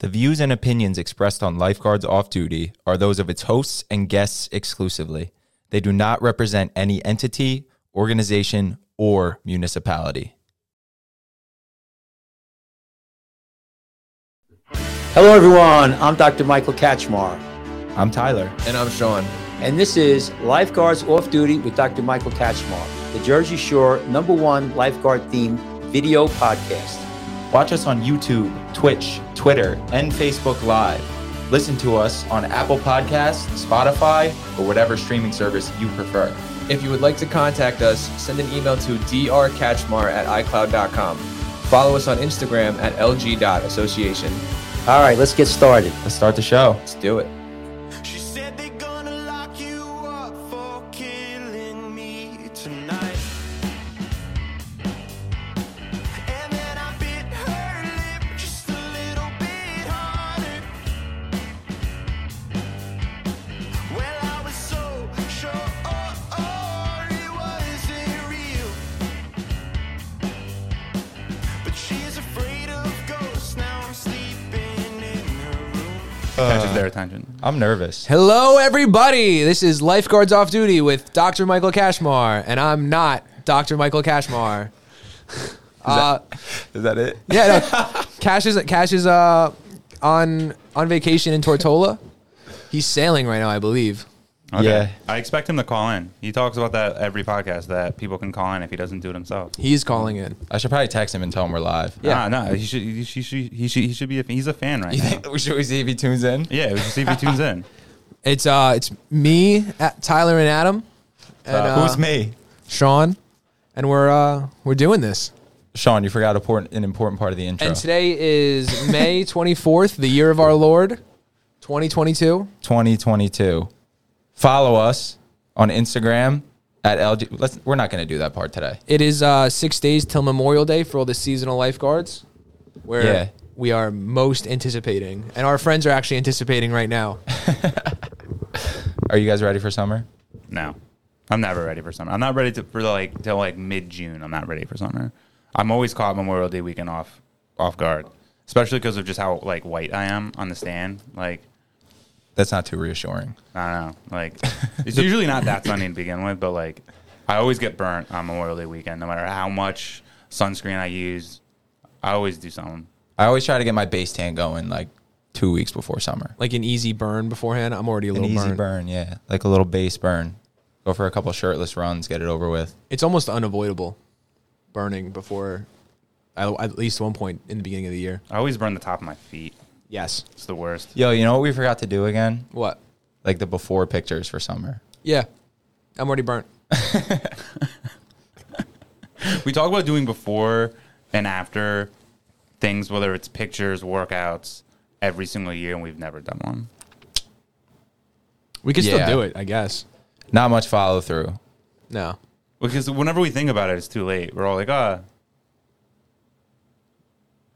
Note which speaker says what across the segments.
Speaker 1: The views and opinions expressed on Lifeguards Off Duty are those of its hosts and guests exclusively. They do not represent any entity, organization, or municipality.
Speaker 2: Hello, everyone. I'm Dr. Michael Katchmar,
Speaker 1: I'm Tyler.
Speaker 3: And I'm Sean.
Speaker 2: and this is Lifeguards Off Duty with Dr. Michael Katchmar, the Jersey Shore number one lifeguard themed video podcast.
Speaker 1: Watch us on YouTube, Twitch, Twitter, and Facebook Live. Listen to us on Apple Podcasts, Spotify, or whatever streaming service you prefer.
Speaker 3: If you would like to contact us, send an email to drkatchmar at icloud.com. Follow us on Instagram at lg.association.
Speaker 2: All right, let's get started.
Speaker 1: Let's start the show.
Speaker 3: Let's do it.
Speaker 4: She said they're gonna lock you up for killing me tonight. And then I bit her lip just a little bit harder. Well, I was so sure oh, it wasn't real. But she's afraid of ghosts. Now I'm sleeping in her room.
Speaker 5: catches their attention.
Speaker 1: I'm nervous.
Speaker 3: Hello, everybody. This is Lifeguards Off Duty with Dr. Michael Kashmar, and I'm not Dr. Michael Kashmar. Uh,
Speaker 1: Is that it?
Speaker 3: yeah, no, Cash is Cash is uh, on on vacation in Tortola. He's sailing right now, I believe.
Speaker 5: Okay.
Speaker 1: Yeah.
Speaker 5: I expect him to call in. He talks about that every podcast that people can call in if he doesn't do it himself.
Speaker 3: He's calling in.
Speaker 1: I should probably text him and tell him we're live.
Speaker 3: Yeah.
Speaker 5: Nah, no, he should, he should, he should, he should, he should be. A, he's a fan right
Speaker 1: You
Speaker 5: now.
Speaker 1: think- should we see if he tunes in?
Speaker 5: Yeah, we should see if he tunes in.
Speaker 3: It's uh, it's me, A- Tyler, and Adam, and uh,
Speaker 1: Who's me?
Speaker 3: Sean, and we're uh, we're doing this.
Speaker 1: Sean, you forgot important, an important part of the intro.
Speaker 3: And today is May twenty fourth, the year of our Lord, twenty twenty two.
Speaker 1: 2022. Follow us on Instagram at LG. Let's, we're not going to do that part today.
Speaker 3: It is uh, six days till Memorial Day for all the seasonal lifeguards, where
Speaker 1: Yeah.
Speaker 3: we are most anticipating, and our friends are actually anticipating right now.
Speaker 1: Are you guys ready for summer?
Speaker 5: No, I'm never ready for summer. I'm not ready to, for like till like mid June. I'm not ready for summer. I'm always caught Memorial Day weekend off off guard, especially because of just how like white I am on the stand. Like
Speaker 1: That's not too reassuring.
Speaker 5: I don't know. Like it's usually not that sunny to begin with, but like I always get burnt on Memorial Day weekend, no matter how much sunscreen I use. I always do something.
Speaker 1: I always try to get my base tan going like two weeks before summer.
Speaker 3: Like an easy burn beforehand, I'm already a
Speaker 1: An
Speaker 3: little
Speaker 1: easy burn.
Speaker 3: burned.
Speaker 1: yeah. Like a little base burn. Go for a couple shirtless runs, get it over with.
Speaker 3: It's almost unavoidable burning before, at at least one point in the beginning of the year.
Speaker 5: I always burn the top of my feet.
Speaker 3: Yes.
Speaker 5: It's the worst.
Speaker 1: Yo, you know what we forgot to do again?
Speaker 3: What?
Speaker 1: Like the before pictures for summer.
Speaker 3: Yeah, I'm already burnt.
Speaker 5: We talk about doing before and after things, whether it's pictures, workouts, every single year, and we've never done one.
Speaker 3: We could
Speaker 1: Yeah.
Speaker 3: still do it, I guess.
Speaker 1: Not much follow through.
Speaker 3: No.
Speaker 5: Because whenever we think about it, it's too late. We're all like, ah,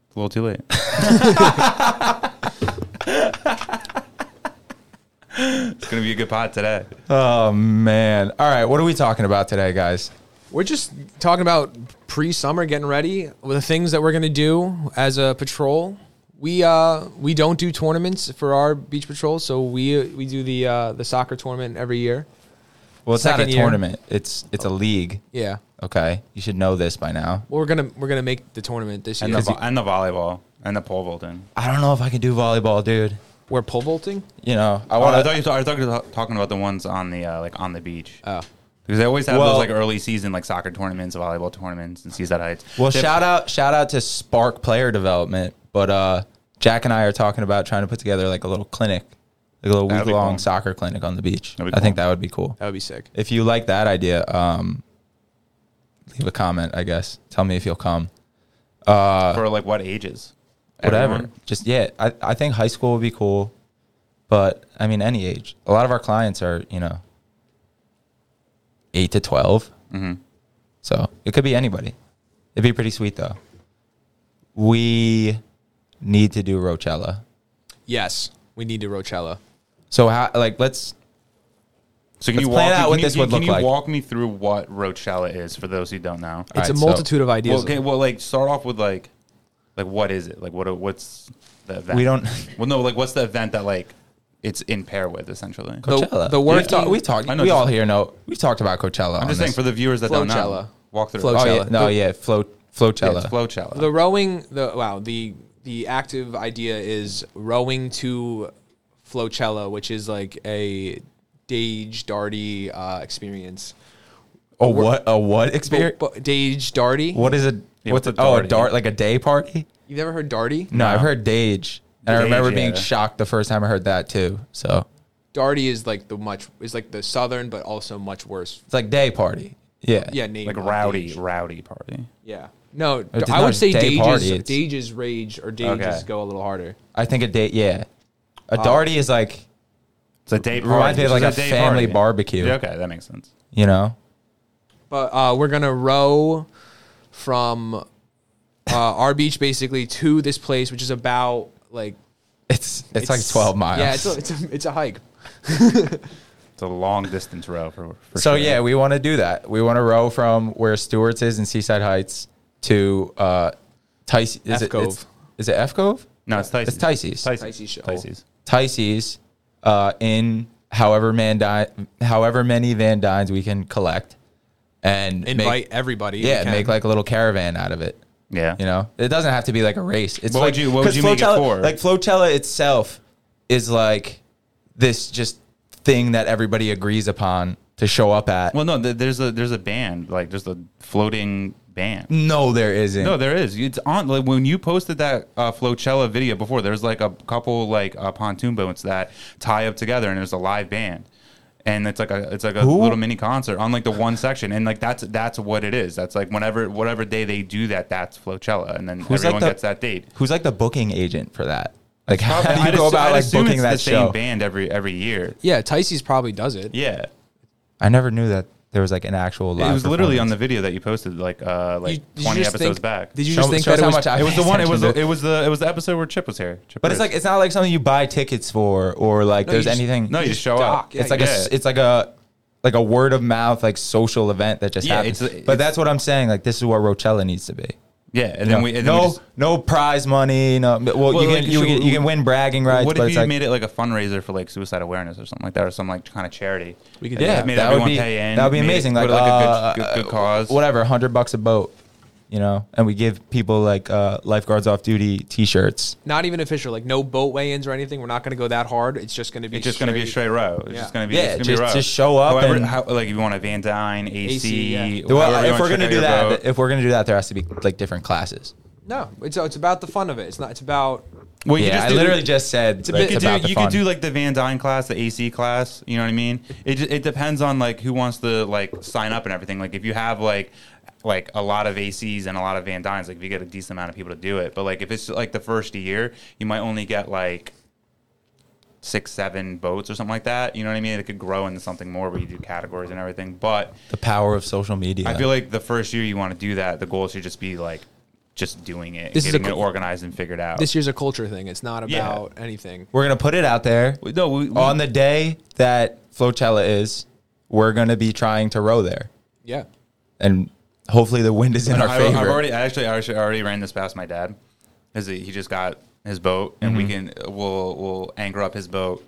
Speaker 5: it's a little too late. it's gonna be a good pot today.
Speaker 1: Oh, man. All right. What are we talking about today, guys?
Speaker 3: We're just talking about pre-summer getting ready, with the things that we're going to do as a patrol. We uh we don't do tournaments for our beach patrol, so we we do the uh the soccer tournament every year.
Speaker 1: Well, it's not
Speaker 3: Second
Speaker 1: a
Speaker 3: year.
Speaker 1: tournament. It's it's a league.
Speaker 3: Yeah.
Speaker 1: Okay, you should know this by now.
Speaker 3: Well, we're going to we're going to make the tournament this
Speaker 5: And
Speaker 3: year.
Speaker 5: the, vo- and the volleyball and the pole vaulting.
Speaker 1: I don't know if I could do volleyball, dude.
Speaker 3: we're pole vaulting?
Speaker 1: You know, I
Speaker 5: Oh, I
Speaker 1: want
Speaker 5: thought
Speaker 1: to.
Speaker 5: you were I thought you were talking about the ones on the uh, like on the beach.
Speaker 3: Oh.
Speaker 5: Because they always have
Speaker 1: Well-
Speaker 5: those like early season like soccer tournaments, volleyball tournaments, and Seaside Heights.
Speaker 1: Well,
Speaker 5: They-
Speaker 1: shout out, shout out to Spark Player Development. But uh, Jack and I are talking about trying to put together like a little clinic, like a little week
Speaker 5: That'd be
Speaker 1: long
Speaker 5: cool.
Speaker 1: soccer clinic on the beach.
Speaker 5: That'd be
Speaker 1: I think
Speaker 5: cool.
Speaker 1: that would be cool.
Speaker 3: That would be sick.
Speaker 1: If you like that idea, um, leave a comment. I guess tell me if you'll come.
Speaker 5: for like what ages?
Speaker 1: Whatever.
Speaker 5: Everyone?
Speaker 1: Just yeah, I I think high school would be cool, but I mean any age. A lot of our clients are you know eight to 12 mm-hmm. so it could be anybody. It'd be pretty sweet though. We need to do Rochella.
Speaker 3: Yes. We need to Rochella.
Speaker 1: So how like let's
Speaker 5: So can
Speaker 1: Let's
Speaker 5: you
Speaker 1: plan
Speaker 5: walk
Speaker 1: out
Speaker 5: can
Speaker 1: what
Speaker 5: you-
Speaker 1: this would
Speaker 5: can
Speaker 1: look
Speaker 5: you
Speaker 1: like.
Speaker 5: walk me through what Rochella is for those who don't know?
Speaker 1: All right,
Speaker 3: It's a
Speaker 1: so-
Speaker 3: multitude of
Speaker 5: Well,
Speaker 3: ideas.
Speaker 5: okay, well, like start off with like Like, what is it? Like, what? What's the event?
Speaker 1: We don't-
Speaker 5: Well, no. Like, what's the event that like it's in pair with essentially?
Speaker 3: The-
Speaker 1: Coachella.
Speaker 3: the
Speaker 1: we
Speaker 3: working-
Speaker 1: talked. We, talked,
Speaker 5: I know,
Speaker 1: we
Speaker 5: just-
Speaker 1: all here know. We talked about Coachella.
Speaker 5: I'm just saying for the viewers that don't
Speaker 3: Flowchella.
Speaker 5: know, walk through.
Speaker 1: Oh
Speaker 3: Flowchella.
Speaker 1: yeah, no,
Speaker 3: The-
Speaker 1: yeah, Flo,
Speaker 5: Oh, yeah,
Speaker 1: Flowchella.
Speaker 5: it's Flowchella.
Speaker 3: The rowing, the wow, the the active idea is rowing to Flowchella, which is like a Dage Darty uh, experience.
Speaker 1: a what? A what experience?
Speaker 3: Bo- bo- Dage Darty.
Speaker 1: What is a
Speaker 5: Yeah,
Speaker 1: what's a,
Speaker 5: what's a
Speaker 1: oh a
Speaker 5: dart?
Speaker 1: dart like a day party?
Speaker 3: You've never heard Darty?
Speaker 1: No, I've heard Dage, and I
Speaker 5: Dage,
Speaker 1: remember being
Speaker 5: yeah.
Speaker 1: shocked the first time I heard that too. So
Speaker 3: Darty is like the much is like the southern, but also much worse.
Speaker 1: it's like day party. Yeah,
Speaker 3: Yeah, name
Speaker 5: like
Speaker 3: of
Speaker 5: rowdy,
Speaker 3: Dage.
Speaker 5: rowdy party.
Speaker 3: Yeah. No,
Speaker 1: it's
Speaker 3: I
Speaker 1: not
Speaker 3: would say
Speaker 1: day
Speaker 3: Dage's,
Speaker 1: party, it's-
Speaker 3: Dage's rage or Dage's
Speaker 5: Okay.
Speaker 3: go a little harder.
Speaker 1: I think a date. Yeah, a
Speaker 3: Uh,
Speaker 1: darty is like
Speaker 5: It's a day party.
Speaker 1: Reminds me of,
Speaker 5: It's
Speaker 1: like,
Speaker 5: just
Speaker 1: a
Speaker 5: day
Speaker 1: family barbecue.
Speaker 5: Yeah, okay, that makes sense.
Speaker 1: you know.
Speaker 3: But uh, we're gonna row from uh, our beach basically to this place, which is about like
Speaker 1: It's, it's like twelve miles.
Speaker 3: Yeah, it's a, it's a, it's a hike.
Speaker 5: It's a long distance row for. for
Speaker 1: so
Speaker 5: sure.
Speaker 1: yeah, we want to do that. We want to row from where Stewart's is in Seaside Heights to uh, Tice. Is
Speaker 3: F
Speaker 1: it
Speaker 3: Cove.
Speaker 1: it's- Is it F Cove?
Speaker 5: no, it's Tyson.
Speaker 1: It's Ticey's.
Speaker 3: Ticey's show.
Speaker 5: Ticey's.
Speaker 1: Tices uh, in however man di- however many Van Dynes we can collect and make-
Speaker 3: Invite everybody.
Speaker 1: yeah,
Speaker 3: we can.
Speaker 1: make like a little caravan out of it.
Speaker 5: Yeah.
Speaker 1: You know, it doesn't have to be like a race. It's
Speaker 5: What would
Speaker 1: like
Speaker 5: you- what would
Speaker 1: 'cause
Speaker 5: you make it
Speaker 1: Flotilla-
Speaker 5: for?
Speaker 1: Like Flotilla itself is like this just thing that everybody agrees upon to show up at.
Speaker 5: Well, no, th- there's a there's a band like there's a floating band.
Speaker 1: no, there isn't.
Speaker 5: No, there is. It's on. Like when you posted that uh, Flowchella video before, there's like a couple like uh, pontoon boats that tie up together, and there's a live band, and it's like a it's like a little mini concert on like the one section, and like that's that's what it is. That's like whenever whatever day they do that, that's Flowchella, and then
Speaker 1: Who's, like,
Speaker 5: everyone
Speaker 1: the-
Speaker 5: gets that date.
Speaker 1: Who's like the booking agent for that? Like how do you go
Speaker 5: I'd assu- I'd
Speaker 1: about like
Speaker 5: assume
Speaker 1: booking
Speaker 5: it's
Speaker 1: that
Speaker 5: the
Speaker 1: show?
Speaker 5: Same band every every year.
Speaker 3: yeah, Ticey's probably does it.
Speaker 5: Yeah,
Speaker 1: I never knew that there was like an actual. Live
Speaker 5: it was literally
Speaker 1: performance.
Speaker 5: on the video that you posted like uh
Speaker 3: You-
Speaker 5: like
Speaker 3: did you
Speaker 5: twenty
Speaker 3: just
Speaker 5: episodes
Speaker 3: think-
Speaker 5: back.
Speaker 3: Did you
Speaker 1: Show
Speaker 3: just
Speaker 1: me-
Speaker 3: think
Speaker 1: show
Speaker 3: that
Speaker 1: us
Speaker 3: it
Speaker 1: how
Speaker 3: was?
Speaker 1: much I-
Speaker 5: It was the one. It was
Speaker 1: attention
Speaker 5: the,
Speaker 1: to-
Speaker 5: it was the it was the episode where Chip was here. Chip
Speaker 1: But it's
Speaker 5: Rhodes.
Speaker 1: like it's not like something you buy tickets for or like
Speaker 3: No, you
Speaker 1: there's
Speaker 3: just-
Speaker 1: anything.
Speaker 5: no, you just show up.
Speaker 3: doc, yeah,
Speaker 1: it's like a s
Speaker 5: yeah.
Speaker 1: it's like a like a word of mouth like social event that just
Speaker 5: Yeah,
Speaker 1: happens.
Speaker 5: it's-
Speaker 1: but
Speaker 5: it's-
Speaker 1: that's what I'm saying. Like this is what Rochella needs to be.
Speaker 5: Yeah, and
Speaker 1: You
Speaker 5: then
Speaker 1: know?
Speaker 5: we and then
Speaker 1: no
Speaker 5: we just-
Speaker 1: no prize money. No, well,
Speaker 5: Well,
Speaker 1: you can
Speaker 5: like,
Speaker 1: you,
Speaker 5: so
Speaker 1: can, you can win bragging rights.
Speaker 5: what
Speaker 1: but
Speaker 5: if
Speaker 1: it's
Speaker 5: you
Speaker 1: like,
Speaker 5: made it like a fundraiser for like suicide awareness or something like that, or some like kind of charity?
Speaker 3: We
Speaker 5: And
Speaker 3: could do
Speaker 5: then
Speaker 3: that.
Speaker 5: made
Speaker 1: that would
Speaker 5: everyone
Speaker 1: be
Speaker 5: pay in.
Speaker 1: that would be
Speaker 5: made it-
Speaker 1: amazing.
Speaker 5: go
Speaker 1: Like,
Speaker 5: to,
Speaker 1: uh,
Speaker 5: a good, good, good cause.
Speaker 1: whatever, hundred bucks a boat. You know, and we give people like uh, lifeguards off duty T-shirts.
Speaker 3: Not even official. Like no boat weigh-ins or anything. We're not going to go that hard. It's just going to be.
Speaker 5: It's just going to be a straight row. It's
Speaker 3: Yeah.
Speaker 5: just going to be
Speaker 1: Yeah,
Speaker 5: it's gonna
Speaker 1: just-
Speaker 5: be a row.
Speaker 1: just show up
Speaker 5: However,
Speaker 1: and-
Speaker 5: how, like if you want a Van Dyne, AC.
Speaker 3: AC, yeah.
Speaker 5: however
Speaker 1: Well,
Speaker 5: you
Speaker 1: if
Speaker 5: wanna
Speaker 1: we're
Speaker 5: check
Speaker 1: gonna
Speaker 5: out
Speaker 1: do
Speaker 5: your
Speaker 1: that,
Speaker 5: boat.
Speaker 1: if we're gonna do that, there has to be like different classes.
Speaker 3: No, it's it's about the fun of it. It's not. It's about.
Speaker 5: well, you
Speaker 1: yeah,
Speaker 5: just
Speaker 1: I
Speaker 5: do-
Speaker 1: literally just said
Speaker 5: You
Speaker 1: like,
Speaker 5: could
Speaker 1: about
Speaker 5: do
Speaker 1: the
Speaker 5: you
Speaker 1: fun.
Speaker 5: could do like the Van Dyne class, the AC class. You know what I mean? It ju- it depends on like who wants to like sign up and everything. Like if you have like like a lot of ACs and a lot of Van Dynes, like if you get a decent amount of people to do it. But like if it's like the first year, you might only get like six, seven boats or something like that. You know what I mean? It could grow into something more where you do categories and everything. But
Speaker 1: the power of social media.
Speaker 5: I feel like the first year you want to do that, the goal should just be like just doing it,
Speaker 3: This is a
Speaker 5: getting it
Speaker 3: co-
Speaker 5: organized and figured out.
Speaker 3: This year's a culture thing. It's not
Speaker 5: Yeah.
Speaker 3: about anything.
Speaker 1: we're gonna put it out there
Speaker 5: no, we, we,
Speaker 1: on the day that Flotilla is. We're gonna be trying to row there,
Speaker 3: Yeah.
Speaker 1: and hopefully the wind is in our
Speaker 5: I,
Speaker 1: favor.
Speaker 5: I've already I actually I actually already ran this past my dad because he just got his boat and we
Speaker 1: Mm-hmm.
Speaker 5: can we'll we'll anchor up his boat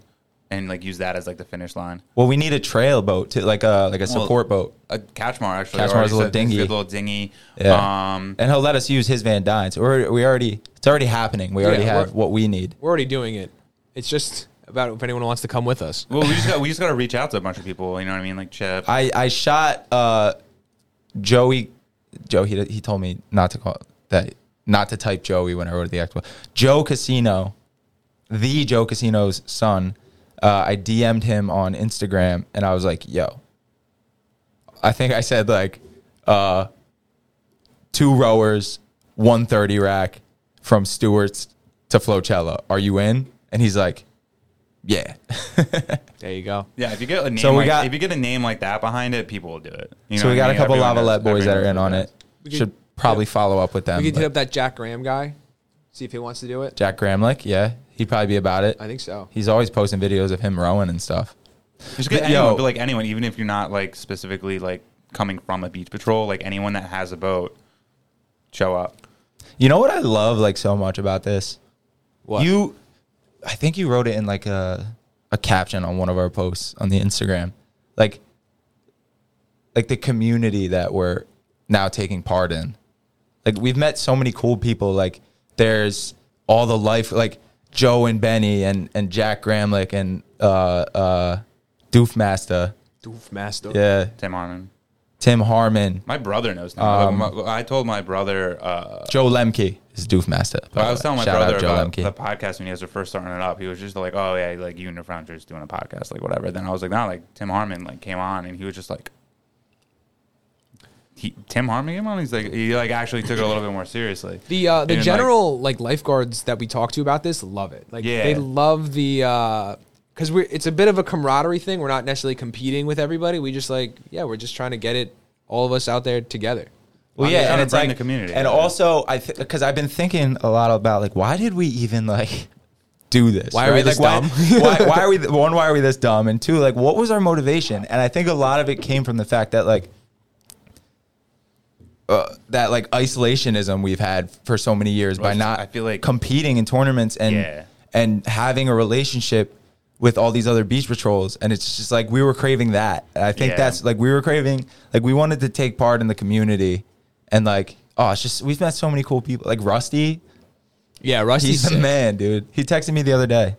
Speaker 5: and like use that as like the finish line.
Speaker 1: well, we need a trail boat to like a like a support boat,
Speaker 5: A Catchmar actually.
Speaker 1: Catchmar's
Speaker 5: already
Speaker 1: a little
Speaker 5: said he's got
Speaker 1: dinghy.
Speaker 5: A little dinghy.
Speaker 1: Yeah.
Speaker 5: Um,
Speaker 1: and he'll let us use his Van Dyne. So we're, we already it's already happening. We already
Speaker 3: Yeah,
Speaker 1: have
Speaker 3: we're-
Speaker 1: what we need.
Speaker 3: We're already doing it. It's just about if anyone wants to come with us.
Speaker 5: well, we just got we just got to reach out to a bunch of people. You know what I mean? Like Chip.
Speaker 1: I I shot uh, Joey. Joe he he told me not to call that not to type Joey when I wrote the expo. Joe Casino, the Joe Casino's son. Uh, I DM'd him on Instagram and I was like, "Yo, I think I said like uh, two rowers, one thirty rack from Stewart's to Flocella. Are you in?" And he's like, "Yeah."
Speaker 3: There you go.
Speaker 5: yeah, if you get a name,
Speaker 1: So we
Speaker 5: like,
Speaker 1: got-
Speaker 5: if you get a name like that behind it, people will do it. You know
Speaker 1: So we
Speaker 5: what
Speaker 1: got a
Speaker 5: I mean?
Speaker 1: couple
Speaker 5: Everyone knows-
Speaker 1: Lava Let boys that are
Speaker 5: everyone
Speaker 1: in on
Speaker 5: knows
Speaker 1: it.
Speaker 3: could-
Speaker 1: Should probably follow up with them.
Speaker 3: We could hit
Speaker 1: but
Speaker 3: up that Jack Graham guy. See if he wants to do it.
Speaker 1: Jack Gramlich, yeah, he'd probably be about it.
Speaker 3: I think so.
Speaker 1: He's always posting videos of him rowing and stuff.
Speaker 5: Just get
Speaker 1: Yo.
Speaker 5: anyone, but like anyone, even if you're not like specifically like coming from a beach patrol, like anyone that has a boat, show up.
Speaker 1: You know what I love like so much about this?
Speaker 3: What?
Speaker 1: You I think you wrote it in like a a caption on one of our posts on the Instagram. Like like the community that we're now taking part in. Like we've met so many cool people. Like there's all the life like Joe and Benny and and Jack Gramlick and uh uh Doofmaster.
Speaker 3: Doof master.
Speaker 1: Yeah.
Speaker 5: Tim Harmon.
Speaker 1: Tim Harmon.
Speaker 5: My brother knows now.
Speaker 3: Um,
Speaker 5: My- I told my brother. Uh,
Speaker 1: Joe Lemke is Doofmaster. by
Speaker 5: I was
Speaker 3: uh,
Speaker 1: the way.
Speaker 5: telling my
Speaker 1: Shout out
Speaker 5: brother
Speaker 1: Joe
Speaker 5: about
Speaker 1: Lemke.
Speaker 5: the podcast when you guys were first starting it up. He was just like, "Oh yeah, like you and your founder is doing a podcast, like whatever." Then I was like, "No, like Tim Harmon like came on and he was just like." He, Tim Harmon came on. He's like he like actually took it a little bit more seriously.
Speaker 3: The uh,
Speaker 5: And,
Speaker 3: the
Speaker 5: like,
Speaker 3: general like, lifeguards that we talk to about this love it. Like
Speaker 5: Yeah.
Speaker 3: they love the uh because we're it's a bit of a camaraderie thing. We're not necessarily competing with everybody. We just like yeah, we're just trying to get it all of us out there together.
Speaker 1: Well,
Speaker 5: I'm just
Speaker 1: yeah,
Speaker 5: trying
Speaker 1: and
Speaker 5: to
Speaker 1: it's
Speaker 5: bring
Speaker 1: like
Speaker 5: the community
Speaker 1: And
Speaker 5: together.
Speaker 1: also, I because I've been thinking a lot about like why did we even like do this?
Speaker 3: Why are we
Speaker 1: right?
Speaker 3: this
Speaker 1: like,
Speaker 3: dumb?
Speaker 1: Why, why, why are we th- one? Why are we this dumb? And two, like what was our motivation? And I think a lot of it came from the fact that like. Uh, that like isolationism we've had for so many years by
Speaker 5: Right,
Speaker 1: not
Speaker 5: I feel like-
Speaker 1: competing in tournaments and
Speaker 5: Yeah.
Speaker 1: and having a relationship with all these other beach patrols and it's just like we were craving that and i think
Speaker 5: Yeah.
Speaker 1: that's like we were craving like we wanted to take part in the community and like oh it's just we've met so many cool people like rusty
Speaker 3: Yeah, Rusty's
Speaker 1: he's the
Speaker 3: sick.
Speaker 1: man dude he texted me the other day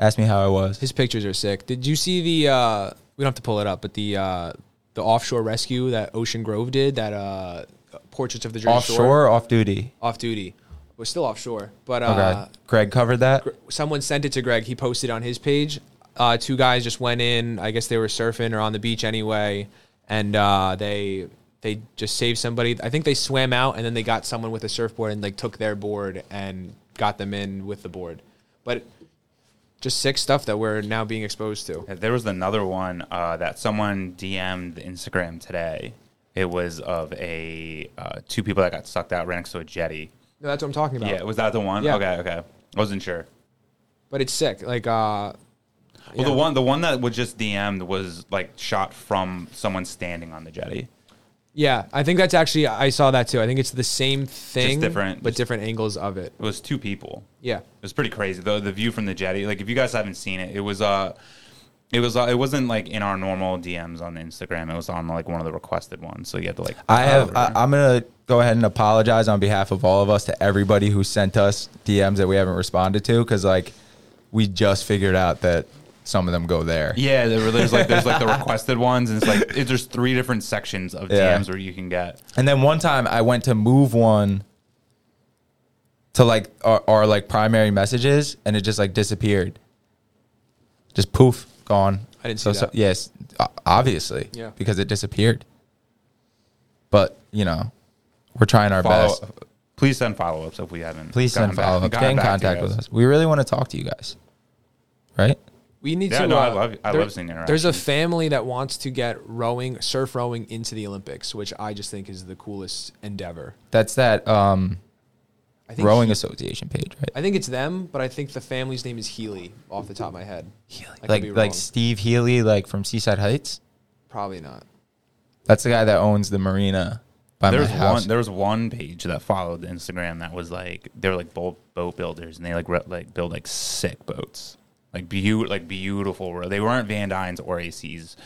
Speaker 1: asked me how i was
Speaker 3: His pictures are sick. Did you see the? Uh, we don't have to pull it up, but the uh, the offshore rescue that Ocean Grove did that uh, portraits of the Jersey
Speaker 1: offshore
Speaker 3: Shore
Speaker 1: or off duty
Speaker 3: off duty. We're still offshore, but
Speaker 1: okay
Speaker 3: uh,
Speaker 1: greg covered that
Speaker 3: someone sent it to Greg. He posted on his page. Uh, two guys just went in. I guess they were surfing or on the beach anyway, and uh, they they just saved somebody. I think they swam out and then they got someone with a surfboard and like took their board and got them in with the board. But just sick stuff that we're now being exposed to.
Speaker 5: There was another one uh, that someone DM'd Instagram today. It was of a uh, two people that got sucked out right next to a jetty.
Speaker 3: No, that's what I'm talking about.
Speaker 5: Yeah, was that the one?
Speaker 3: Oh. Yeah.
Speaker 5: Okay, okay. I wasn't sure.
Speaker 3: But it's sick. Like, uh,
Speaker 5: Well,
Speaker 3: Yeah.
Speaker 5: the one the one that was just DM'd was like shot from someone standing on the jetty.
Speaker 3: yeah, I think that's actually I saw that too. I think it's the same thing,
Speaker 5: different-
Speaker 3: but different angles of it.
Speaker 5: It was two people.
Speaker 3: Yeah,
Speaker 5: It was pretty crazy. The the view from the jetty. Like if you guys haven't seen it, it was uh it was uh, it wasn't like in our normal DMs on Instagram. It was on like one of the requested ones. So you had to like
Speaker 1: I have.
Speaker 5: hover.
Speaker 1: I, I'm gonna go ahead and apologize on behalf of all of us to everybody who sent us DMs that we haven't responded to because like we just figured out that some of them go there.
Speaker 5: Yeah, there were, there's like there's like the requested ones, and it's like it, there's three different sections of
Speaker 1: Yeah.
Speaker 5: DMs where you can get.
Speaker 1: And then one time I went to move one to like our, our like primary messages, and it just like disappeared. Just poof, gone.
Speaker 3: I didn't
Speaker 1: so,
Speaker 3: see
Speaker 1: so-
Speaker 3: that.
Speaker 1: yes, o- obviously.
Speaker 3: Yeah.
Speaker 1: Because it disappeared. But you know, we're trying our
Speaker 5: Follow,
Speaker 1: best.
Speaker 5: please send follow ups if we haven't.
Speaker 1: Please send
Speaker 5: gotten back-
Speaker 1: follow up.
Speaker 5: gotten
Speaker 1: Get in
Speaker 5: back to you
Speaker 1: contact with
Speaker 5: guys.
Speaker 1: us. We really want to talk to you guys, right?
Speaker 3: we need
Speaker 5: Yeah,
Speaker 3: to.
Speaker 5: no, I
Speaker 3: uh,
Speaker 5: love- I love seeing interaction.
Speaker 3: There's a family that wants to get rowing, surf rowing into the Olympics, which I just think is the coolest endeavor.
Speaker 1: That's that um,
Speaker 3: I think
Speaker 1: rowing
Speaker 3: he-
Speaker 1: association page, right?
Speaker 3: I think it's them, but I think the family's name is Healy, off the top of my head. Healy, I could
Speaker 1: Like
Speaker 3: be
Speaker 1: like
Speaker 3: wrong.
Speaker 1: Steve Healy, like from Seaside Heights.
Speaker 3: probably not.
Speaker 1: That's the guy that owns the marina by
Speaker 5: There's
Speaker 1: my house.
Speaker 5: one. There was one page that followed the Instagram that was like they were like boat boat builders, and they like re- like build like sick boats, like beautiful, like beautiful. ro- They weren't Van Dynes or ACs.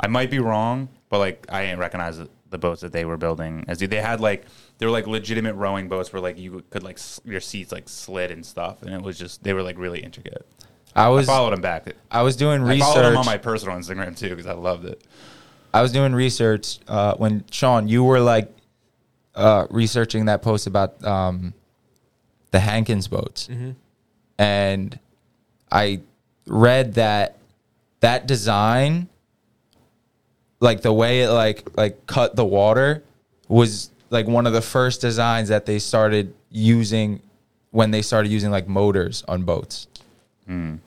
Speaker 5: I might be wrong, but like I didn't recognize the- the boats that they were building. As they they had like they were like legitimate rowing boats where like you could like s- your seats like slid and stuff, and it was just they were like really intricate.
Speaker 1: I was
Speaker 5: I
Speaker 1: I,
Speaker 5: followed him back.
Speaker 1: was doing
Speaker 5: I
Speaker 1: research.
Speaker 5: followed him on my personal Instagram too because I loved it.
Speaker 1: I was doing research uh, when Sean, you were like uh, researching that post about um, the Hankins boats,
Speaker 5: Mm-hmm.
Speaker 1: and I read that that design, like the way it like like cut the water, was like one of the first designs that they started using when they started using like motors on boats.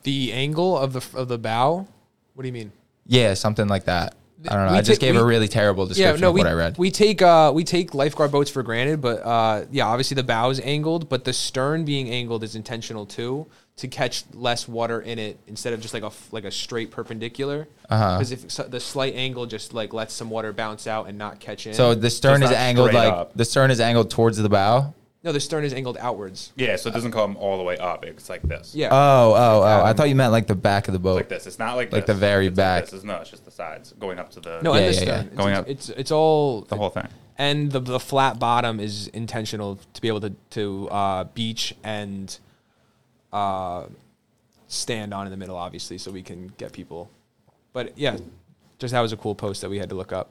Speaker 3: The angle of the of the bow. What do you mean?
Speaker 1: Yeah, something like that. I don't know.
Speaker 3: We
Speaker 1: I just
Speaker 3: ta-
Speaker 1: gave a
Speaker 3: we-
Speaker 1: really terrible description of
Speaker 3: we,
Speaker 1: what I read.
Speaker 3: We take uh, we take lifeguard boats for granted, but uh, yeah, obviously the bow is angled, but the stern being angled is intentional too to catch less water in it instead of just like a f- like a straight perpendicular.
Speaker 1: Uh-huh.
Speaker 3: Because if so, the slight angle just like lets some water bounce out and not catch in.
Speaker 1: So the stern
Speaker 5: Just
Speaker 1: is
Speaker 5: not
Speaker 1: angled
Speaker 5: straight
Speaker 1: like
Speaker 5: up.
Speaker 1: the stern is angled towards the bow.
Speaker 3: No, the stern is angled outwards.
Speaker 5: Yeah, so it doesn't come all the way up. It's like this.
Speaker 3: Yeah.
Speaker 1: Oh, oh, oh! I thought you meant like the back of the boat.
Speaker 5: um, Like this. It's not like
Speaker 1: Like
Speaker 5: this.
Speaker 1: the very
Speaker 5: It's
Speaker 1: back.
Speaker 5: This is no. It's just the sides going up to the.
Speaker 3: no,
Speaker 1: Yeah,
Speaker 3: and the
Speaker 1: yeah, yeah.
Speaker 3: stern. It's,
Speaker 5: Going
Speaker 3: it's,
Speaker 5: up.
Speaker 3: It's it's all
Speaker 5: the whole thing.
Speaker 3: and the the flat bottom is intentional to be able to to uh, beach and uh, stand on in the middle, obviously, so we can get people. But yeah, just that was a cool post that we had to look up.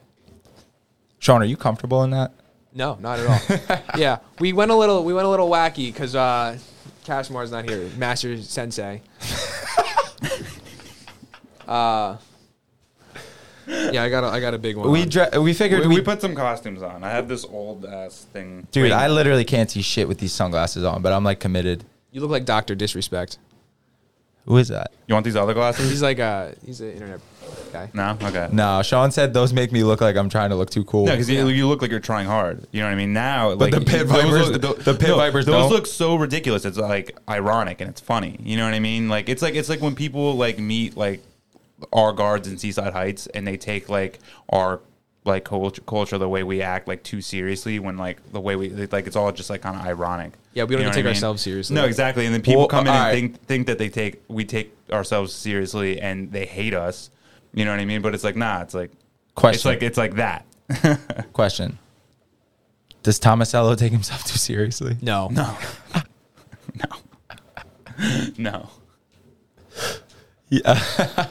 Speaker 1: Sean, are you comfortable in that?
Speaker 3: No, not at all. yeah, we went a little we went a little wacky because uh, Cashmore's not here, Master Sensei. uh, yeah, I got a, I got a big one.
Speaker 1: We
Speaker 3: on.
Speaker 1: dre- we
Speaker 5: We,
Speaker 1: figured
Speaker 5: Um, we
Speaker 1: we,
Speaker 5: put some costumes on. I have this old ass thing.
Speaker 1: dude.
Speaker 5: Wait,
Speaker 1: I literally can't see shit with these sunglasses on, but I'm like committed.
Speaker 3: you look like Doctor Disrespect.
Speaker 1: Who is that?
Speaker 5: you want these other glasses?
Speaker 3: He's like a he's an internet guy.
Speaker 5: no. Okay.
Speaker 1: No, Sean said those make me look like I'm trying to look too cool.
Speaker 5: No, because you, you look like you're trying hard. You know what I mean? Now,
Speaker 1: But
Speaker 5: like
Speaker 1: the pit
Speaker 5: those
Speaker 1: vipers-
Speaker 5: look- tho-
Speaker 1: the pit vipers
Speaker 5: Those
Speaker 1: don't.
Speaker 5: look so ridiculous. It's like ironic and it's funny. You know what I mean? Like it's like it's like when people like meet like our guards in Seaside Heights and they take like our like culture, culture the way we act like too seriously when like the way we like it's all just like kind of ironic.
Speaker 3: Yeah, we don't
Speaker 5: You know
Speaker 3: take
Speaker 5: what I mean?
Speaker 3: ourselves seriously.
Speaker 5: No, exactly. And then people
Speaker 1: Well,
Speaker 5: come in and
Speaker 1: alright.
Speaker 5: think think that they take we take ourselves seriously and they hate us. You know what I mean? But it's like nah. It's like It's
Speaker 1: Question.
Speaker 5: like it's like that.
Speaker 1: Question: Does Tomasello take himself too seriously?
Speaker 3: No,
Speaker 5: No. no. no.
Speaker 1: Yeah.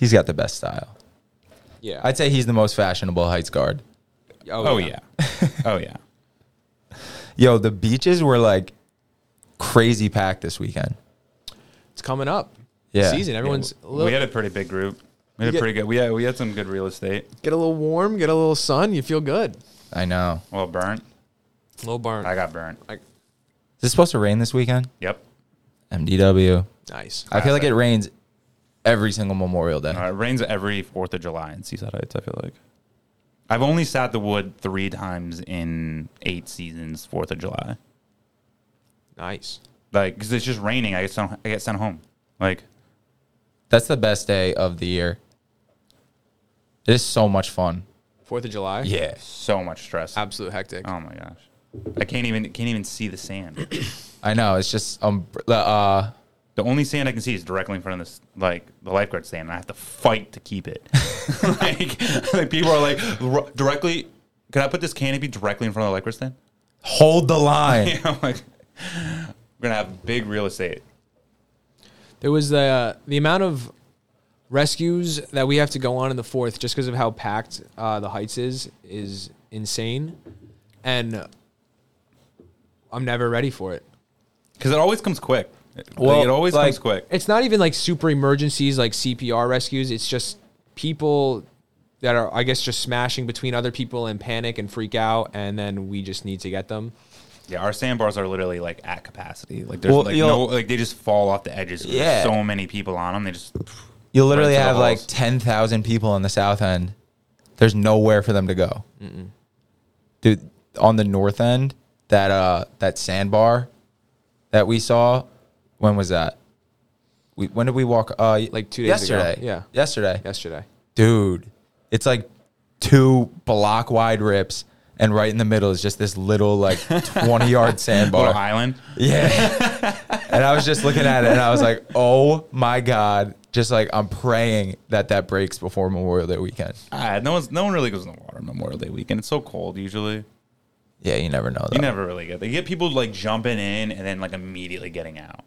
Speaker 1: he's got the best style.
Speaker 3: yeah,
Speaker 1: I'd say he's the most fashionable Heights guard.
Speaker 5: Oh, yeah. oh yeah.
Speaker 1: Yo, the beaches were like crazy packed this weekend.
Speaker 3: it's coming up.
Speaker 1: Yeah.
Speaker 3: season. Everyone's a little,
Speaker 5: we had a pretty big group. We had
Speaker 3: You
Speaker 5: a
Speaker 3: get-
Speaker 5: pretty good. We had we had some good real estate.
Speaker 3: get a little warm, get a little sun. You feel good.
Speaker 1: I know.
Speaker 5: Well, burnt.
Speaker 3: A little burn.
Speaker 5: I got burnt.
Speaker 3: Like,
Speaker 1: Is it supposed to rain this weekend?
Speaker 5: Yep.
Speaker 1: MDW.
Speaker 3: nice.
Speaker 1: I feel like it rains every single Memorial Day.
Speaker 5: Uh, it rains every Fourth of July in Seaside Heights. I feel like I've only sat the wood three times in eight seasons. Fourth of July,
Speaker 3: Nice.
Speaker 5: like because it's just raining. I get sent, I get sent home. Like
Speaker 1: That's the best day of the year. It is so much fun.
Speaker 3: Fourth of July.
Speaker 1: Yeah.
Speaker 5: so much stress.
Speaker 3: Absolute hectic.
Speaker 5: Oh my gosh, I can't even can't even see the sand.
Speaker 1: I know. It's just um the, uh
Speaker 5: The only sand I can see is directly in front of this, like the lifeguard stand, and I have to fight to keep it. like, like people are like r- directly. Can I put this canopy directly in front of the lifeguard stand?
Speaker 1: hold the line.
Speaker 5: I'm like, we're gonna have big real estate.
Speaker 3: There was the the amount of rescues that we have to go on in the fourth just because of how packed uh, the heights is is insane, and I'm never ready for it.
Speaker 5: Because it always comes quick. Well,
Speaker 1: Well,
Speaker 5: it always
Speaker 1: like-
Speaker 5: comes quick.
Speaker 3: It's not even like super emergencies like CPR rescues. It's just people that are I guess just smashing between other people and panic and freak out, and then we just need to get them.
Speaker 5: Yeah, our sandbars are literally like at capacity. Like there's
Speaker 1: Well,
Speaker 5: like
Speaker 1: you
Speaker 5: no
Speaker 1: know-
Speaker 5: like they just fall off the edges. There's
Speaker 1: Yeah.
Speaker 5: so many people on them. They just
Speaker 1: You'll literally
Speaker 5: Right to the
Speaker 1: have like
Speaker 5: halls.
Speaker 1: 10,000 people on the south end. There's nowhere for them to go. Dude, on the north end, that uh that sandbar that we saw, when was that? We when did we walk uh
Speaker 3: Like two days ago.
Speaker 1: yesterday.
Speaker 3: Yeah.
Speaker 1: Yesterday.
Speaker 3: Yesterday,
Speaker 1: Dude, it's like two block wide rips and right in the middle is just this little like 20 yard
Speaker 5: little
Speaker 1: sandbar.
Speaker 5: island.
Speaker 1: Yeah. and I was just looking at it and I was like, oh my God. Just like I'm praying that that breaks before Memorial Day weekend.
Speaker 5: Ah, no one's no one really goes in the water on Memorial Day weekend. It's so cold usually.
Speaker 1: Yeah, you never know. Though.
Speaker 5: You never really get that. You get people like jumping in and then like immediately getting out.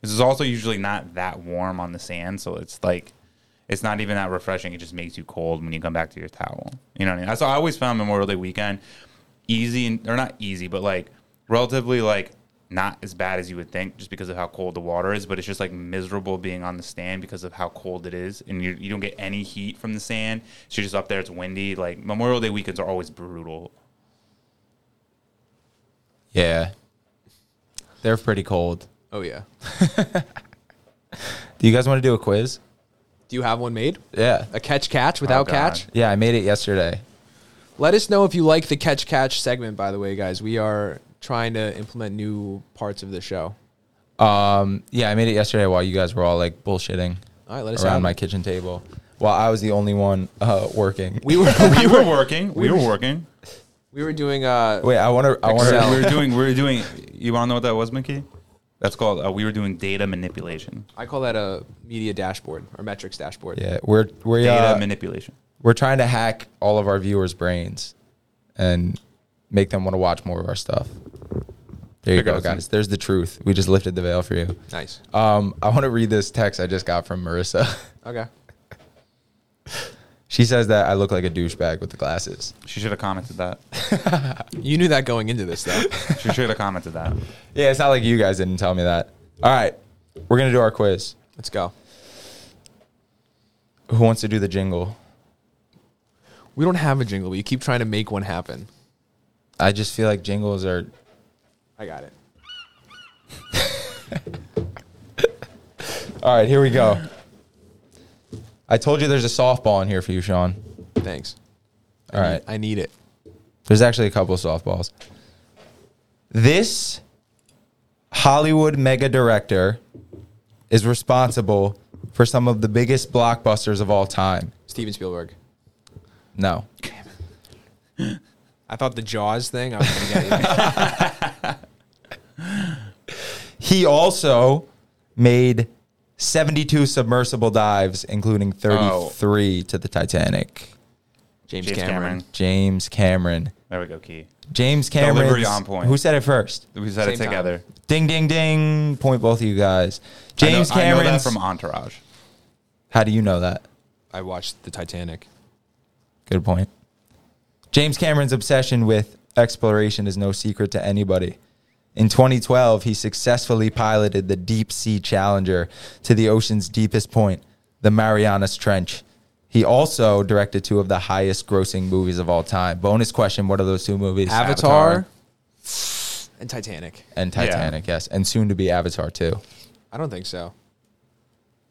Speaker 5: This is also usually not that warm on the sand, so it's like it's not even that refreshing. It just makes you cold when you come back to your towel. You know what I mean? That's what I always found Memorial Day weekend easy and or not easy, but like relatively like not as bad as you would think just because of how cold the water is, but it's just like miserable being on the stand because of how cold it is and you you don't get any heat from the sand. So you're just up there, it's windy. Like Memorial Day weekends are always brutal.
Speaker 1: Yeah. They're pretty cold.
Speaker 3: oh yeah.
Speaker 1: Do you guys want to do a quiz?
Speaker 3: Do you have one made?
Speaker 1: Yeah.
Speaker 3: A catch catch without
Speaker 5: God.
Speaker 3: catch?
Speaker 1: Yeah, I made it yesterday.
Speaker 3: Let us know if you like the catch catch segment, by the way, guys. We are trying to implement new parts of the show.
Speaker 1: Um, yeah, I made it yesterday while you guys were all like bullshitting
Speaker 3: All right, let us
Speaker 1: around
Speaker 3: have
Speaker 1: my
Speaker 3: it.
Speaker 1: kitchen table while I was the only one uh, working.
Speaker 3: We were
Speaker 5: we were working. We were working.
Speaker 3: We were doing uh,
Speaker 1: Wait, I want to. I want
Speaker 5: We're,
Speaker 1: to.
Speaker 5: we're doing. We're doing. You want to know what that was, Mickey? That's called. Uh, we were doing data manipulation.
Speaker 3: I call that a media dashboard or metrics dashboard.
Speaker 1: Yeah, we're we
Speaker 5: Data
Speaker 1: uh,
Speaker 5: manipulation.
Speaker 1: we're trying to hack all of our viewers' brains and make them want to watch more of our stuff. There you
Speaker 5: Figure
Speaker 1: go,
Speaker 5: out some-
Speaker 1: guys. There's the truth. We just lifted the veil for you.
Speaker 3: Nice.
Speaker 1: Um, I want to read this text I just got from Marissa.
Speaker 3: Okay.
Speaker 1: she says that I look like a douchebag with the glasses.
Speaker 5: She should have commented that.
Speaker 3: You knew that going into this though.
Speaker 5: She should have commented that.
Speaker 1: Yeah, it's not like you guys didn't tell me that. All right, we're gonna do our quiz.
Speaker 3: Let's go.
Speaker 1: Who wants to do the jingle?
Speaker 3: We don't have a jingle, but you keep trying to make one happen.
Speaker 1: I just feel like jingles are
Speaker 3: I got it.
Speaker 1: All right, here we go. I told you there's a softball in here for you, Sean.
Speaker 3: Thanks.
Speaker 1: All right.
Speaker 3: I need it.
Speaker 1: There's actually a couple of softballs. This Hollywood mega director is responsible for some of the biggest blockbusters of all time.
Speaker 3: Steven Spielberg.
Speaker 1: No.
Speaker 3: I thought the Jaws thing. I was gonna get you.
Speaker 1: He also made 72 submersible dives, including 33
Speaker 5: Oh.
Speaker 1: to the Titanic.
Speaker 3: James,
Speaker 5: James
Speaker 3: Cameron.
Speaker 5: Cameron.
Speaker 1: James Cameron.
Speaker 5: There we go, Key.
Speaker 1: James Cameron.
Speaker 5: Delivery on point.
Speaker 1: Who said it first?
Speaker 5: We said it
Speaker 3: Same time.
Speaker 5: together.
Speaker 1: Ding, ding, ding. Point both of you guys. James
Speaker 5: I know, I know
Speaker 1: Cameron.
Speaker 5: that from Entourage.
Speaker 1: How do you know that?
Speaker 3: I watched the Titanic.
Speaker 1: Good point. James Cameron's obsession with exploration is no secret to anybody. In 2012, he successfully piloted the Deep Sea Challenger to the ocean's deepest point, the Marianas Trench. He also directed two of the highest grossing movies of all time. Bonus question What are those two movies?
Speaker 3: Avatar, and Titanic.
Speaker 1: and
Speaker 5: Yeah.
Speaker 1: Titanic, yes. And soon to be Avatar 2. You
Speaker 3: I don't think so.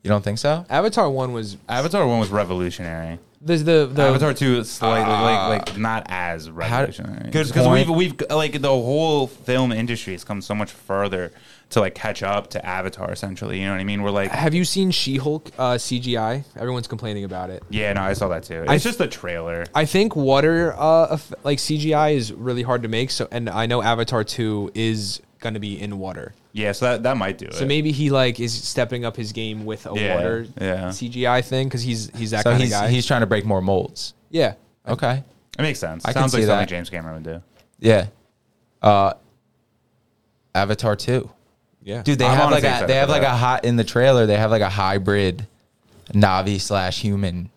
Speaker 1: don't think so?
Speaker 3: Avatar one was
Speaker 5: Avatar one was revolutionary.
Speaker 3: the the, the
Speaker 5: Avatar two is slightly like like not as revolutionary.
Speaker 1: good
Speaker 5: Because we've
Speaker 1: point.
Speaker 5: we've like the whole film industry has come so much further to like catch up to Avatar essentially. You know what I mean? We're like
Speaker 3: Have you seen She Hulk uh, CGI? Everyone's complaining about it.
Speaker 5: Yeah, no, I saw that too. It's
Speaker 3: I-
Speaker 5: just the trailer.
Speaker 3: I think water uh, eff- like CGI is really hard to make. So, and I know Avatar two is going to be in water.
Speaker 5: Yeah, so that, that might do it.
Speaker 3: So maybe he like is stepping up his game with a
Speaker 5: Yeah,
Speaker 3: water
Speaker 5: yeah.
Speaker 3: CGI thing because he's he's that
Speaker 1: So
Speaker 3: kind of
Speaker 1: he's,
Speaker 3: guy.
Speaker 1: he's trying to break more molds.
Speaker 3: yeah.
Speaker 1: Okay.
Speaker 5: it makes sense.
Speaker 1: I can
Speaker 5: Sounds like
Speaker 1: see
Speaker 5: something
Speaker 1: that.
Speaker 5: James Cameron would do.
Speaker 1: Yeah. Uh, Avatar 2.
Speaker 3: Yeah.
Speaker 1: Dude, they
Speaker 5: I'm
Speaker 1: have like
Speaker 5: honestly
Speaker 1: a
Speaker 5: excited
Speaker 1: they have
Speaker 5: for
Speaker 1: like
Speaker 5: that.
Speaker 1: a hot in the trailer. They have like a hybrid Navi slash human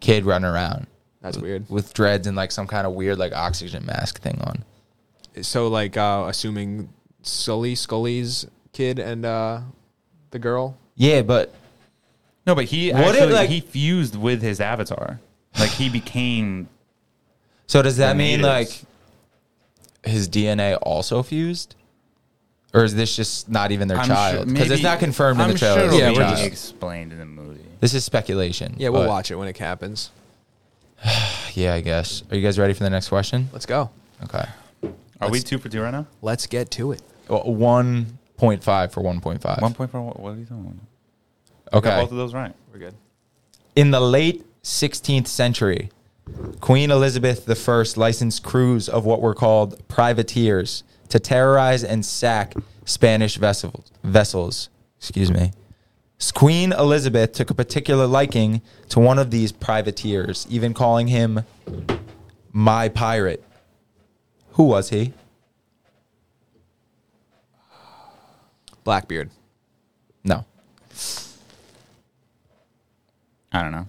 Speaker 1: kid running around
Speaker 3: that's weird.
Speaker 1: with dreads and like some kind of weird like oxygen mask thing on.
Speaker 3: So like uh, assuming Sully Scully's kid and uh, the girl.
Speaker 1: Yeah, but
Speaker 5: No, but he
Speaker 1: What if,
Speaker 5: actually
Speaker 1: like-
Speaker 5: he fused with his avatar. Like he became
Speaker 1: so does that
Speaker 5: The
Speaker 1: mean
Speaker 5: natives.
Speaker 1: like his DNA also fused, or is this just not even their
Speaker 5: I'm
Speaker 1: child?
Speaker 5: sure-
Speaker 1: Because it's
Speaker 5: maybe-
Speaker 1: not confirmed in
Speaker 5: I'm
Speaker 1: the trailer.
Speaker 5: Sure
Speaker 1: it's
Speaker 5: yeah,
Speaker 1: their
Speaker 5: be
Speaker 3: we're
Speaker 1: child.
Speaker 3: just-
Speaker 5: explained in the movie.
Speaker 1: this is speculation.
Speaker 3: Yeah, we'll
Speaker 1: but-
Speaker 3: watch it when it happens.
Speaker 1: Yeah, I guess. Are you guys ready for the next question?
Speaker 3: Let's go.
Speaker 1: Okay.
Speaker 5: Are we two for two right now?
Speaker 3: Let's get to it.
Speaker 1: Well, one point five for one point
Speaker 5: One
Speaker 1: five.
Speaker 5: point four. What, what are you talking about? Got
Speaker 1: Okay.
Speaker 5: both of those right.
Speaker 3: We're good.
Speaker 1: In the late 16th century, Queen Elizabeth I licensed crews of what were called privateers to terrorize and sack Spanish vessels. Vessels, excuse me. S- Queen Elizabeth took a particular liking to one of these privateers, even calling him "my pirate." Who was he?
Speaker 3: Blackbeard.
Speaker 1: No.
Speaker 5: I don't know.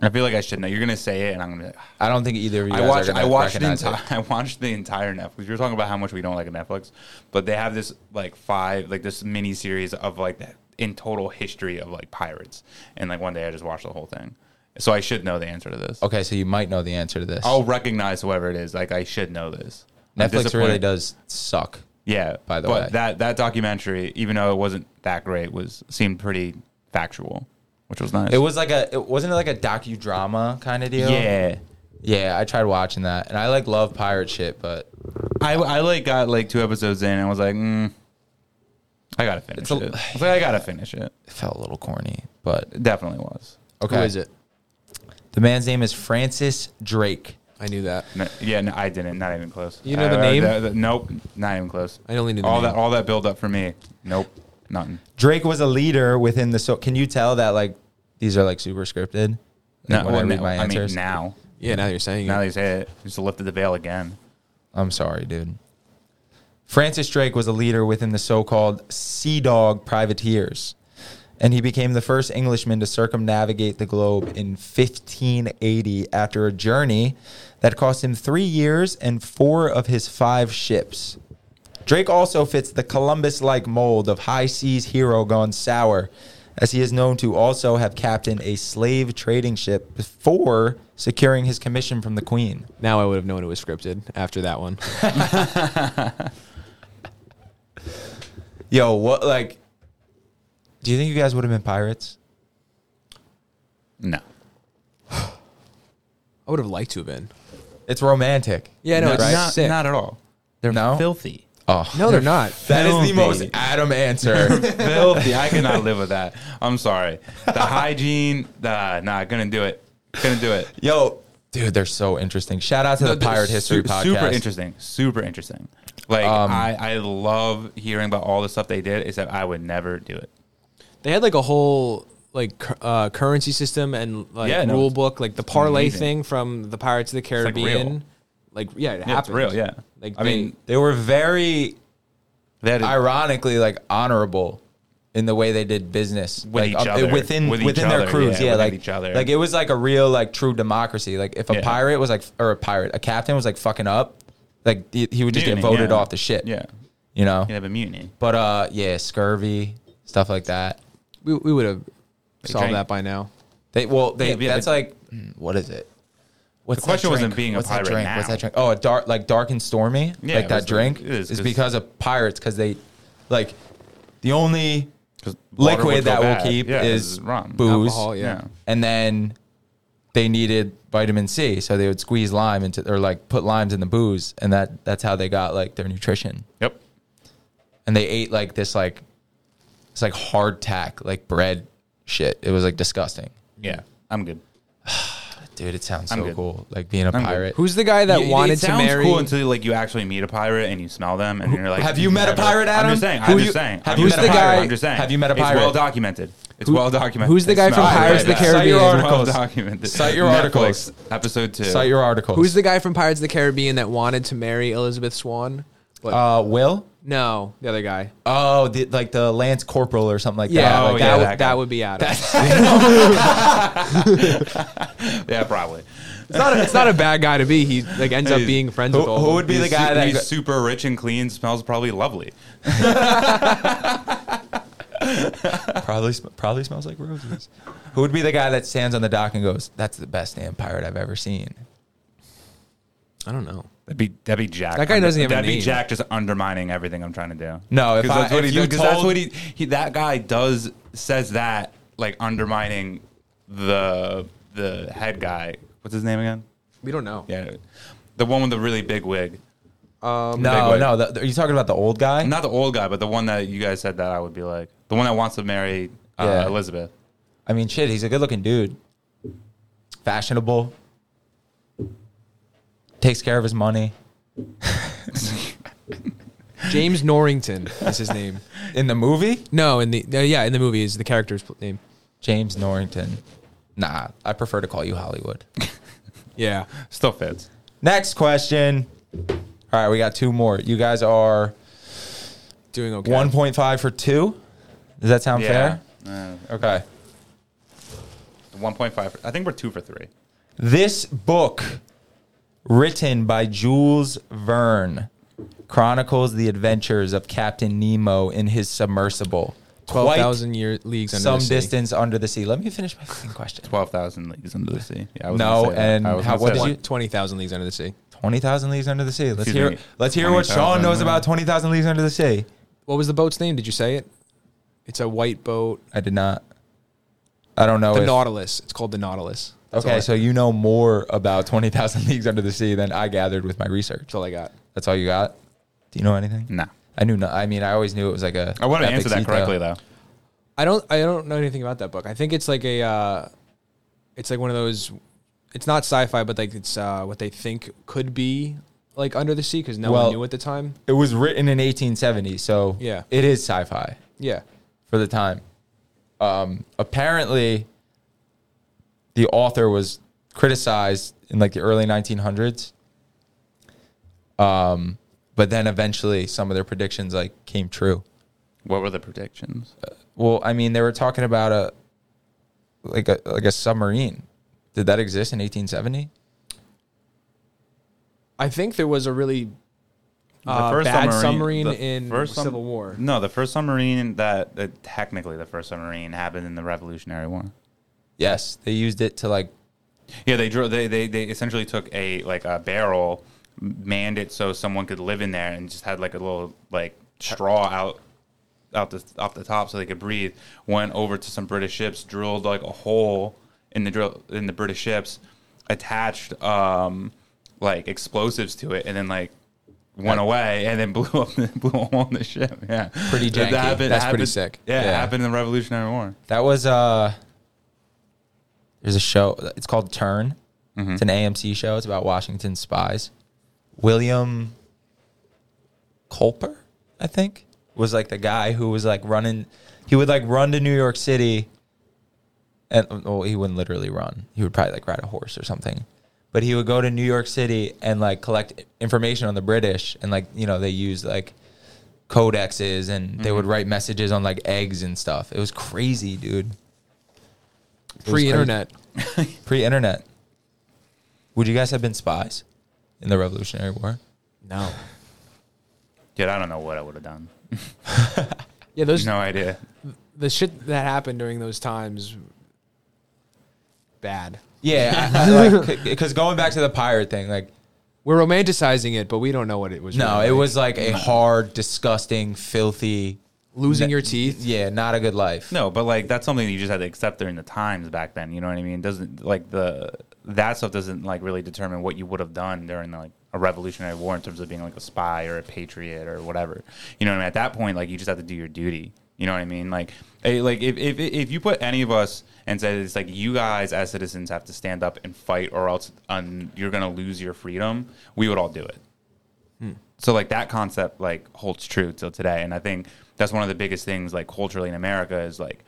Speaker 5: I feel like I should know. You're gonna say it, and I'm gonna. be like,
Speaker 1: I don't think either of you guys
Speaker 5: I watched.
Speaker 1: are gonna
Speaker 5: I watched the
Speaker 1: recognize it.
Speaker 5: entire. I watched the entire Netflix. You're talking about how much we don't like Netflix, but they have this like five, like this mini series of like the in total history of like pirates, and like one day I just watched the whole thing, so I should know the answer to this.
Speaker 1: Okay, so you might know the answer to this.
Speaker 5: I'll recognize whoever it is. Like I should know this. I'm
Speaker 1: Netflix really
Speaker 5: disappointed.
Speaker 1: does suck.
Speaker 5: Yeah,
Speaker 1: by the
Speaker 5: but
Speaker 1: way.
Speaker 5: that that documentary, even though it wasn't that great, was seemed pretty factual, which was nice.
Speaker 1: It was like a, it wasn't it like a docudrama kind of deal.
Speaker 5: yeah.
Speaker 1: yeah. I tried watching that, and I like love pirate shit, but
Speaker 5: I, I like got like two episodes in and was like, mm, I gotta finish
Speaker 1: It's a-
Speaker 5: it. I was like, I gotta finish it.
Speaker 1: it felt a little corny. But
Speaker 5: It definitely was.
Speaker 1: okay,
Speaker 3: Who is it?
Speaker 1: The man's name is Francis Drake.
Speaker 3: I I knew that.
Speaker 5: No, yeah, no, I didn't. Not even close.
Speaker 3: You know the
Speaker 5: Uh,
Speaker 3: name?
Speaker 5: nope, not even close.
Speaker 3: I only knew the
Speaker 5: all
Speaker 3: name.
Speaker 5: that. All that build up for me. Nope, nothing.
Speaker 1: Drake was a leader within the so. Can you tell that like these are like super scripted?
Speaker 5: No,
Speaker 1: Like,
Speaker 5: well, no, I mean now.
Speaker 3: Yeah, now you're saying
Speaker 5: Now
Speaker 3: it.
Speaker 5: they say it. Just lifted the veil again.
Speaker 1: I'm sorry, dude. Francis Drake was a leader within the so-called Sea Dog privateers, and he became the first Englishman to circumnavigate the globe in 1580 after a journey that cost him three years and four of his five ships. Drake also fits the Columbus like mold of high seas hero gone sour, as he is known to also have captained a slave trading ship before securing his commission from the Queen.
Speaker 3: Now I would have known it was scripted after that one.
Speaker 1: Yo, what like? Do you think you guys would have been pirates?
Speaker 5: No.
Speaker 3: I would have liked to have been.
Speaker 1: It's romantic.
Speaker 3: Yeah, no,
Speaker 5: No,
Speaker 3: it's
Speaker 5: not,
Speaker 3: sick.
Speaker 5: not at all. They're
Speaker 1: No?
Speaker 5: filthy.
Speaker 1: Oh,
Speaker 3: no, they're not.
Speaker 1: that is the
Speaker 5: filthy.
Speaker 1: most Adam answer.
Speaker 5: filthy. I cannot live with that. I'm sorry. The hygiene. Nah, nah, gonna do it. Gonna do it.
Speaker 1: Yo, dude, they're so interesting. Shout out to the
Speaker 5: No,
Speaker 1: Pirate
Speaker 5: su-
Speaker 1: History Podcast.
Speaker 5: Super interesting. Super interesting. Like
Speaker 1: Um,
Speaker 5: I, I love hearing about all the stuff they did, except I would never do it.
Speaker 3: They had like a whole like cur- uh, currency system and like
Speaker 5: Yeah, no,
Speaker 3: rule
Speaker 5: it's-
Speaker 3: book, like the parlay
Speaker 5: amazing.
Speaker 3: thing from the Pirates of the
Speaker 5: like, real.
Speaker 3: Caribbean. Like, yeah, it
Speaker 5: Yeah, it's
Speaker 3: happened.
Speaker 5: real, yeah.
Speaker 3: Like,
Speaker 5: I
Speaker 3: they-
Speaker 5: mean,
Speaker 1: They were very
Speaker 5: They had a-
Speaker 1: ironically like honorable in the way they did business
Speaker 5: With
Speaker 1: like,
Speaker 5: each
Speaker 1: uh,
Speaker 5: other.
Speaker 1: within
Speaker 5: With each
Speaker 1: within their
Speaker 5: other,
Speaker 1: crews
Speaker 5: yeah,
Speaker 1: yeah,
Speaker 5: within
Speaker 1: like
Speaker 5: each other.
Speaker 1: like it was like a real like true democracy like if a
Speaker 5: Yeah.
Speaker 1: pirate was like or a pirate a captain was like fucking up like he, he would just
Speaker 5: Mutiny,
Speaker 1: get voted
Speaker 5: yeah.
Speaker 1: off the ship
Speaker 5: yeah,
Speaker 1: you know
Speaker 5: you have a mutiny.
Speaker 1: but uh yeah scurvy stuff like that
Speaker 3: we, we would have solved
Speaker 5: drank-
Speaker 3: that by now.
Speaker 1: they well they
Speaker 5: Yeah, yeah,
Speaker 1: that's
Speaker 5: but-
Speaker 1: like mm, what is it What's
Speaker 5: The question
Speaker 1: that
Speaker 5: wasn't
Speaker 1: drink?
Speaker 5: being a
Speaker 1: What's
Speaker 5: pirate
Speaker 1: That drink?
Speaker 5: now.
Speaker 1: What's that drink? Oh, a dark, like dark and stormy,
Speaker 5: Yeah,
Speaker 1: like
Speaker 5: it
Speaker 1: that
Speaker 5: was-
Speaker 1: drink.
Speaker 5: it is,
Speaker 1: is
Speaker 5: 'cause-
Speaker 1: because of pirates, because they, like, the only
Speaker 5: 'Cause water would
Speaker 1: liquid
Speaker 5: go
Speaker 1: that
Speaker 5: bad.
Speaker 1: will keep
Speaker 5: Yeah,
Speaker 1: is
Speaker 5: rum,
Speaker 1: booze,
Speaker 3: Alcohol, yeah.
Speaker 5: Yeah.
Speaker 1: and then they needed vitamin C, so they would squeeze lime into or like put limes in the booze, and that that's how they got like their nutrition.
Speaker 5: Yep.
Speaker 1: And they ate like this like it's like hardtack like bread shit. It was like disgusting,
Speaker 5: Yeah, I'm good.
Speaker 1: dude. It sounds
Speaker 5: I'm
Speaker 1: so
Speaker 5: good.
Speaker 1: cool, like being a
Speaker 5: I'm good.
Speaker 1: pirate.
Speaker 3: Who's the guy that
Speaker 5: You-
Speaker 3: wanted
Speaker 5: it
Speaker 3: to
Speaker 5: sounds
Speaker 3: marry?
Speaker 5: cool until like you actually meet a pirate and you smell them and you're like,
Speaker 1: Have you met a
Speaker 5: never-
Speaker 1: pirate, Adam?
Speaker 5: I'm just saying.
Speaker 1: Who
Speaker 5: I'm
Speaker 1: you-
Speaker 5: just saying.
Speaker 1: have
Speaker 5: I'm
Speaker 1: you
Speaker 5: just
Speaker 1: met a
Speaker 5: saying,
Speaker 1: pirate?
Speaker 5: I'm just saying.
Speaker 1: Have you met a pirate?
Speaker 5: It's well documented. It's
Speaker 3: Who-
Speaker 5: well documented.
Speaker 3: who's the
Speaker 5: It
Speaker 3: guy from
Speaker 5: smells
Speaker 3: Pirates of the
Speaker 5: like that.
Speaker 1: Cite your
Speaker 3: Caribbean?
Speaker 5: Well
Speaker 1: articles.
Speaker 5: documented.
Speaker 1: Cite your
Speaker 5: Netflix,
Speaker 1: articles.
Speaker 5: Episode two.
Speaker 1: Cite your articles.
Speaker 3: Who's the guy from Pirates of the Caribbean that wanted to marry Elizabeth Swan? What?
Speaker 1: uh Will?
Speaker 3: no, the other guy.
Speaker 1: Oh, the, like the Lance Corporal or something like
Speaker 3: Yeah,
Speaker 1: that.
Speaker 5: oh,
Speaker 1: like
Speaker 5: yeah,
Speaker 3: that, would,
Speaker 5: that guy.
Speaker 3: that would be Adam.
Speaker 5: Yeah, probably.
Speaker 3: It's not, a, it's not a bad guy to be. He like ends up being friends with
Speaker 1: Who-
Speaker 3: all.
Speaker 1: who
Speaker 3: of
Speaker 1: would
Speaker 3: them.
Speaker 1: be the
Speaker 5: He's su-
Speaker 1: guy that
Speaker 5: he's
Speaker 1: go-
Speaker 5: super rich and clean, smells probably lovely.
Speaker 1: probably sm- probably smells like roses. Who would be the guy that stands on the dock and goes, "That's the best damn pirate I've ever seen."
Speaker 3: I don't know.
Speaker 5: That'd be that'd be Jack.
Speaker 3: That guy doesn't
Speaker 5: Under-
Speaker 3: even
Speaker 5: That'd be
Speaker 3: name.
Speaker 5: Jack just undermining everything I'm trying to do.
Speaker 1: No, if
Speaker 5: because that's
Speaker 1: I-
Speaker 5: what
Speaker 1: if
Speaker 5: he
Speaker 1: you
Speaker 5: does. 'cause that's
Speaker 1: told-
Speaker 5: what he, he that guy does says that like undermining the the head guy. What's his name again?
Speaker 3: We don't know.
Speaker 5: Yeah, the one with the really big wig. big
Speaker 1: No,
Speaker 5: wig.
Speaker 1: no, the, the- are you talking about the old guy?
Speaker 5: Not the old guy, but the one that you guys said that I would be like the one that wants to marry uh,
Speaker 1: Yeah.
Speaker 5: Elizabeth.
Speaker 1: I mean, shit, he's a good-looking dude, fashionable, takes care of his money
Speaker 3: James Norrington is his name.
Speaker 1: in the movie.
Speaker 3: No, in the uh, yeah, in the movie is the character's pl- name.
Speaker 1: James Norrington. Nah, I prefer to call you Hollywood.
Speaker 3: Yeah,
Speaker 5: Still fits.
Speaker 1: Next question. All right, we got two more. You guys are
Speaker 3: doing okay.
Speaker 1: 1.5 for two. Does that sound
Speaker 5: yeah.
Speaker 1: fair?
Speaker 5: Uh,
Speaker 1: Okay.
Speaker 5: One point five. I think we're two for three.
Speaker 1: This book, written by Jules Verne, chronicles the adventures of Captain Nemo in his submersible.
Speaker 3: twelve
Speaker 1: Quite
Speaker 3: thousand year leagues under
Speaker 1: some
Speaker 3: the sea.
Speaker 1: distance under the sea. Let me finish my fucking question.
Speaker 5: Twelve thousand leagues under the sea. Yeah, I was
Speaker 1: No,
Speaker 5: gonna say that.
Speaker 1: and
Speaker 5: I was
Speaker 1: how-
Speaker 5: gonna
Speaker 1: what
Speaker 5: say
Speaker 1: did
Speaker 5: that.
Speaker 1: you-
Speaker 3: Twenty thousand leagues under the sea.
Speaker 1: Twenty thousand leagues under the sea. Let's
Speaker 5: Excuse
Speaker 1: hear.
Speaker 5: me.
Speaker 1: Let's hear what Sean
Speaker 5: 20,000,
Speaker 1: knows
Speaker 5: huh?
Speaker 1: about twenty thousand leagues under the sea.
Speaker 3: What was the boat's name? Did you say it? It's a white boat.
Speaker 1: I did not. I don't know.
Speaker 3: The
Speaker 1: if-
Speaker 3: Nautilus. It's called the Nautilus. That's all I-
Speaker 1: Oh, Okay, so you know more about 20,000 Leagues Under the Sea than I gathered with my research.
Speaker 3: that's all I got.
Speaker 1: That's all you got? Do you know anything?
Speaker 5: No.
Speaker 1: I knew no I mean, I always knew it was like a.
Speaker 5: I want to
Speaker 1: epic
Speaker 5: answer that
Speaker 1: sea
Speaker 5: correctly
Speaker 1: tale.
Speaker 5: though.
Speaker 3: I don't I don't know anything about that book. I think it's like a uh, it's like one of those it's not sci-fi, but like it's uh, what they think could be like under the sea because no
Speaker 1: Well-
Speaker 3: one knew at the time.
Speaker 1: It was written in 1870, so
Speaker 3: Yeah.
Speaker 1: it is sci-fi
Speaker 3: Yeah,
Speaker 1: for the time. Um, apparently, the author was criticized in like the early 1900s. Um, but then eventually, some of their predictions like came true.
Speaker 5: What were the predictions?
Speaker 1: Well, I mean, they were talking about a like a like a submarine. Did that exist in 1870?
Speaker 3: I think there was a really uh, bad submarine, in
Speaker 5: sum-
Speaker 3: Civil War.
Speaker 5: No, the first submarine that, that technically the first submarine happened in the Revolutionary War.
Speaker 1: Yes, they used it to like
Speaker 5: Yeah, they drew. They, they they essentially took a like a barrel, manned it so someone could live in there, and just had like a little like straw out out the off the top so they could breathe. Went over to some British ships, drilled like a hole in the drill in the British ships, attached um like explosives to it, and then like went away and then blew up the, blew up on the ship. Yeah,
Speaker 1: Pretty
Speaker 5: That
Speaker 1: janky. That's pretty sick.
Speaker 5: Yeah, it
Speaker 1: Yeah.
Speaker 5: happened in the Revolutionary War.
Speaker 1: That was uh there's a show it's called Turn. It's an AMC show. It's about Washington spies. William Culper, I think, was like the guy who was like running he would like run to New York City and well, he wouldn't literally run. He would probably like ride a horse or something. But he would go to New York City and like collect information on the British and like, you know, they used like codexes and they would write messages on like eggs and stuff. It was crazy, dude. It was
Speaker 3: Pre-internet,
Speaker 1: crazy. Pre-internet. Would you guys have been spies in the Revolutionary War?
Speaker 3: no.
Speaker 5: Dude, I don't know what I would have done.
Speaker 3: Yeah, those
Speaker 5: No idea.
Speaker 3: the shit that happened during those times, bad.
Speaker 1: Yeah, I- I, like because going back to the pirate thing, like
Speaker 3: We're romanticizing it, but we don't know what it was.
Speaker 1: no,
Speaker 3: really
Speaker 1: it
Speaker 3: like.
Speaker 1: was like a hard, disgusting, filthy.
Speaker 3: losing
Speaker 1: ne-
Speaker 3: your teeth.
Speaker 1: Yeah, not a good life.
Speaker 5: No, but like that's something that you just had to accept during the times back then. You know what I mean? Doesn't like the that stuff doesn't like really determine what you would have done during like a Revolutionary War in terms of being like a spy or a patriot or whatever. You know what I mean? At that point, like you just have to do your duty. You know what I mean? Like, eh, like if, if if you put any of us and said it's like you guys as citizens have to stand up and fight, or else um, you're gonna lose your freedom, we would all do it so like that concept like holds true till today and i think that's one of the biggest things like culturally in america is like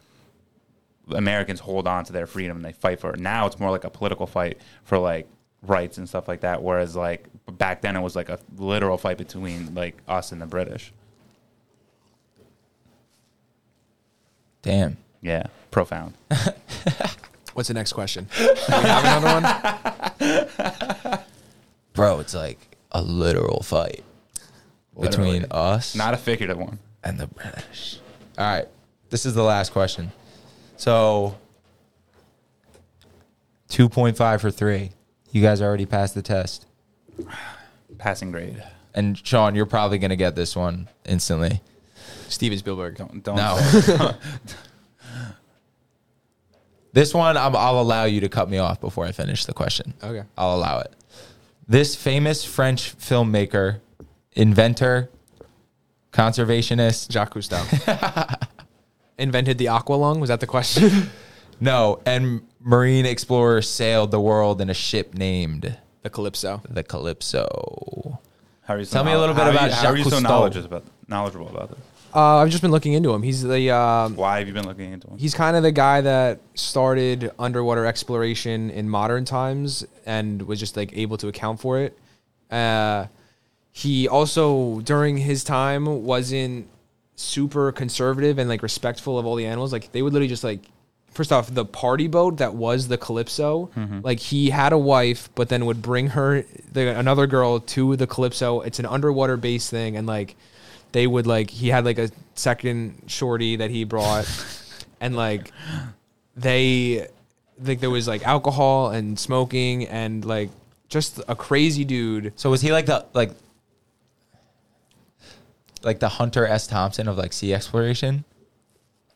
Speaker 5: americans hold on to their freedom and they fight for it now it's more like a political fight for like rights and stuff like that whereas like back then it was like a literal fight between like us and the british
Speaker 1: Damn.
Speaker 5: yeah profound
Speaker 3: What's the next question? Do we have another one?
Speaker 1: Bro, it's like a literal fight
Speaker 5: Literally.
Speaker 1: between us
Speaker 5: not a figurative one
Speaker 1: and the British. All right. This is the last question. So 2.5 for 3. You guys already passed the test.
Speaker 5: passing grade
Speaker 1: And Sean, you're probably going to get this one instantly.
Speaker 3: Steven Spielberg.
Speaker 5: don't don't
Speaker 1: No. this one I'm, I'll allow you to cut me off before I finish the question.
Speaker 3: Okay.
Speaker 1: I'll allow it. This famous French filmmaker, inventor, conservationist,
Speaker 3: Jacques Cousteau invented the aqua lung. Was that the question?
Speaker 1: No, and marine explorer sailed the world in a ship named
Speaker 3: the Calypso.
Speaker 1: the Calypso.
Speaker 5: how are you so
Speaker 1: Tell me a little bit
Speaker 5: how are you-
Speaker 1: about
Speaker 5: how are you
Speaker 1: Jacques
Speaker 5: so
Speaker 1: Cousteau.
Speaker 5: knowledgeable about knowledgeable about this
Speaker 3: Uh, I've just been looking into him. He's the um
Speaker 5: why have you been looking into him
Speaker 3: he's kind of the guy that started underwater exploration in modern times and was just like able to account for it. Uh, he also during his time wasn't super conservative and like respectful of all the animals. Like they would literally just like first off the party boat that was the Calypso. Like he had a wife, but then would bring her the, another girl to the Calypso. It's an underwater base thing, and like they would like he had like a second shorty that he brought, and like they like there was like alcohol and smoking and like just a crazy dude
Speaker 1: So was he like the like like the Hunter S. Thompson of like sea exploration?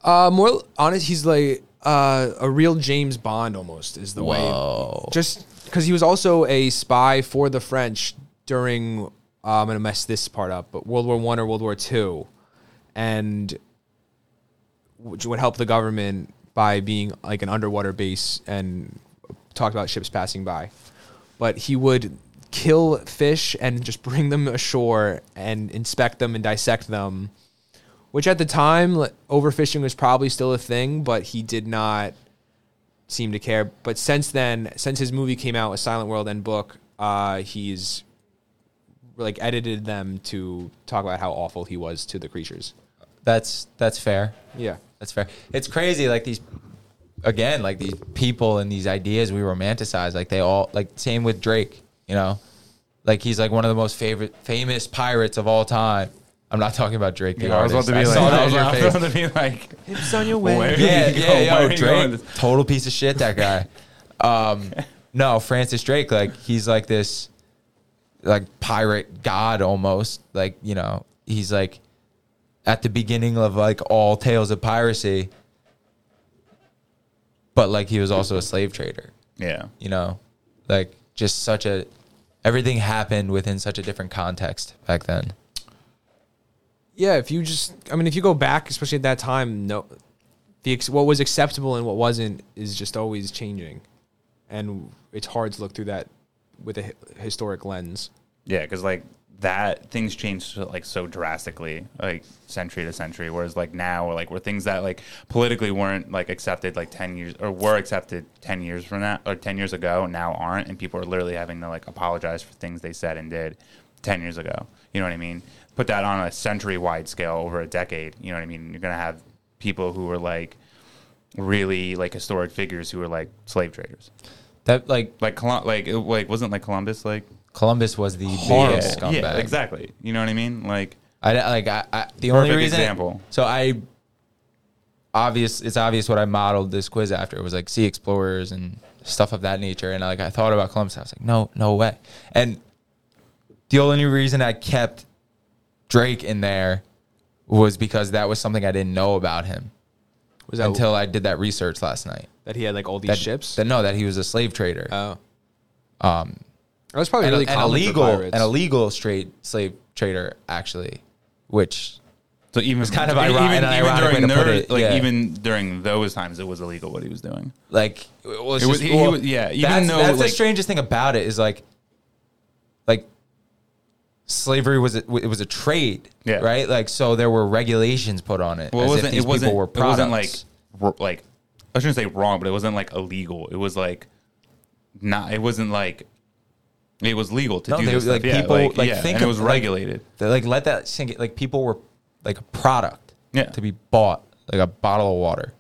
Speaker 3: Uh, more honest, he's like uh, a real James Bond almost is the
Speaker 1: Whoa.
Speaker 3: way. Just because he was also a spy for the French during um, I'm gonna mess this part up, but World War One or World War Two, and which would help the government by being like an underwater base and talked about ships passing by, but he would kill fish and just bring them ashore and inspect them and dissect them. Which at the time, like, overfishing was probably still a thing, but he did not seem to care. But since then, since his movie came out, A Silent World and book, uh, he's like edited them to talk about how awful he was to the creatures.
Speaker 1: That's that's fair.
Speaker 3: Yeah.
Speaker 1: That's fair. It's crazy, like these again, like these people and these ideas we romanticize. Like they all like same with Drake, you know? Like he's like one of the most favorite famous pirates of all time. I'm not talking about Drake. The
Speaker 5: Yeah, I was about to be
Speaker 1: artist.
Speaker 5: like,
Speaker 1: I saw that
Speaker 5: I
Speaker 1: in
Speaker 5: was
Speaker 1: your face.
Speaker 5: about to be like,
Speaker 3: Hips on your
Speaker 5: Where-
Speaker 1: yeah,
Speaker 5: you
Speaker 1: yeah,
Speaker 5: go,
Speaker 1: yeah.
Speaker 5: where
Speaker 1: Oh,
Speaker 5: are you going
Speaker 1: Drake,
Speaker 5: with this?
Speaker 1: total piece of shit. That guy. Um, no, Francis Drake, like he's like this, like pirate god almost. Like you know, he's like at the beginning of like all tales of piracy, but like he was also a slave trader.
Speaker 5: yeah.
Speaker 1: You know, like just such a everything happened within such a different context back then.
Speaker 3: Yeah, if you just, I mean, if you go back, especially at that time, no, the ex- what was acceptable and what wasn't is just always changing, and it's hard to look through that with a hi- historic lens.
Speaker 5: Yeah, because like that things change so, like so drastically, like century to century. Whereas like now, like were things that like politically weren't like accepted like ten years or were accepted ten years from that or ten years ago, now aren't, and people are literally having to like apologize for things they said and did ten years ago. You know what I mean? Put that on a century wide scale over a decade. You know what I mean? You're gonna have people who are like really like historic figures who are like slave traders.
Speaker 1: That like
Speaker 5: Like Colum- like it, like wasn't like Columbus like
Speaker 1: Columbus was the biggest
Speaker 5: yeah,
Speaker 1: scumbag.
Speaker 5: yeah, exactly. You know what I mean? Like,
Speaker 1: I don't- like I, I the only
Speaker 5: Perfect
Speaker 1: reason
Speaker 5: example.
Speaker 1: So I obvious it's obvious what I modeled this quiz after. It was like sea explorers and stuff of that nature. And like I thought about Columbus, I was like, no, no way. And the only reason I kept Drake in there was because that was something I didn't know about him
Speaker 3: Was that
Speaker 1: until I did that research last night.
Speaker 3: that he had like all these
Speaker 1: That,
Speaker 3: ships?
Speaker 1: That, no, that he was a slave trader.
Speaker 3: oh, um, that was
Speaker 1: Uh,
Speaker 3: probably
Speaker 1: and,
Speaker 3: really
Speaker 1: and
Speaker 3: common
Speaker 1: illegal,
Speaker 3: for pirates.
Speaker 1: and illegal straight slave trader actually, which
Speaker 5: so even
Speaker 1: It's kind of ironic- an ironic way
Speaker 5: during
Speaker 1: to put
Speaker 5: their-
Speaker 1: it,
Speaker 5: like
Speaker 1: yeah.
Speaker 5: even during those times, it was illegal what he was doing.
Speaker 1: like well, it's
Speaker 5: It was-
Speaker 1: just-
Speaker 5: he- he
Speaker 1: well,
Speaker 5: was- yeah, even
Speaker 1: that's,
Speaker 5: though,
Speaker 1: that's the
Speaker 5: like-
Speaker 1: strangest thing about it is like like slavery was a, it was a trade
Speaker 5: Yeah.
Speaker 1: right like so there were regulations put on it
Speaker 5: Well, it
Speaker 1: as if
Speaker 5: wasn't.
Speaker 1: these
Speaker 5: It wasn't.
Speaker 1: people were
Speaker 5: It wasn't like
Speaker 1: products.
Speaker 5: r- like I shouldn't say wrong, but it wasn't like illegal. It was like not. It wasn't like it was legal to
Speaker 1: No,
Speaker 5: do
Speaker 1: they-
Speaker 5: this.
Speaker 1: like,
Speaker 5: stuff. Yeah,
Speaker 1: people- like,
Speaker 5: yeah,
Speaker 1: think
Speaker 5: and it
Speaker 1: of-
Speaker 5: was
Speaker 1: like-
Speaker 5: regulated.
Speaker 1: They, like let that sink in. like people were like a product
Speaker 5: Yeah.
Speaker 1: to be bought like a bottle of water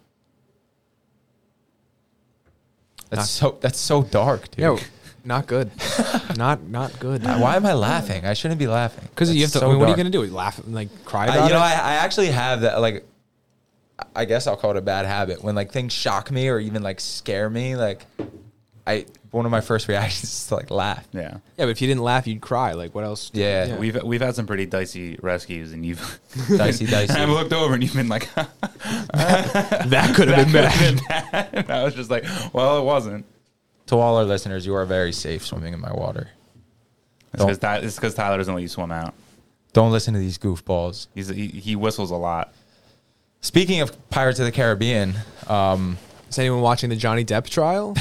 Speaker 1: that's so that's so dark dude
Speaker 3: yeah, not good, not not good.
Speaker 1: why am i laughing i shouldn't be laughing
Speaker 3: Because you
Speaker 1: That's
Speaker 3: have to.
Speaker 1: so
Speaker 3: I mean, what are you
Speaker 1: dark.
Speaker 3: gonna do? Laugh and like cry about
Speaker 1: I, you know,
Speaker 3: it?
Speaker 1: I, I actually have that. Like, I guess I'll call it a bad habit when like things shock me or even like scare me. Like, I one of my first reactions is to like laugh.
Speaker 5: Yeah.
Speaker 3: yeah, but if you didn't laugh, you'd cry. Like what else?
Speaker 1: Yeah,
Speaker 3: Yeah.
Speaker 5: We've we've had some pretty dicey rescues, and you've
Speaker 1: Dicey,
Speaker 5: and
Speaker 1: dicey.
Speaker 5: I've looked over, and you've been like,
Speaker 3: that could have been bad.
Speaker 5: and I was just like, well, it wasn't.
Speaker 1: To all our listeners, you are very safe swimming in my water.
Speaker 5: It's because
Speaker 1: Don't-
Speaker 5: Tyler doesn't let you swim out.
Speaker 1: Don't listen to these goofballs.
Speaker 5: He's he, he whistles a lot.
Speaker 1: Speaking of Pirates of the Caribbean, um,
Speaker 3: Is anyone watching the Johnny Depp trial?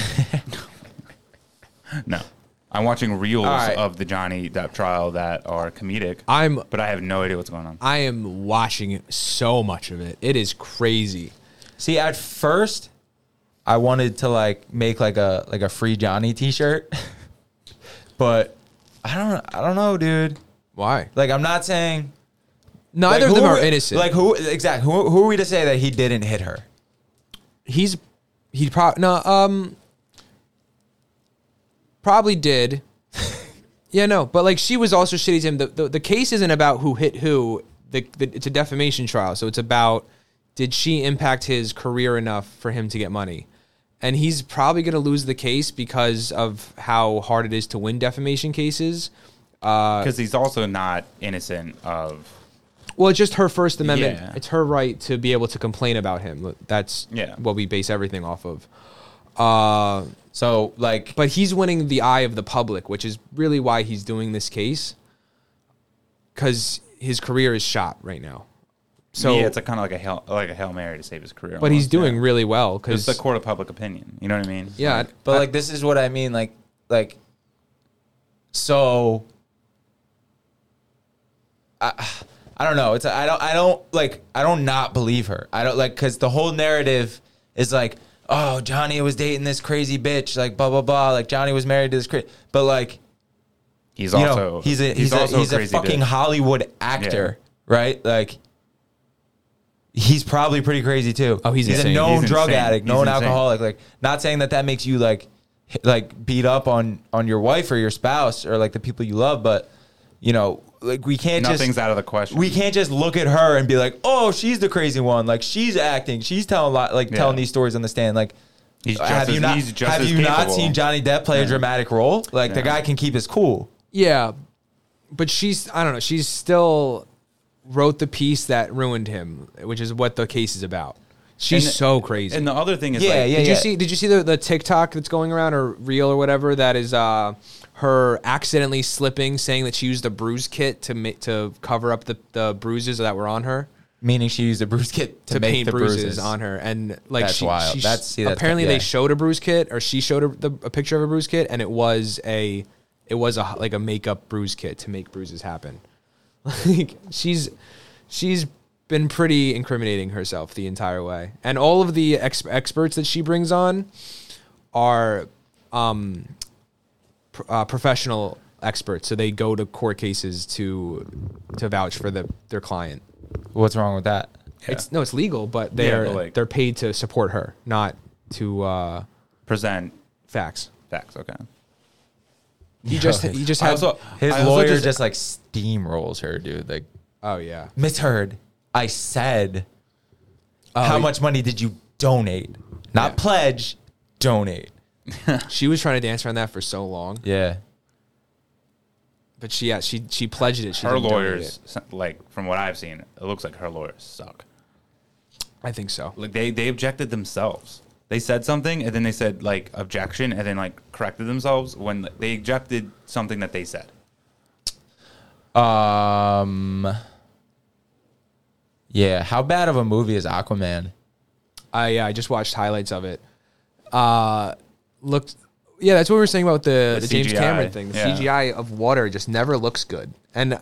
Speaker 5: No, I'm watching reels
Speaker 1: All right.
Speaker 5: of the Johnny Depp trial that are comedic,
Speaker 3: I'm
Speaker 5: but I have no idea what's going on.
Speaker 3: I am watching so much of it. It is crazy.
Speaker 1: see, at first, I wanted to like make like a like a free Johnny T-shirt, but I don't I don't know, dude.
Speaker 3: Why?
Speaker 1: Like, I'm not saying
Speaker 3: Neither
Speaker 1: Like,
Speaker 3: of
Speaker 1: who
Speaker 3: them are
Speaker 1: we-
Speaker 3: innocent.
Speaker 1: Like who exactly? Who, who are we to say that he didn't hit her?
Speaker 3: he's he probably no um probably did. yeah, no, but like she was also shitty to him. The, the the case isn't about who hit who. The, the it's a defamation trial, so it's about did she impact his career enough for him to get money. And he's probably going to lose the case because of how hard it is to win defamation cases.
Speaker 5: Because he's also not innocent of
Speaker 3: Well, it's just her First Amendment.
Speaker 5: Yeah.
Speaker 3: It's her right to be able to complain about him. That's
Speaker 5: Yeah.
Speaker 3: what we base everything off of. Uh,
Speaker 1: So like,
Speaker 3: but he's winning the eye of the public, which is really why he's doing this case. Because his career is shot right now.
Speaker 5: So
Speaker 3: So,
Speaker 5: yeah, it's a, kind of like a hail, like a hail mary to save his career.
Speaker 3: but he's
Speaker 5: almost, yeah.
Speaker 3: doing really well because
Speaker 5: It's the court of public opinion. You know what I mean?
Speaker 3: yeah,
Speaker 1: But like this is what I mean. Like like so I I don't know. It's I don't I don't like I don't not believe her. I don't like cause the whole narrative is like, oh Johnny was dating this crazy bitch, like blah blah blah. Like Johnny was married to this crazy but like
Speaker 5: He's
Speaker 1: you
Speaker 5: also
Speaker 1: know, he's a he's, a, he's a
Speaker 5: crazy
Speaker 1: fucking
Speaker 5: dude.
Speaker 1: Hollywood actor, right? Like he's probably pretty crazy too.
Speaker 3: Oh, he's
Speaker 1: a
Speaker 3: insane.
Speaker 1: known
Speaker 5: He's
Speaker 1: drug
Speaker 5: insane.
Speaker 1: addict,
Speaker 5: He's
Speaker 1: known
Speaker 5: insane.
Speaker 1: alcoholic. Like not saying that that makes you like h- like beat up on on your wife or your spouse or like the people you love, but you know, like we can't
Speaker 5: Nothing's
Speaker 1: just
Speaker 5: out of the question.
Speaker 1: we can't just look at her and be like, "Oh, she's the crazy one. Like she's acting. She's telling li- like
Speaker 5: Yeah.
Speaker 1: telling these stories on the stand." Like
Speaker 5: He's just
Speaker 1: have
Speaker 5: as-
Speaker 1: you not
Speaker 5: he's just
Speaker 1: have
Speaker 5: as
Speaker 1: you not
Speaker 5: capable.
Speaker 1: seen Johnny Depp play a dramatic role? Like the
Speaker 5: Yeah.
Speaker 1: guy can keep his cool.
Speaker 3: yeah, but she's I don't know. She's still wrote the piece that ruined him, which is what the case is about. She's
Speaker 5: And-
Speaker 3: so crazy.
Speaker 5: And the other thing is,
Speaker 1: Yeah,
Speaker 5: like,
Speaker 1: yeah,
Speaker 3: did you see? Did you see the, the TikTok that's going around or reel or whatever that is uh, her accidentally slipping, saying that she used a bruise kit to ma- to cover up the, the bruises that were on her
Speaker 1: meaning she used a bruise kit to,
Speaker 3: to
Speaker 1: make
Speaker 3: paint
Speaker 1: the
Speaker 3: bruises,
Speaker 1: bruises.
Speaker 3: on her, and like
Speaker 1: That's
Speaker 3: she,
Speaker 1: wild.
Speaker 3: she-
Speaker 1: That's- see, that's-
Speaker 3: apparently
Speaker 1: yeah.
Speaker 3: they showed a bruise kit or she showed a, the, a picture of a bruise kit, and it was a it was a like a makeup bruise kit to make bruises happen. Like she's she's been pretty incriminating herself the entire way, and all of the ex- experts that she brings on are um, pr- uh, professional experts, so they go to court cases to to vouch for the, their client.
Speaker 1: What's wrong with that?
Speaker 3: It's no, it's legal, but they're
Speaker 5: but, like-
Speaker 3: they're paid to support her, not to uh,
Speaker 5: present
Speaker 3: facts.
Speaker 5: facts. Okay.
Speaker 3: He just he just
Speaker 5: I
Speaker 3: had.
Speaker 5: also-
Speaker 1: His
Speaker 5: I also
Speaker 1: lawyer just,
Speaker 5: just-
Speaker 1: like steamrolls her, dude. Like
Speaker 3: oh yeah.
Speaker 1: misheard. I said, how
Speaker 3: he-
Speaker 1: much money did you donate? Not
Speaker 3: Yeah.
Speaker 1: pledge, donate.
Speaker 3: She was trying to dance around that for so long,
Speaker 1: Yeah,
Speaker 3: but she yeah, she she pledged it. She
Speaker 5: her
Speaker 3: didn't donate
Speaker 5: lawyers,
Speaker 3: it.
Speaker 5: so- like from what I've seen, it looks like her lawyers suck.
Speaker 3: I think so.
Speaker 5: Like they they objected themselves. They said something and then they said like objection and then like corrected themselves when they objected something that they said.
Speaker 1: um, yeah. How bad of a movie is Aquaman?
Speaker 3: I yeah, I just watched highlights of it. Uh, looked. Yeah, that's what we were saying about the,
Speaker 5: The
Speaker 3: the James
Speaker 5: CGI,
Speaker 3: Cameron thing. The
Speaker 5: yeah.
Speaker 3: CGI of water just never looks good, and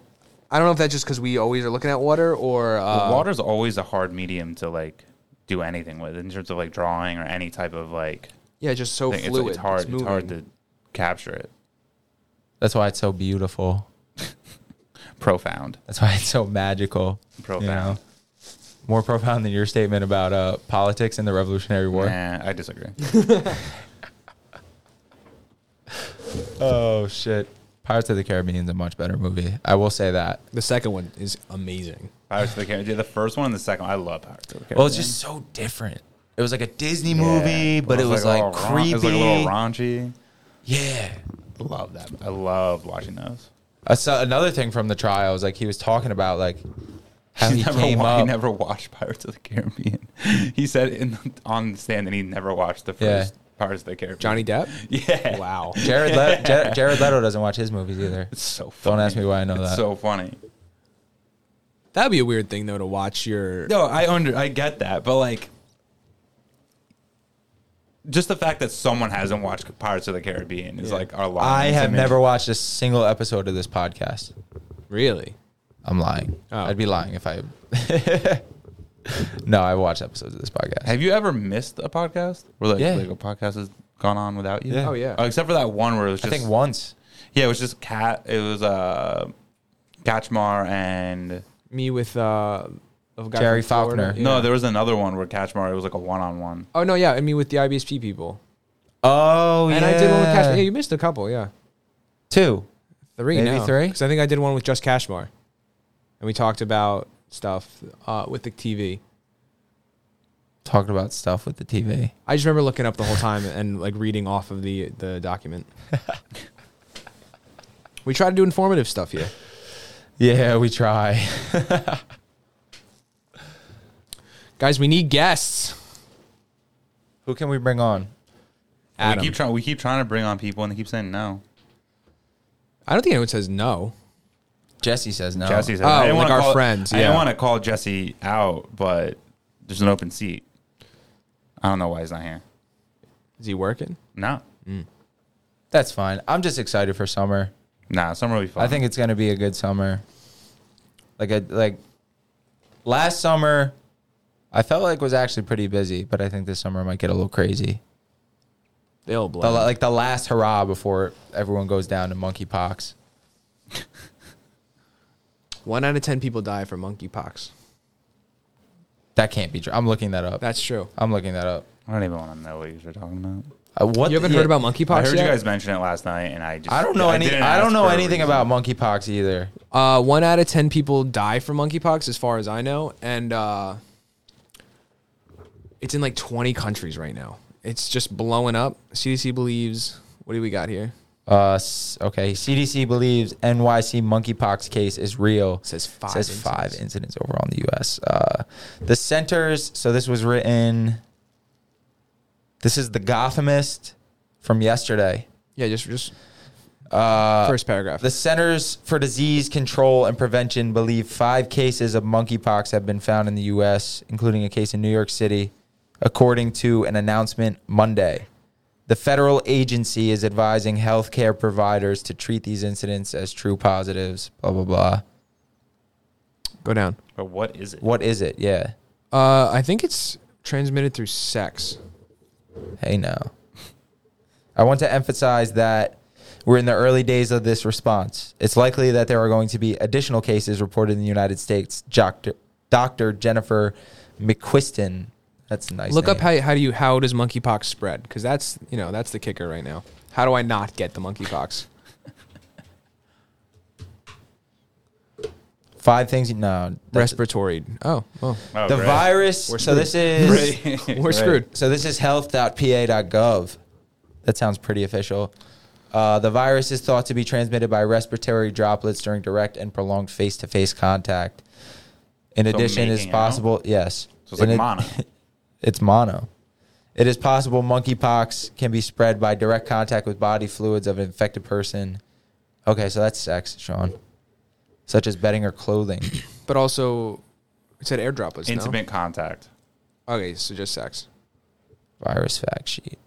Speaker 3: I don't know if that's just because we always are looking at water or uh,
Speaker 5: Well, water's always a hard medium to like do anything with in terms of like drawing or any type of like
Speaker 3: yeah, just
Speaker 1: Oh,
Speaker 3: so
Speaker 5: thing. It's,
Speaker 3: fluid.
Speaker 5: it's hard. It's, hard
Speaker 3: moving.
Speaker 5: to capture it.
Speaker 1: That's why it's so beautiful.
Speaker 5: Profound.
Speaker 1: That's why it's so magical. you
Speaker 5: Profound.
Speaker 1: know? More profound than your statement about uh, politics and the Revolutionary War.
Speaker 5: Nah, I disagree.
Speaker 1: Oh shit! Pirates of the Caribbean is a much better movie. I will say that.
Speaker 3: The second one is amazing.
Speaker 5: Pirates of the Caribbean. The first one and the second one. I love Pirates of the Caribbean.
Speaker 1: Well, it's just so different. It was like a Disney movie,
Speaker 5: Yeah.
Speaker 1: but it was like,
Speaker 5: a little ron-
Speaker 1: creepy.
Speaker 5: It was like a little raunchy.
Speaker 1: yeah.
Speaker 5: Love that. I love watching those.
Speaker 1: I saw another thing from the trial was like he was talking about like how
Speaker 5: He
Speaker 1: he
Speaker 5: never,
Speaker 1: came
Speaker 5: wa- he
Speaker 1: up.
Speaker 5: never watched Pirates of the Caribbean. he said in the, on the stand that he never watched the
Speaker 1: Yeah.
Speaker 5: first Pirates of the Caribbean.
Speaker 3: Johnny Depp.
Speaker 5: Yeah.
Speaker 3: Wow.
Speaker 1: Jared, Le- Jar- Jared Leto doesn't watch his movies either.
Speaker 5: It's so funny.
Speaker 1: Don't ask me why I know
Speaker 5: It's
Speaker 1: that.
Speaker 5: so funny.
Speaker 3: That'd be a weird thing though to watch your.
Speaker 5: No, I under I get that, but like just the fact that someone hasn't watched Pirates of the Caribbean is like our life.
Speaker 1: I have never watched a single episode of this podcast.
Speaker 3: Really?
Speaker 1: I'm lying.
Speaker 3: Oh.
Speaker 1: I'd be lying if I. no, I watched episodes of this podcast.
Speaker 5: Have you ever missed a podcast? Where like,
Speaker 1: Yeah.
Speaker 5: like a podcast has gone on without you?
Speaker 1: Yeah.
Speaker 3: Oh, yeah.
Speaker 5: except for that one where it was
Speaker 1: I
Speaker 5: just
Speaker 1: think once.
Speaker 5: Yeah, it was just cat. It was uh, Catchmar and
Speaker 3: Me with uh, a guy
Speaker 1: Jerry
Speaker 3: from Florida.
Speaker 1: Faulkner.
Speaker 3: Yeah.
Speaker 5: no, there was another one where Catchmar. It was like a one-on-one.
Speaker 3: Oh no, yeah, and me with the IBSP people.
Speaker 1: Oh,
Speaker 3: And
Speaker 1: yeah.
Speaker 3: I did one with Cashmar. Yeah, you missed a couple. Yeah,
Speaker 1: Two.
Speaker 3: three.
Speaker 1: Maybe
Speaker 3: now.
Speaker 1: three?
Speaker 3: 'Cause I think I did one with just Cashmar, and we talked about stuff uh, with the TV.
Speaker 1: Talked about stuff with the TV.
Speaker 3: I just remember looking up the whole time and like reading off of the the document. we try to do informative stuff here.
Speaker 1: Yeah, we try.
Speaker 3: Guys, we need guests.
Speaker 1: Who can we bring on?
Speaker 3: Adam.
Speaker 5: We keep trying. We keep trying to bring on people, and they keep saying no.
Speaker 3: I don't think anyone says no.
Speaker 1: Jesse says no.
Speaker 5: Jesse said,
Speaker 3: Oh,
Speaker 5: I didn't
Speaker 3: like
Speaker 5: wanna
Speaker 3: our
Speaker 5: call-
Speaker 3: friends,
Speaker 5: I
Speaker 3: yeah.
Speaker 5: didn't want to call Jesse out, but there's an open seat. I don't know why he's not here.
Speaker 3: Is he working?
Speaker 5: No,
Speaker 1: That's fine. I'm just excited for summer.
Speaker 5: nah, summer will be fun.
Speaker 1: I think it's gonna be a good summer. Like a like last summer, I felt like was actually pretty busy, but I think this summer might get a little crazy.
Speaker 3: They'll
Speaker 1: The,
Speaker 3: blow.
Speaker 1: la- like the last hurrah before everyone goes down to monkeypox.
Speaker 3: One out of ten people die from monkeypox.
Speaker 1: That can't be true. I'm looking that up.
Speaker 3: That's true.
Speaker 1: I'm looking that up.
Speaker 5: I don't even want to know what you guys are talking about.
Speaker 1: Uh, what
Speaker 3: You haven't
Speaker 1: the-
Speaker 3: heard about
Speaker 5: I
Speaker 3: monkeypox
Speaker 5: heard
Speaker 3: yet?
Speaker 5: you guys mention it last night, and I just
Speaker 1: I don't know any.
Speaker 5: didn't
Speaker 1: I don't
Speaker 5: ask
Speaker 1: know
Speaker 5: for a
Speaker 1: anything
Speaker 5: reason.
Speaker 1: about monkeypox either.
Speaker 3: Uh, one out of ten people die from monkeypox, as far as I know, and uh, it's in like twenty countries right now. It's just blowing up. CDC believes. What do we got here?
Speaker 1: Uh, s- okay. CDC believes NYC monkeypox case is real.
Speaker 3: Says five
Speaker 1: Says five
Speaker 3: incidents.
Speaker 1: incidents overall in the U.S. Uh, the centers. So this was written. This is the Gothamist from yesterday.
Speaker 3: Yeah, just just first paragraph.
Speaker 1: The Centers for Disease Control and Prevention believe five cases of monkeypox have been found in the U.S., including a case in New York City, according to an announcement Monday. The federal agency is advising healthcare providers to treat these incidents as true positives. Blah blah blah.
Speaker 3: Go down.
Speaker 5: But what is it?
Speaker 1: What is it? Yeah.
Speaker 3: Uh, I think it's transmitted through sex.
Speaker 1: Hey now. I want to emphasize that we're in the early days of this response. It's likely that there are going to be additional cases reported in the United States. Doctor, Dr. Jennifer McQuiston. That's a nice.
Speaker 3: Look up
Speaker 1: name.
Speaker 3: how how do you how does monkeypox spread? Because that's you know that's the kicker right now. How do I not get the monkeypox?
Speaker 1: five things. you- No, that's-
Speaker 3: Respiratory. Oh, well,
Speaker 5: Oh,
Speaker 1: the
Speaker 5: great.
Speaker 1: virus. So this is
Speaker 5: Great.
Speaker 3: we're screwed.
Speaker 1: So this is health.pa.gov. That sounds pretty official. Uh, the virus is thought to be transmitted by respiratory droplets during direct and prolonged face-to-face contact. In addition, it's
Speaker 5: making it out?
Speaker 1: possible. Yes,
Speaker 5: So it's like
Speaker 1: In ad-
Speaker 5: mono.
Speaker 1: It's mono. It is possible monkeypox can be spread by direct contact with body fluids of an infected person. Okay, so that's sex, Sean. Such as bedding or clothing.
Speaker 3: But also, it said air droplets. no?
Speaker 5: Intimate contact.
Speaker 3: Okay, so just sex.
Speaker 1: Virus fact sheet.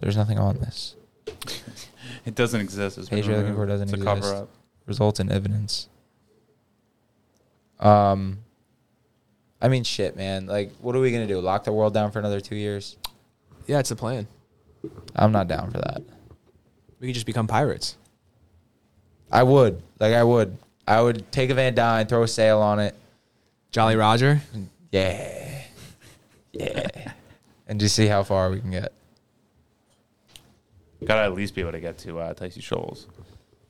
Speaker 1: There's nothing on this.
Speaker 5: It doesn't exist. It's been
Speaker 1: Page you're looking
Speaker 5: removed.
Speaker 1: for doesn't
Speaker 5: it's a
Speaker 1: exist.
Speaker 5: cover up.
Speaker 1: results in evidence. Um, I mean, shit, man. Like, what are we gonna do? Lock the world down for another two years?
Speaker 3: Yeah, it's the plan.
Speaker 1: I'm not down for that.
Speaker 3: We could just become pirates.
Speaker 1: I would, like, I would, I would take a Van Dyne, throw a sail on it,
Speaker 3: Jolly Roger.
Speaker 1: yeah, yeah, and just see how far we can get.
Speaker 5: Gotta at least be able to get to uh, Dicey Shoals.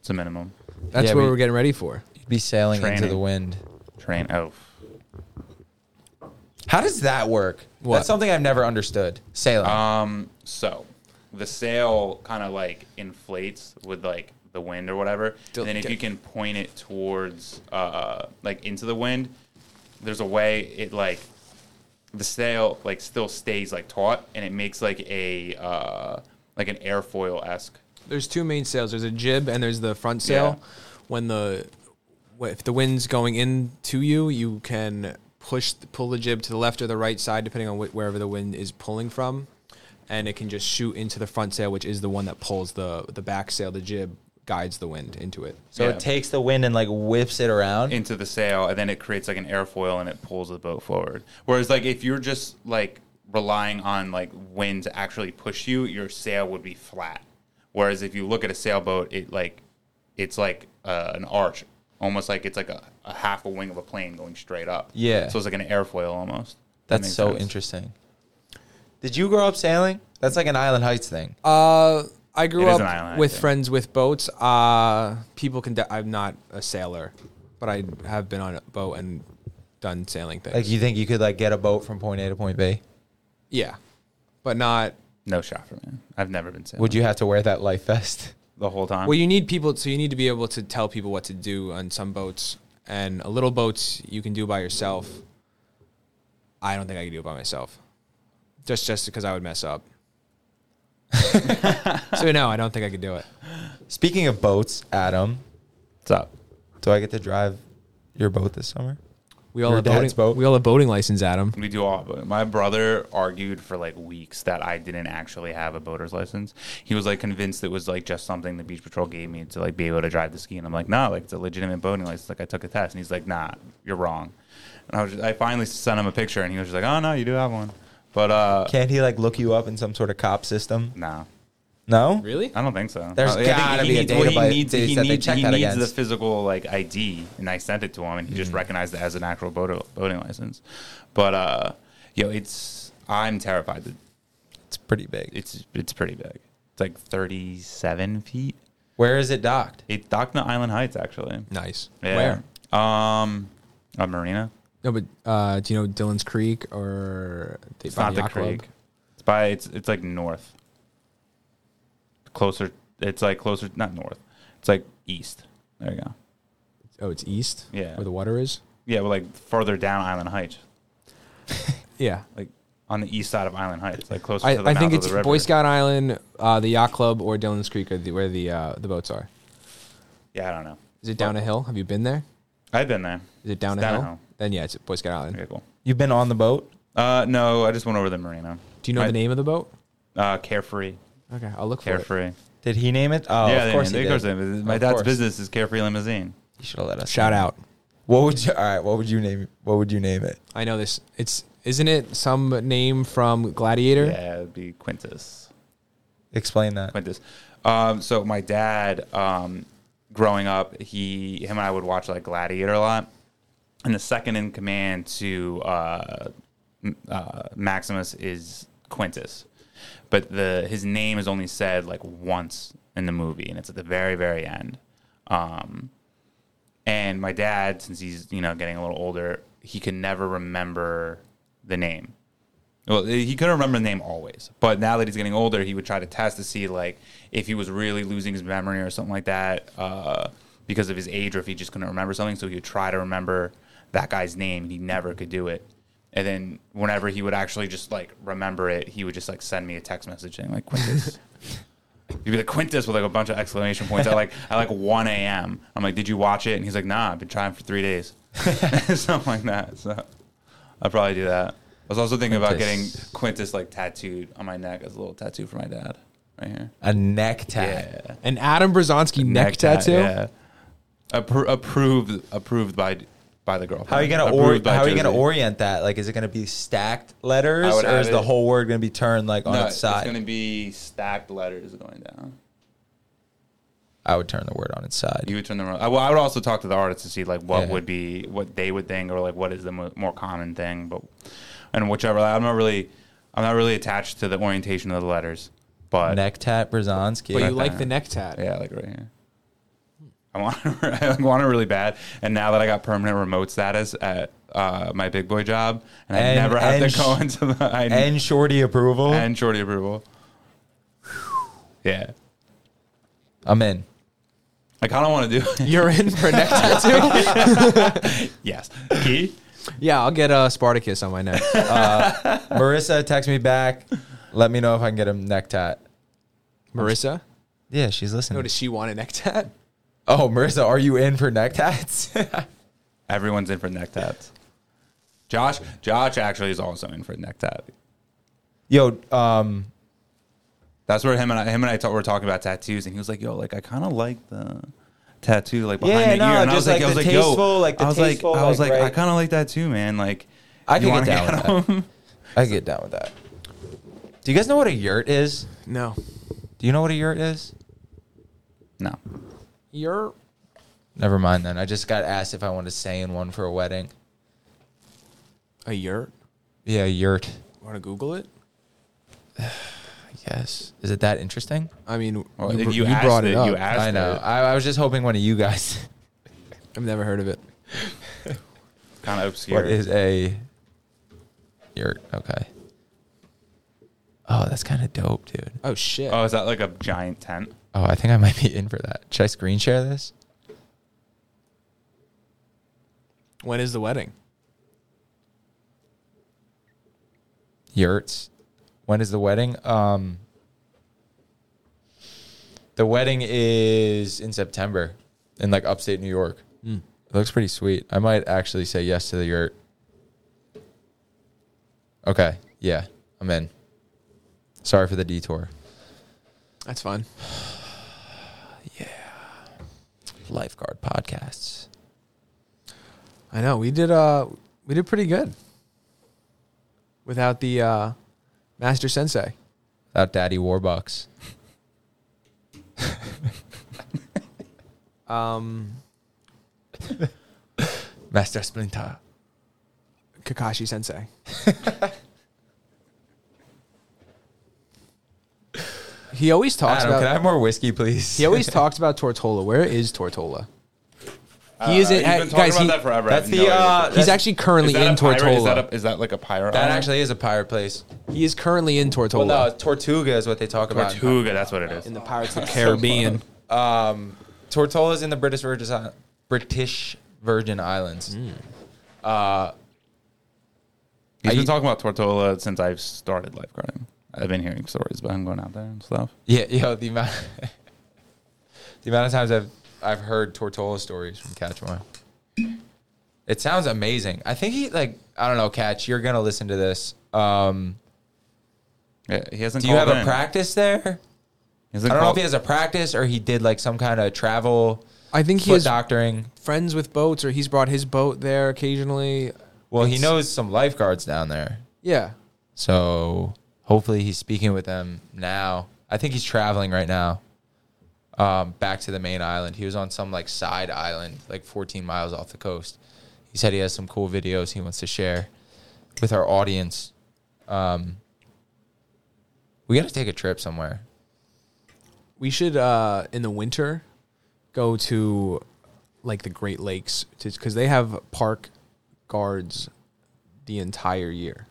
Speaker 5: It's a minimum.
Speaker 3: That's
Speaker 1: Yeah,
Speaker 3: what
Speaker 1: we-
Speaker 3: we're getting ready for.
Speaker 1: You'd be sailing into
Speaker 5: Training.
Speaker 1: the wind.
Speaker 5: Train. Oh,
Speaker 1: How does that work?
Speaker 3: What?
Speaker 1: That's something I've never understood. Sailing.
Speaker 5: Um, so the sail kind of like inflates with like the wind or whatever.
Speaker 3: Don't
Speaker 5: and then if
Speaker 3: get-
Speaker 5: you can point it towards uh like into the wind, there's a way it like the sail like still stays like taut and it makes like a uh like an airfoil esque.
Speaker 3: There's two main sails. There's a jib and there's the front sail.
Speaker 5: Yeah.
Speaker 3: When the wh- if the wind's going in to you, you can push pull the jib to the left or the right side depending on wh- wherever the wind is pulling from, and it can just shoot into the front sail, which is the one that pulls the the back sail. The jib guides the wind into it.
Speaker 1: so
Speaker 5: yeah.
Speaker 1: it takes the wind and like whips it around.
Speaker 5: into the sail and then it creates like an airfoil and it pulls the boat forward. Whereas like if you're just like relying on like wind to actually push you, your sail would be flat. Whereas if you look at a sailboat, it like it's like uh, an arch, almost like it's like a, a half a wing of a plane going straight up.
Speaker 1: Yeah.
Speaker 5: So it's like an airfoil almost. That
Speaker 1: That's
Speaker 5: makes
Speaker 1: so
Speaker 5: sense.
Speaker 1: interesting. Did you grow up sailing? That's like an Island Heights thing.
Speaker 3: Uh, I grew
Speaker 5: It is
Speaker 3: up
Speaker 5: an island,
Speaker 3: with
Speaker 5: yeah.
Speaker 3: friends with boats. Uh, people can. De- I'm not a sailor, but I have been on a boat and done sailing things.
Speaker 1: like you think you could like get a boat from point A to point B?
Speaker 3: yeah, but not.
Speaker 5: No shot for me. I've never been sailing.
Speaker 1: Would you have to wear that life vest?
Speaker 5: the whole time?
Speaker 3: Well, you need people, so you need to be able to tell people what to do on some boats, and a little boats you can do by yourself. I don't think I could do it by myself, just just because I would mess up. so no, I don't think I could do it.
Speaker 1: Speaking of boats, Adam,
Speaker 5: What's up?
Speaker 1: Do I get to drive your boat this summer?
Speaker 3: We all
Speaker 1: Your
Speaker 3: have boating,
Speaker 1: dad's boat.
Speaker 3: We all have boating license, Adam.
Speaker 5: We do all. but My brother argued for like weeks that I didn't actually have a boater's license. He was like convinced it was like just something the beach patrol gave me to like be able to drive the ski, and I'm like, nah, like it's a legitimate boating license. Like I took a test, and he's like, nah, you're wrong. And I was, just, I finally sent him a picture, and he was just like, oh no, you do have one, but uh,
Speaker 1: Can't he like look you up in some sort of cop system?
Speaker 5: no.
Speaker 1: No,
Speaker 3: Really?
Speaker 5: I don't think so.
Speaker 1: There's
Speaker 5: I think he
Speaker 1: gotta be a
Speaker 5: needs- well,
Speaker 1: database
Speaker 5: he needs, he
Speaker 1: that they
Speaker 5: needs,
Speaker 1: check
Speaker 5: he
Speaker 1: that
Speaker 5: needs the
Speaker 1: against. Mm-hmm.
Speaker 5: physical like ID, and I sent it to him, and he just recognized it as an actual boater, boating license. But uh, yo, it's I'm terrified. That
Speaker 1: it's pretty big.
Speaker 5: it's it's pretty big. It's like 37 feet.
Speaker 1: Where is it docked?
Speaker 5: It's Dockna Island Heights, actually.
Speaker 3: Nice.
Speaker 5: Yeah.
Speaker 3: Where?
Speaker 5: Where? Um, a marina.
Speaker 3: No, but uh, do you know Dylan's Creek or they
Speaker 5: It's
Speaker 3: by
Speaker 5: not the
Speaker 3: yacht club?
Speaker 5: creek. It's by it's it's like north. Closer. It's like closer. Not north. It's like east. There you go.
Speaker 3: Oh, it's east.
Speaker 5: Yeah.
Speaker 3: where the water is.
Speaker 5: Yeah, but like further down Island Heights,
Speaker 3: Yeah,
Speaker 5: like on the east side of Island Heights, like closer
Speaker 3: I,
Speaker 5: to the
Speaker 3: I
Speaker 5: mouth
Speaker 3: think
Speaker 5: of
Speaker 3: it's
Speaker 5: the river.
Speaker 3: Boy Scout Island, uh, the yacht club, or Dylan's Creek, or the, where the uh, the boats are.
Speaker 5: Yeah, I don't know.
Speaker 3: Is it down a hill? Have you been there?
Speaker 5: I've been there.
Speaker 3: Is it down,
Speaker 5: It's
Speaker 3: a, hill? Then yeah, it's at Boy Scout Island.
Speaker 5: Okay, cool.
Speaker 1: You've been on the boat.
Speaker 5: Uh, no, I just went over the marina.
Speaker 3: Do you know
Speaker 5: I-
Speaker 3: the name of the boat?
Speaker 5: Uh, Carefree.
Speaker 3: Okay, I'll look for it.
Speaker 5: Carefree.
Speaker 1: Did he name it? Oh,
Speaker 5: yeah,
Speaker 1: of course
Speaker 5: they,
Speaker 1: he
Speaker 5: of course
Speaker 1: did.
Speaker 5: they- My
Speaker 1: Of
Speaker 5: dad's
Speaker 1: course.
Speaker 5: business is Carefree Limousine.
Speaker 1: You should have let us.
Speaker 3: Shout
Speaker 1: know.
Speaker 3: out.
Speaker 1: What would you? All right. What would you name? What would you name it?
Speaker 3: I know this. It's isn't it some name from Gladiator?
Speaker 5: Yeah, it'd be Quintus.
Speaker 1: Explain that.
Speaker 5: like this. Um, so my dad, um, growing up, he him and I would watch like Gladiator a lot. And the second in command to uh, M- uh, Maximus is Quintus, but the his name is only said like once in the movie, and it's at the very very end. Um, and my dad, since he's you know getting a little older, he can never remember the name. Well, he couldn't remember the name always, but now that he's getting older, he would try to test to see like if he was really losing his memory or something like that uh, because of his age, or if he just couldn't remember something. So he would try to remember that guy's name, and he never could do it. And then whenever he would actually just like remember it, he would just like send me a text message saying like Quintus. He'd be like Quintus with like a bunch of exclamation points at like at like one a.m. I'm like, did you watch it? And he's like, Nah, I've been trying for three days, something like that. So I'd probably do that. I was also thinking about getting
Speaker 1: Quintus.
Speaker 5: Quintus like tattooed on my neck as a little tattoo for my dad right here.
Speaker 1: A neck tat.
Speaker 5: Yeah.
Speaker 3: An Adam Brzezinski neck,
Speaker 5: tat,
Speaker 3: tattoo.
Speaker 5: yeah. Appro- approved approved by by the girlfriend.
Speaker 1: How are you gonna or,
Speaker 5: Approved by
Speaker 1: How are you gonna
Speaker 5: Josie.
Speaker 1: orient that? Like, is it gonna be stacked
Speaker 5: I
Speaker 1: letters,
Speaker 5: would
Speaker 1: or
Speaker 5: have
Speaker 1: is the
Speaker 5: it-
Speaker 1: whole word gonna be turned like on
Speaker 5: No,
Speaker 1: its
Speaker 5: it's
Speaker 1: side?
Speaker 5: gonna be stacked letters going down.
Speaker 1: I would turn the word on its side.
Speaker 5: You would turn them around. I, well, I would also talk to the artists to see like what
Speaker 1: Yeah.
Speaker 5: would be what they would think or like what is the mo- more common thing, but and whichever. I'm not really I'm not really attached to the orientation of the letters, but
Speaker 1: neck tat Brzezinski.
Speaker 3: But you
Speaker 5: Like
Speaker 3: like
Speaker 5: that.
Speaker 3: the neck tat.
Speaker 5: yeah, like right here. I want I want it really bad, and now that I got permanent remote status at uh, my big boy job, and, I
Speaker 1: And-
Speaker 5: never have
Speaker 1: and
Speaker 5: to go
Speaker 1: sh-
Speaker 5: into the I, and,
Speaker 1: and shorty approval.
Speaker 5: shorty approval. Yeah,
Speaker 1: I'm in.
Speaker 5: I kind of want to do. it.
Speaker 3: You're in for a neck tattoo?
Speaker 5: yes, key.
Speaker 3: yeah, I'll get a Spartacus on my neck.
Speaker 1: Marissa, text me back. Let me know if I can get a neck tat.
Speaker 3: Marissa?
Speaker 1: Yeah, she's listening.
Speaker 3: No, does she want a neck tat?
Speaker 1: Oh, Marissa, are you in for neck tats?
Speaker 5: Everyone's in for neck tats. Josh, Josh actually is also in for neck tat.
Speaker 1: Yo, um,
Speaker 5: That's where him and I, him and I talk, were talking about tattoos, and he was like, "Yo, like I kind of like the tattoo, like behind
Speaker 1: Yeah,
Speaker 5: the
Speaker 1: no,
Speaker 5: ear." And I
Speaker 1: just
Speaker 5: was
Speaker 1: like
Speaker 5: like, "I was
Speaker 1: the
Speaker 5: like, yo,
Speaker 1: tasteful, like the
Speaker 5: I was like,
Speaker 1: tasteful,
Speaker 5: I was
Speaker 1: like,
Speaker 5: like, I
Speaker 1: right?
Speaker 5: kind of like that too, man. Like,
Speaker 1: I
Speaker 5: you
Speaker 1: can
Speaker 5: wanna
Speaker 1: get down with that.
Speaker 5: him?"
Speaker 1: I can get down with that. Do you guys know what a yurt is?
Speaker 3: No.
Speaker 1: Do you know what a yurt is?
Speaker 5: No,
Speaker 3: You're
Speaker 1: Never mind then. I just got asked if I wanted to stay in one for a wedding.
Speaker 3: a yurt?
Speaker 1: Yeah, a yurt.
Speaker 3: Want to Google it?
Speaker 1: I guess. Is it that interesting?
Speaker 3: I mean,
Speaker 5: Well,
Speaker 3: you,
Speaker 5: if
Speaker 3: br-
Speaker 5: you
Speaker 3: you
Speaker 5: asked
Speaker 3: brought it,
Speaker 5: it,
Speaker 3: up.
Speaker 5: you asked- That's
Speaker 1: I know.
Speaker 5: it.
Speaker 1: I, I was just hoping one of you guys.
Speaker 3: I've never heard of it.
Speaker 5: kind of obscure.
Speaker 1: what is a yurt? Okay. Oh, that's kind of dope, dude.
Speaker 3: Oh, shit.
Speaker 5: Oh, is that like a giant tent?
Speaker 1: Oh, I think I might be in for that. Should I screen share this?
Speaker 3: when is the wedding?
Speaker 1: Yurts. When is the wedding? Um, the wedding is in September. in like upstate New York. It looks pretty sweet. I might actually say yes to the yurt. Okay, yeah, I'm in. Sorry for the detour.
Speaker 3: That's fine.
Speaker 1: Lifeguard podcasts.
Speaker 3: I know we did. Uh, we did pretty good without the uh, master sensei.
Speaker 1: Without Daddy Warbucks.
Speaker 3: Um,
Speaker 1: Master Splinter.
Speaker 3: Kakashi Sensei. he always talks
Speaker 1: Adam,
Speaker 3: about.
Speaker 1: can I have more whiskey, please?
Speaker 3: he always talks about Tortola. Where is Tortola? He is
Speaker 5: Uh,
Speaker 3: in.
Speaker 5: you've been
Speaker 3: hey,
Speaker 5: talking
Speaker 3: guys,
Speaker 5: about
Speaker 3: he-
Speaker 5: that forever. I
Speaker 1: That's
Speaker 5: have
Speaker 1: the.
Speaker 5: no idea.
Speaker 1: Uh,
Speaker 3: he's
Speaker 1: that's-
Speaker 3: actually currently
Speaker 5: Is that
Speaker 3: in
Speaker 5: a pirate?
Speaker 3: Tortola.
Speaker 5: Is that, a, is that like a pirate?
Speaker 1: That
Speaker 5: island?
Speaker 1: actually is a pirate place.
Speaker 3: he is currently in Tortola
Speaker 1: Well, no, Tortuga is what they talk about.
Speaker 5: Tortuga. That's what it is.
Speaker 3: in the Pirates of the Caribbean.
Speaker 1: Um, Tortola's in the British Virgin Islands. British Virgin Islands.
Speaker 3: Mm.
Speaker 5: He's
Speaker 1: Are
Speaker 5: been
Speaker 1: you-
Speaker 5: talking about Tortola since I've started lifeguarding. I've been hearing stories about him going out there and stuff.
Speaker 1: Yeah, yo, the amount, the amount of times I've I've heard Tortola stories from Catchmore. It sounds amazing. I think he like I don't know, Catch. You're gonna listen to this. Um,
Speaker 5: Yeah, he hasn't.
Speaker 3: Oh,
Speaker 1: do you have
Speaker 5: called
Speaker 1: a
Speaker 5: in.
Speaker 1: practice there?
Speaker 5: He
Speaker 1: I
Speaker 5: hasn't
Speaker 1: don't know if
Speaker 5: called-
Speaker 1: he has a practice or he did like some kind of travel
Speaker 3: I think he
Speaker 1: foot
Speaker 3: is
Speaker 1: doctoring.
Speaker 3: friends with boats, or he's brought his boat there occasionally.
Speaker 1: Well, he
Speaker 3: It's-
Speaker 1: knows some lifeguards down there.
Speaker 3: Yeah,
Speaker 1: So hopefully he's speaking with them now. I think he's traveling right now. Um, back to the main island. He was on some like side island, like 14 miles off the coast. He said he has some cool videos he wants to share with our audience. Um, we got to take a trip somewhere.
Speaker 3: we should uh, in the winter go to like the Great Lakes because they have park guards the entire year,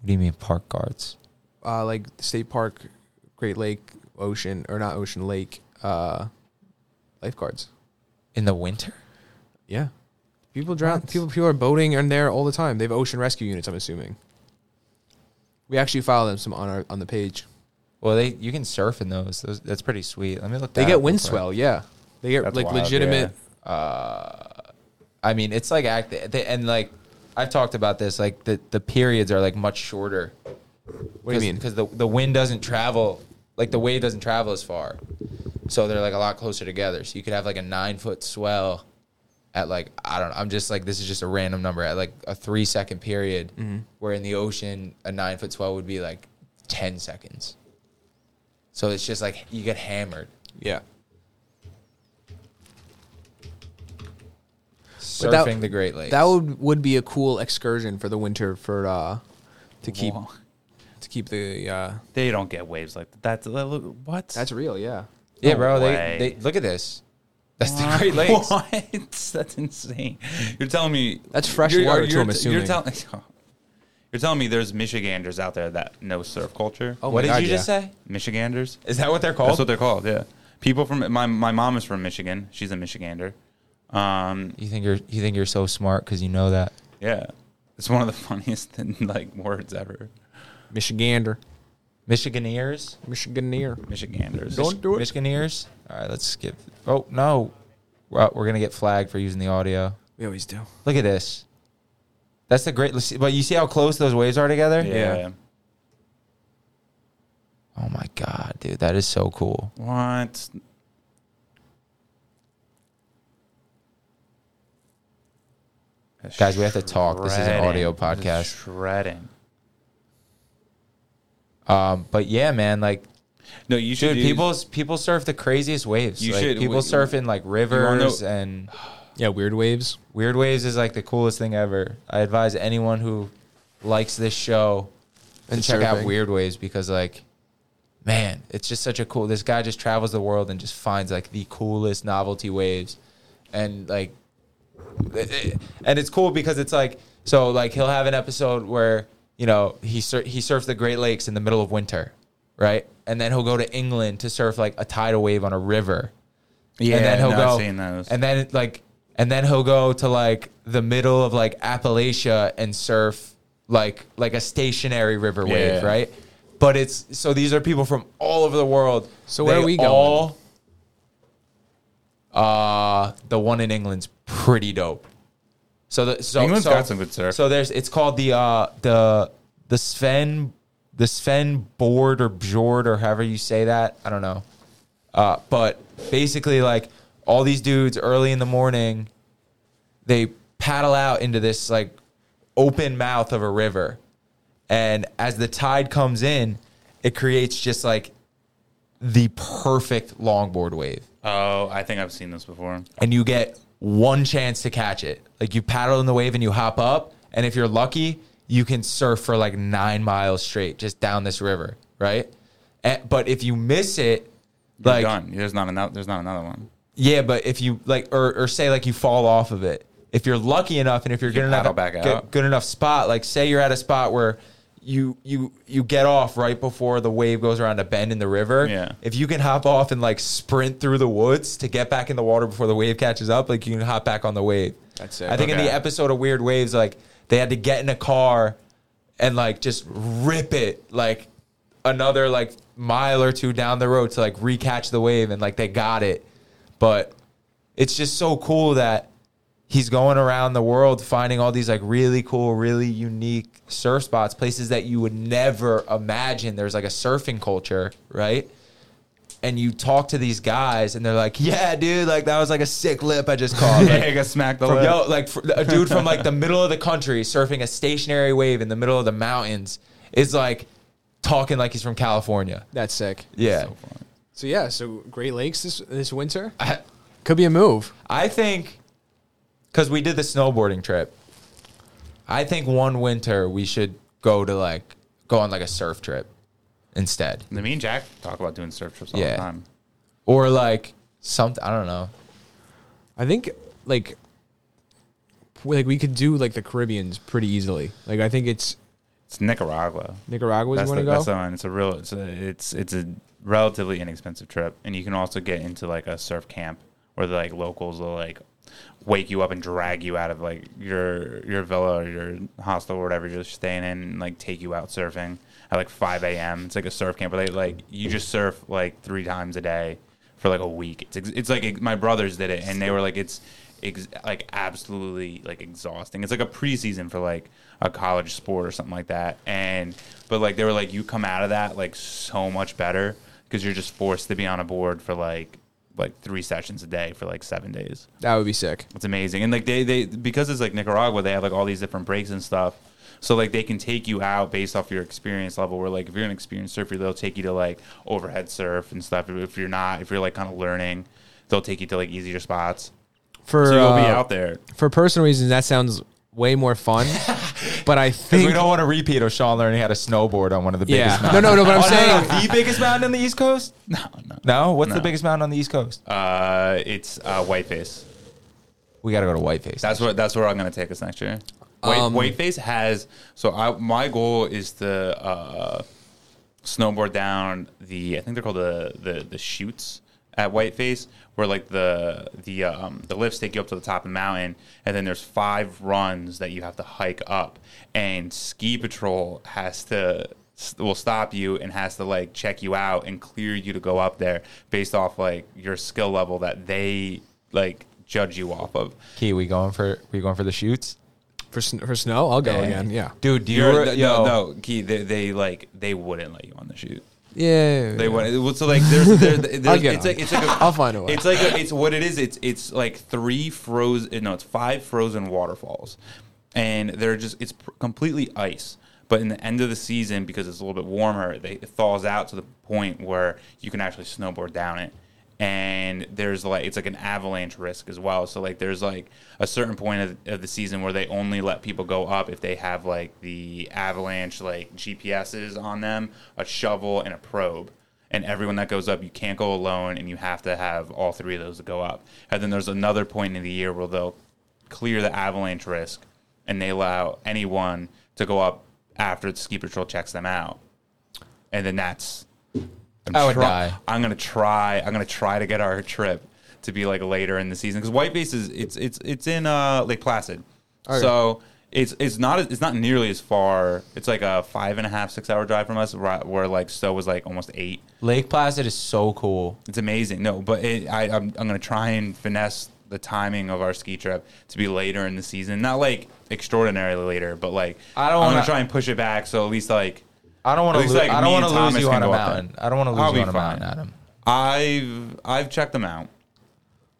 Speaker 1: What do you mean park guards?
Speaker 3: uh, like state park, Great Lake, ocean or not ocean lake, uh, lifeguards.
Speaker 1: In the winter?
Speaker 3: Yeah, people drown. People people are boating in there all the time. They have ocean rescue units. I'm assuming. We actually file them some on our on the page.
Speaker 1: Well, they you can surf in those. those that's pretty sweet. Let me look.
Speaker 3: They
Speaker 1: that
Speaker 3: get
Speaker 1: up real
Speaker 3: wind
Speaker 1: quick.
Speaker 3: swell, yeah. They get
Speaker 5: That's
Speaker 3: like
Speaker 5: wild,
Speaker 3: legitimate.
Speaker 1: I mean, it's like act they, and like I've talked about this. Like the the periods are like much shorter.
Speaker 3: What do you mean?
Speaker 1: Because the the wind doesn't travel, like the wave doesn't travel as far, so they're like a lot closer together. So you could have like a nine foot swell, at like I don't know. I'm just like this is just a random number at like a three second period,
Speaker 3: Mm-hmm.
Speaker 1: where in the ocean a nine foot swell would be like ten seconds. So it's just like you get hammered.
Speaker 3: Yeah,
Speaker 1: Surfing
Speaker 3: But that-
Speaker 1: the Great Lakes.
Speaker 3: that would would be a cool excursion for the winter for uh to keep
Speaker 5: Whoa.
Speaker 3: to keep the uh
Speaker 5: They don't get waves like that. That's that look- what?
Speaker 3: that's real, yeah.
Speaker 1: yeah,
Speaker 5: no
Speaker 1: bro.
Speaker 5: way.
Speaker 1: They, they look at this. That's the Great Lakes.
Speaker 5: What? That's insane. You're telling me
Speaker 3: That's fresh
Speaker 5: you're-
Speaker 3: water, too,
Speaker 5: You're,
Speaker 3: I'm assuming.
Speaker 5: You're, telling you're telling me there's Michiganders out there that know surf culture.
Speaker 3: Oh
Speaker 1: what
Speaker 3: my
Speaker 1: did
Speaker 3: God,
Speaker 1: you just
Speaker 3: yeah.
Speaker 1: say?
Speaker 5: Michiganders.
Speaker 1: Is that what they're called?
Speaker 5: That's what they're called. Yeah. People from my my mom is from Michigan. She's a Michigander. Um,
Speaker 1: you think you're you think you're so smart because you know that.
Speaker 5: yeah, it's one of the funniest like words ever.
Speaker 3: Michigander,
Speaker 1: Michiganeers.
Speaker 3: Michiganeer.
Speaker 5: Michiganders.
Speaker 3: Don't do it.
Speaker 1: Michiganeers. All right, let's skip. Oh no, well, we're gonna get flagged for using the audio.
Speaker 3: We always do.
Speaker 1: Look at this. That's the great. let's see- But you see how close those waves are together?
Speaker 5: yeah.
Speaker 1: Oh my god, dude, that is so cool.
Speaker 5: What?
Speaker 1: Guys, we have to talk. This is an audio
Speaker 5: Shredding.
Speaker 1: podcast.
Speaker 5: Shredding.
Speaker 1: Um, but yeah, man, like
Speaker 5: No, you should.
Speaker 1: dude,
Speaker 5: do-
Speaker 1: people people surf the craziest waves.
Speaker 5: You
Speaker 1: Like,
Speaker 5: should-
Speaker 1: People
Speaker 5: we-
Speaker 1: surf in like rivers
Speaker 5: know-
Speaker 1: and
Speaker 3: Yeah, weird waves.
Speaker 1: weird waves is like the coolest thing ever. I advise anyone who likes this show
Speaker 3: And
Speaker 1: and check out
Speaker 3: surfing.
Speaker 1: Weird Waves because like man, it's just such a cool this guy just travels the world and just finds like the coolest novelty waves and like and it's cool because it's like so like he'll have an episode where you know he sur- he surfs the Great Lakes in the middle of winter, right? And then he'll go to England to surf like a tidal wave on a river.
Speaker 5: Yeah,
Speaker 1: and then he'll
Speaker 5: no,
Speaker 1: go
Speaker 5: I've seen those.
Speaker 1: and then like and then he'll go to like the middle of like Appalachia and surf like like a stationary river wave,
Speaker 5: Yeah.
Speaker 1: right? But it's so these are people from all over the world.
Speaker 3: So where
Speaker 1: They
Speaker 3: are we going?
Speaker 1: all- Uh, the one in England's pretty dope. So the so
Speaker 5: England's
Speaker 1: so,
Speaker 5: got some good surf.
Speaker 1: So there's it's called the uh the the Sven the Sven board or Bjord or however you say that. I don't know. Uh, but basically like all these dudes early in the morning they paddle out into this like open mouth of a river and as the tide comes in it creates just like the perfect longboard wave
Speaker 5: Oh, I think I've seen this before.
Speaker 1: and you get one chance to catch it like you paddle in the wave and you hop up and if you're lucky you can surf for like nine miles straight just down this river right Eh, but if you miss it like
Speaker 5: Done. There's not another. There's not another one.
Speaker 1: yeah, but if you like, or or say like you fall off of it, if you're lucky enough, and if you're good
Speaker 5: paddle
Speaker 1: enough,
Speaker 5: back
Speaker 1: good,
Speaker 5: out.
Speaker 1: good enough spot, like say you're at a spot where you you you get off right before the wave goes around a bend in the river.
Speaker 5: Yeah.
Speaker 1: If you can hop off and like sprint through the woods to get back in the water before the wave catches up, like you can hop back on the wave.
Speaker 3: That's it.
Speaker 1: I think in the
Speaker 5: Okay.
Speaker 1: episode of Weird Waves, like they had to get in a car and like just rip it like another like mile or two down the road to like recatch the wave and like they got it. But it's just so cool that he's going around the world finding all these like really cool, really unique surf spots, places that you would never imagine there's like a surfing culture, right? And you talk to these guys, and they're like, "Yeah, dude, like that was like a sick lip I just caught." Like,
Speaker 5: Yeah, I got smacked the
Speaker 1: from
Speaker 5: lip.
Speaker 1: yo, like fr- a dude from like the middle of the country surfing a stationary wave in the middle of the mountains is like talking like he's from California.
Speaker 3: That's sick.
Speaker 1: Yeah,
Speaker 5: So far.
Speaker 3: So yeah, so Great Lakes this this winter
Speaker 1: I,
Speaker 3: could be a move.
Speaker 1: I think because we did the snowboarding trip, I think one winter we should go to like go on like a surf trip instead,
Speaker 5: The me and Jack talk about doing surf trips all
Speaker 1: Yeah.
Speaker 5: the time.
Speaker 1: or like something. I don't know.
Speaker 3: I think like w- like we could do like the Caribbean's pretty easily. Like I think it's
Speaker 5: It's Nicaragua.
Speaker 3: Nicaragua. You
Speaker 5: That's
Speaker 3: want
Speaker 5: the,
Speaker 3: to
Speaker 5: that's the
Speaker 3: go?
Speaker 5: one. It's a real. It's a, it's it's a relatively inexpensive trip, and you can also get into like a surf camp where the like locals will like wake you up and drag you out of like your your villa or your hostel or whatever you're staying in, and like take you out surfing at like 5 a.m. It's like a surf camp, where they like you just surf like three times a day for like a week. It's ex- it's like ex- my brothers did it, and they were like it's. Ex- like absolutely like exhausting. It's like a preseason for like a college sport or something like that. And but like they were like you come out of that like so much better because you're just forced to be on a board for like like three sessions a day for like seven days.
Speaker 3: That would be sick.
Speaker 5: It's amazing. And like they they because it's like Nicaragua, they have like all these different breaks and stuff. So like they can take you out based off your experience level. Where like if you're an experienced surfer, they'll take you to like overhead surf and stuff. If you're not, if you're like kind of learning, they'll take you to like easier spots.
Speaker 3: For
Speaker 5: So you'll be
Speaker 3: uh,
Speaker 5: out there.
Speaker 3: for personal reasons, that sounds way more fun. but I
Speaker 1: Because
Speaker 3: think
Speaker 1: we don't want to repeat O'Shawn learning how to snowboard on one of the biggest
Speaker 3: yeah. No,
Speaker 1: mountains.
Speaker 3: no, no. But I'm
Speaker 1: Oh, no,
Speaker 3: saying
Speaker 1: no, the biggest mountain on the East Coast.
Speaker 5: No, no.
Speaker 1: No, what's the
Speaker 5: No.
Speaker 1: biggest mountain on the East Coast?
Speaker 5: Uh, it's uh, Whiteface.
Speaker 1: We got to go to Whiteface.
Speaker 5: That's where that's where I'm gonna take us next year. White,
Speaker 3: Um,
Speaker 5: Whiteface has so I my goal is to uh, snowboard down the I think they're called the the the chutes at Whiteface where like the the um, the lifts take you up to the top of the mountain and then there's five runs that you have to hike up and ski patrol has to will stop you and has to like check you out and clear you to go up there based off like your skill level that they like judge you off of.
Speaker 1: Key, we going for we going for the shoots,
Speaker 3: for sn- for snow, I'll go again. Yeah.
Speaker 1: dude. Do you
Speaker 5: You're,
Speaker 1: re-
Speaker 5: th-
Speaker 1: yo,
Speaker 5: no, no, Key, they, they like they wouldn't let you on the shoot.
Speaker 3: Yeah.
Speaker 5: They wouldn't. well, So like, there's, there, there's
Speaker 3: get
Speaker 5: it's
Speaker 3: on.
Speaker 5: like it's like a,
Speaker 3: I'll find a way.
Speaker 5: It's like a, it's what it is. It's it's like three frozen. No, it's five frozen waterfalls, and they're just it's pr- completely ice. But in the end of the season, because it's a little bit warmer, they, it thaws out to the point where you can actually snowboard down it. And there's like it's like an avalanche risk as well. So like there's like a certain point of, of the season where they only let people go up if they have like the avalanche like GPSs on them, a shovel, and a probe and everyone that goes up, you can't go alone, and you have to have all three of those to go up. And then there's another point in the year where they'll clear the avalanche risk, and they allow anyone to go up after the ski patrol checks them out. And then that's I'm
Speaker 1: I would
Speaker 5: try-
Speaker 1: die.
Speaker 5: I'm gonna try. I'm gonna try to get our trip
Speaker 1: Oh,
Speaker 5: to be like later in the season because Whiteface is it's it's it's in uh Lake Placid, so It's it's not it's not nearly as far. It's like a five and a half six hour drive from us. Where, where like Stowe was like almost eight.
Speaker 1: Lake Placid is so cool.
Speaker 5: It's amazing. No, but it, I, I'm, I'm going to try and finesse the timing of our ski trip to be later in the season. Not like extraordinarily later, but like
Speaker 1: I don't
Speaker 5: I'm going
Speaker 1: wanna-
Speaker 5: to try and push it back. So at least like
Speaker 1: I don't want
Speaker 5: At
Speaker 1: to.
Speaker 5: least,
Speaker 1: Loo-
Speaker 5: like,
Speaker 1: I don't
Speaker 5: me
Speaker 1: want
Speaker 5: and
Speaker 1: to lose
Speaker 5: Thomas
Speaker 1: you
Speaker 5: can
Speaker 1: on a
Speaker 5: go up there.
Speaker 1: mountain. I don't want to lose
Speaker 5: I'll
Speaker 1: you
Speaker 5: be
Speaker 1: on a
Speaker 5: fine.
Speaker 1: mountain, Adam.
Speaker 5: I've I've checked them out.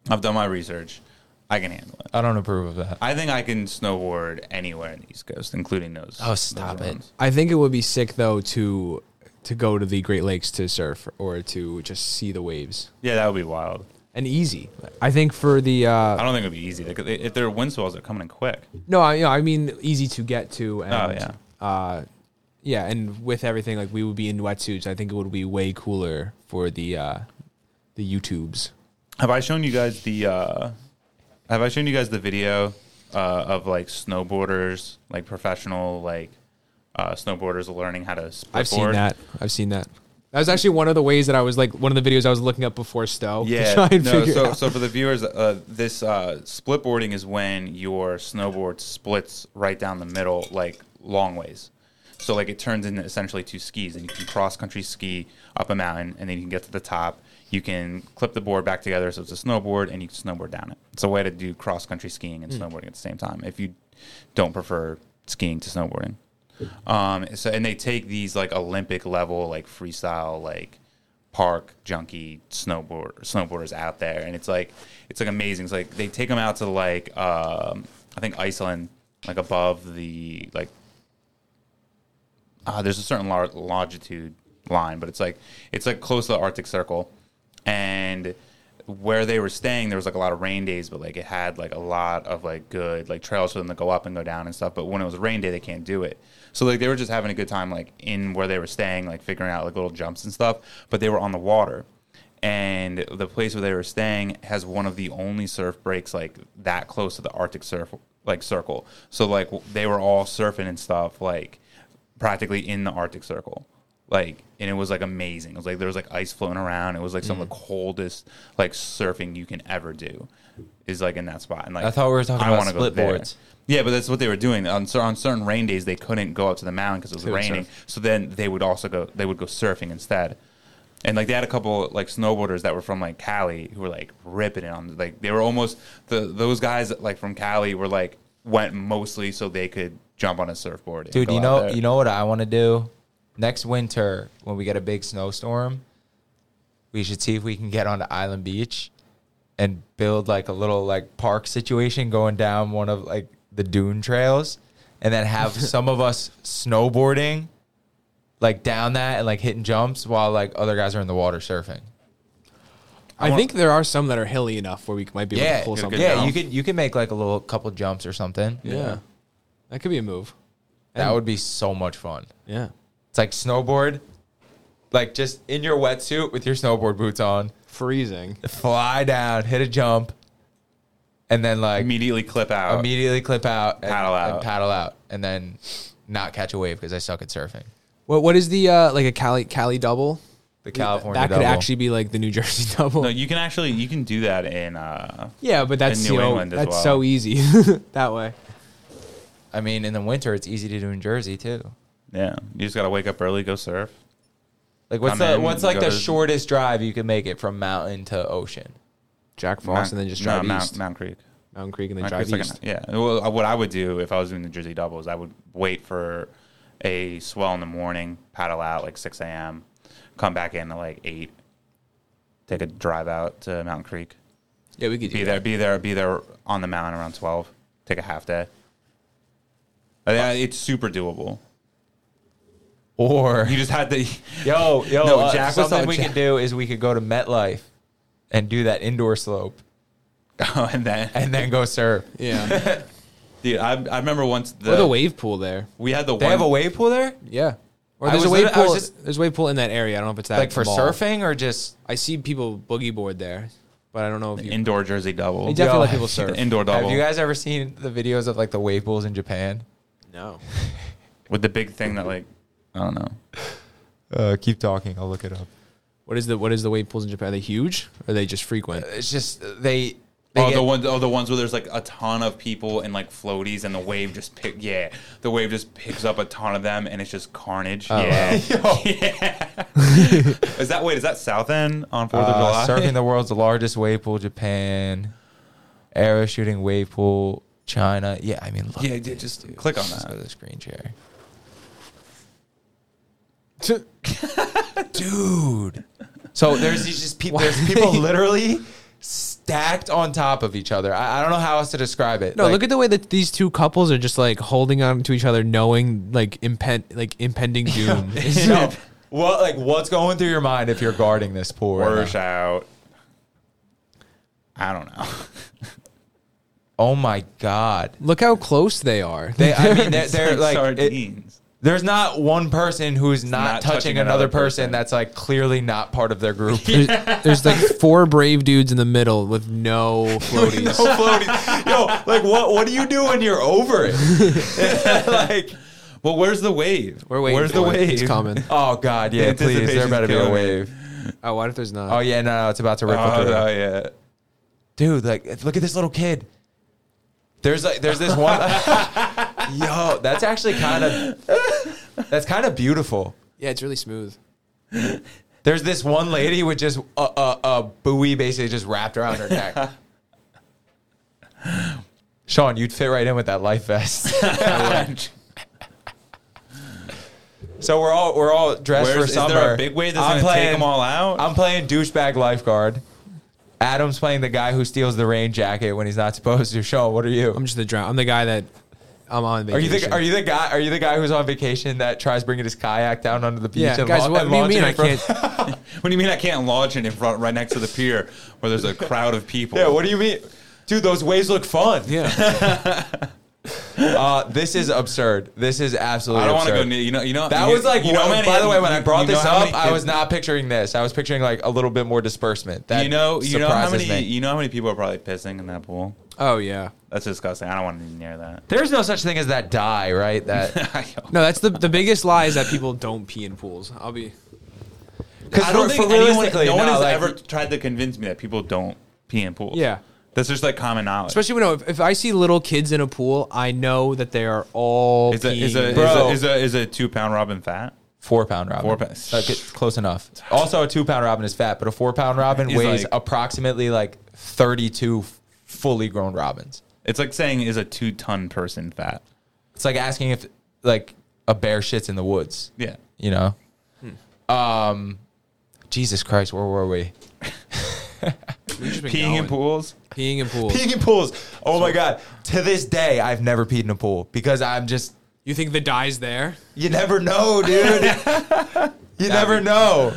Speaker 5: I've done my research. I can handle it.
Speaker 1: I don't approve of that.
Speaker 5: I think I can snowboard anywhere in the East Coast, including those.
Speaker 1: Oh, stop
Speaker 5: those
Speaker 1: it.
Speaker 5: ones.
Speaker 3: I think it would be sick though to to go to the Great Lakes to surf or to just see the waves
Speaker 5: Yeah, that would be wild.
Speaker 3: and easy. I think for the
Speaker 5: I
Speaker 3: uh,
Speaker 5: don't think it'd be easy. Like, they- if their wind swells, they're coming in quick.
Speaker 3: no, I, you know, I mean easy to get to. And,
Speaker 5: Oh,
Speaker 3: Uh, yeah, and with everything like we would be in wetsuits. I think it would be way cooler for the uh, the YouTubes.
Speaker 5: Have I shown you guys the? Uh, have I shown you guys the video uh, of like snowboarders, like professional, like uh, snowboarders learning how to?
Speaker 3: I've
Speaker 5: splitboard?
Speaker 3: seen that. I've seen that. That was actually one of the ways that I was like one of the videos I was looking up before Stowe. to
Speaker 5: Yeah.
Speaker 3: try and
Speaker 5: no,
Speaker 3: figure
Speaker 5: so,
Speaker 3: out.
Speaker 5: so for the viewers, uh, this uh, split boarding is when your snowboard splits right down the middle, like long ways. So like it turns into essentially two skis, and you can cross country ski up a mountain, and then you can get to the top. You can clip the board back together, so it's a snowboard, and you can snowboard down it. It's a way to do cross country skiing
Speaker 3: Hmm.
Speaker 5: and snowboarding at the same time. If you don't prefer skiing to snowboarding, um, so and they take these like Olympic level, like freestyle, like park junkie snowboard snowboarders out there, and it's like it's like amazing. It's like they take them out to like um, I think Iceland, like above the like uh, there's a certain lar- longitude line, but it's like it's like close to the Arctic Circle, and where they were staying, there was like a lot of rain days, but like it had like a lot of like good like trails for them to go up and go down and stuff. But when it was a rain day, they can't do it. So like they were just having a good time like in where they were staying, like figuring out like little jumps and stuff. But they were on the water, and the place where they were staying has one of the only surf breaks like that close to the Arctic surf like circle. So like w- they were all surfing and stuff like practically in the Arctic Circle. Like, and it was like amazing. It was like there was like ice floating around. It was like some of the
Speaker 1: Mm-hmm.
Speaker 5: coldest like surfing you can ever do is like in that spot. And like
Speaker 1: I thought we were talking about
Speaker 5: wanna go
Speaker 1: split
Speaker 5: there.
Speaker 1: boards.
Speaker 5: Yeah, but that's what they were doing on, cer- on certain rain days. They couldn't go up to the mountain because it was
Speaker 3: would
Speaker 5: raining. So then they would also go. They would go surfing instead. And like they had a couple like snowboarders that were from like Cali who were like ripping it on. Like they were almost the those guys like from Cali were like went mostly so they could jump on a surfboard. and
Speaker 1: Dude,
Speaker 5: go
Speaker 1: you
Speaker 5: out
Speaker 1: know,
Speaker 5: there.
Speaker 1: you know what I want to do next winter when we get a big snowstorm. We should see if we can get onto Island Beach and build like a little like park situation going down one of like the dune trails, and then have some of us snowboarding like down that and like hitting jumps while like other guys are in the water surfing.
Speaker 3: I think there are some that are hilly enough where we might be able
Speaker 1: Yeah,
Speaker 3: to pull
Speaker 5: get a
Speaker 3: something.
Speaker 5: good
Speaker 1: yeah,
Speaker 5: jump.
Speaker 1: you could you could make like a little couple jumps or something.
Speaker 3: Yeah. That could be a move.
Speaker 1: That would be so much fun.
Speaker 3: Yeah.
Speaker 1: It's like snowboard, like just in your wetsuit with your snowboard boots on,
Speaker 3: Freezing.
Speaker 1: fly down, hit a jump, and then like immediately,
Speaker 5: immediately clip out.
Speaker 1: clip out, and,
Speaker 5: Paddle out.
Speaker 1: and paddle out, and then not catch a wave because I suck at surfing.
Speaker 3: What what is the uh like a Cali Cali double?
Speaker 1: The California
Speaker 3: that could
Speaker 1: double.
Speaker 3: actually be like the New Jersey double.
Speaker 5: no, you can actually you can do that in uh
Speaker 3: yeah, but that's
Speaker 5: New
Speaker 3: you know,
Speaker 5: England as
Speaker 3: that's
Speaker 5: well.
Speaker 3: so easy that way.
Speaker 1: I mean, in the winter, it's easy to do in Jersey too.
Speaker 5: yeah. You just gotta wake up early, go surf.
Speaker 1: Like what's
Speaker 5: Come
Speaker 1: the
Speaker 5: in,
Speaker 1: what's like
Speaker 5: go
Speaker 1: the
Speaker 5: to-
Speaker 1: shortest drive you can make it from mountain to ocean?
Speaker 3: Jack
Speaker 5: Mount-
Speaker 3: Frost and then just
Speaker 5: no,
Speaker 3: drive
Speaker 5: Mount,
Speaker 3: east.
Speaker 5: Mount Creek.
Speaker 3: Mountain Creek and then
Speaker 5: Mount
Speaker 3: drive
Speaker 5: Creek's like
Speaker 3: east.
Speaker 5: an- yeah. Well, uh, what I would do if I was doing the Jersey doubles, I would wait for a swell in the morning, paddle out like six a.m., come back in at like eight, take a drive out to Mount Creek,
Speaker 3: yeah, we could do
Speaker 5: be
Speaker 3: that.
Speaker 5: there, be there, be there on the mountain around twelve, take a half day. Uh, yeah, it's super doable.
Speaker 1: Or
Speaker 5: You just had to.
Speaker 1: Yo, yo,
Speaker 5: No,
Speaker 1: uh,
Speaker 5: Jack was
Speaker 1: something
Speaker 5: on-
Speaker 1: we
Speaker 5: Jack-
Speaker 1: could do is we could go to MetLife and do that indoor slope
Speaker 5: and then,
Speaker 1: and then go surf.
Speaker 3: Yeah.
Speaker 5: dude, I, I remember once the,
Speaker 3: or the wave pool there.
Speaker 5: we had the
Speaker 1: They
Speaker 5: one,
Speaker 1: have a wave pool there?
Speaker 3: Yeah. Or
Speaker 1: I
Speaker 3: there's a
Speaker 1: was
Speaker 3: wave
Speaker 1: lit- I was
Speaker 3: pool.
Speaker 1: just-
Speaker 3: there's a wave pool in that area. I don't know if it's that
Speaker 1: Like for
Speaker 3: small.
Speaker 1: surfing or just
Speaker 3: I see people boogie board there, but I don't know if you
Speaker 5: indoor Jersey double.
Speaker 3: They definitely
Speaker 1: Yo,
Speaker 3: let people
Speaker 1: have you-
Speaker 3: surf.
Speaker 5: The indoor double
Speaker 1: Have you guys ever seen the videos of like the wave pools in Japan?
Speaker 3: no.
Speaker 5: with the big thing that like I don't know.
Speaker 1: Uh, keep talking. I'll look it up.
Speaker 3: What is the what is the wave pools in Japan? Are they huge? Or are they just frequent?
Speaker 1: It's just uh, they
Speaker 3: They
Speaker 5: oh,
Speaker 3: get-
Speaker 5: the ones, oh, the ones where there's like a ton of people and like floaties, and the wave just pick, yeah, the wave just picks up a ton of them, and it's just carnage.
Speaker 1: Oh,
Speaker 5: yeah, yeah. is that wait? Is that South End on Fourth
Speaker 1: Uh,
Speaker 5: of July?
Speaker 1: surfing the world's largest wave pool, Japan. Arrow shooting wave pool, China. Yeah, I mean, look.
Speaker 5: Yeah,
Speaker 1: at
Speaker 5: dude,
Speaker 1: this,
Speaker 5: just
Speaker 1: dude.
Speaker 5: click on
Speaker 1: Let's
Speaker 5: that.
Speaker 1: Go to the screen share, dude. So there's these just people. There's people literally stacked on top of each other. I, I don't know how else to describe it.
Speaker 3: No, look at the way that these two couples are just like holding on to each other, knowing like impend like impending doom.
Speaker 1: no, what like what's going through your mind if you're guarding this pool? right now?
Speaker 5: Worse out. I don't know.
Speaker 1: Oh my god.
Speaker 3: Look how close they are.
Speaker 1: They, I mean, they're, they're
Speaker 5: It's like
Speaker 1: like, it-
Speaker 5: sardines.
Speaker 1: there's not one person who's not,
Speaker 5: Not
Speaker 1: touching, another person,
Speaker 5: person.
Speaker 1: that's like clearly not part of their group.
Speaker 3: there's, there's like four brave dudes in the middle with no floaties.
Speaker 1: no floaties. Yo, like what? What do you do when you're over it? like,
Speaker 5: well, where's the wave?
Speaker 3: We're waiting
Speaker 5: Where's the
Speaker 3: for it.
Speaker 5: wave?
Speaker 3: It's coming.
Speaker 1: oh god, yeah,
Speaker 5: The
Speaker 1: please, there
Speaker 5: anticipation's
Speaker 1: better be a
Speaker 5: killing me.
Speaker 1: wave.
Speaker 3: Oh, what if there's not?
Speaker 1: Oh yeah, no, no, it's about to ripple
Speaker 5: Oh,
Speaker 1: through.
Speaker 5: oh, yeah.
Speaker 1: Dude, like, look at this little kid. There's like, there's this one. Yo, that's actually kind of, that's kind of beautiful.
Speaker 3: Yeah, it's really smooth.
Speaker 1: There's this one lady with just a, a, a buoy basically just wrapped around her neck. Sean, you'd fit right in with that life vest. so we're all we're all dressed for
Speaker 5: Where's, is
Speaker 1: summer.
Speaker 5: there a big wave that's
Speaker 1: I'm
Speaker 5: gonna
Speaker 1: playing,
Speaker 5: take them all out?
Speaker 1: I'm playing douchebag lifeguard. Adam's playing the guy who steals the rain jacket when he's not supposed to. Sean, what are you?
Speaker 3: I'm just the drown. I'm the guy that I'm on
Speaker 1: are
Speaker 3: vacation.
Speaker 1: you the are you the guy are you the guy who's on vacation that tries bringing his kayak down onto the beach?
Speaker 3: Yeah,
Speaker 1: and
Speaker 3: guys.
Speaker 1: lau-
Speaker 3: What
Speaker 1: and
Speaker 3: do you
Speaker 1: launching
Speaker 3: mean
Speaker 1: it
Speaker 3: I
Speaker 1: from-
Speaker 3: can't?
Speaker 5: What do you mean I can't launch it in front, right next to the pier where there's a crowd of people?
Speaker 1: Yeah, what do you mean? Dude, those waves look fun.
Speaker 3: Yeah,
Speaker 1: Uh, this is absurd. This is absolutely.
Speaker 5: I don't
Speaker 1: want to
Speaker 5: go near. You know, you know.
Speaker 1: That
Speaker 5: you-
Speaker 1: was like.
Speaker 5: you know,
Speaker 1: when-
Speaker 5: how many-
Speaker 1: by the way, when I
Speaker 5: you-
Speaker 1: brought
Speaker 5: you know
Speaker 1: this
Speaker 5: how
Speaker 1: up,
Speaker 5: many
Speaker 1: I
Speaker 5: kids-
Speaker 1: was not picturing this. I was picturing like a little bit more disbursement. That
Speaker 5: You know, you know how
Speaker 1: surprises
Speaker 5: many,
Speaker 1: me.
Speaker 5: you know how many people are probably pissing in that pool.
Speaker 3: oh yeah.
Speaker 5: That's disgusting. I don't want to be near that.
Speaker 1: There's no such thing as that die, right? That
Speaker 3: No, that's the the biggest lie is that people don't pee in pools. I'll be.
Speaker 1: because
Speaker 5: I don't
Speaker 1: for,
Speaker 5: think
Speaker 1: for
Speaker 5: anyone,
Speaker 1: realistically,
Speaker 5: no one has
Speaker 1: like,
Speaker 5: ever tried to convince me that people don't pee in pools.
Speaker 3: Yeah.
Speaker 5: that's just like common knowledge.
Speaker 3: Especially when if, if I see little kids in a pool, I know that they are all
Speaker 5: is a
Speaker 3: peeing.
Speaker 5: is a, is a
Speaker 1: Bro.
Speaker 5: is a is a two pound robin fat?
Speaker 1: four pound robin.
Speaker 5: Four pound-
Speaker 1: Like, it's close enough. Also, a two pound robin is fat, but a four pound robin
Speaker 5: He's
Speaker 1: weighs
Speaker 5: like-
Speaker 1: approximately like thirty two fully grown robins.
Speaker 5: It's like saying is a two ton person fat.
Speaker 1: It's like asking if like a bear shits in the woods.
Speaker 5: Yeah,
Speaker 1: you know.
Speaker 5: Hmm.
Speaker 1: Um, Jesus Christ, where were we?
Speaker 3: We've just been
Speaker 5: peeing in
Speaker 3: going.
Speaker 5: pools.
Speaker 3: Peeing in pools.
Speaker 1: Peeing in pools. Oh my God! To this day, I've never peed in a pool because I'm just.
Speaker 3: You think the die's there?
Speaker 1: You never know, dude. you never know.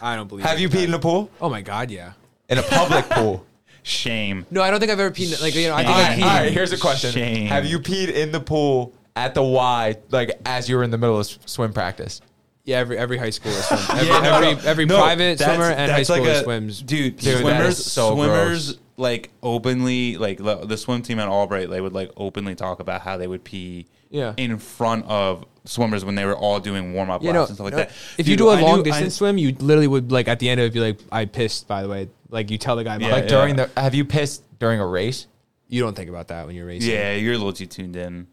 Speaker 3: I don't believe.
Speaker 1: Have
Speaker 3: it.
Speaker 1: you peed in a pool?
Speaker 3: Oh my god, yeah.
Speaker 1: In a public pool.
Speaker 5: Shame.
Speaker 3: No, I don't think I've ever peed. in- Like you know, I think
Speaker 1: All
Speaker 3: I
Speaker 1: right,
Speaker 5: Shame.
Speaker 1: all right, here's a question:
Speaker 5: Shame.
Speaker 1: Have you peed in the pool at the Y, like as you were in the middle of s- swim practice?
Speaker 3: Yeah, every every high schooler swims. Every
Speaker 5: Yeah, no,
Speaker 3: every,
Speaker 5: no.
Speaker 3: every
Speaker 5: No,
Speaker 3: private
Speaker 5: that's-
Speaker 3: swimmer and high
Speaker 5: that's like
Speaker 3: schooler
Speaker 5: a-
Speaker 3: swims.
Speaker 5: Dude,
Speaker 1: Dude, that
Speaker 5: swimmers,
Speaker 1: is so
Speaker 5: swimmers, like openly, like lo- the swim team at Albright, they would like openly talk about how they would pee,
Speaker 3: Yeah.
Speaker 5: in front of swimmers when they were all doing warm up
Speaker 3: you
Speaker 5: laps
Speaker 3: know,
Speaker 5: and stuff like
Speaker 3: no,
Speaker 5: that.
Speaker 3: if
Speaker 5: Dude,
Speaker 3: you do a
Speaker 5: I
Speaker 3: long
Speaker 5: knew- I-
Speaker 3: distance swim, you literally would like at the end of it be like, "I pissed." By the way, like you tell the guy,
Speaker 5: Yeah,
Speaker 3: like,
Speaker 1: Like during the? Have you pissed during a race?
Speaker 3: you don't think about that when you're racing.
Speaker 5: yeah, you're a little too tuned in.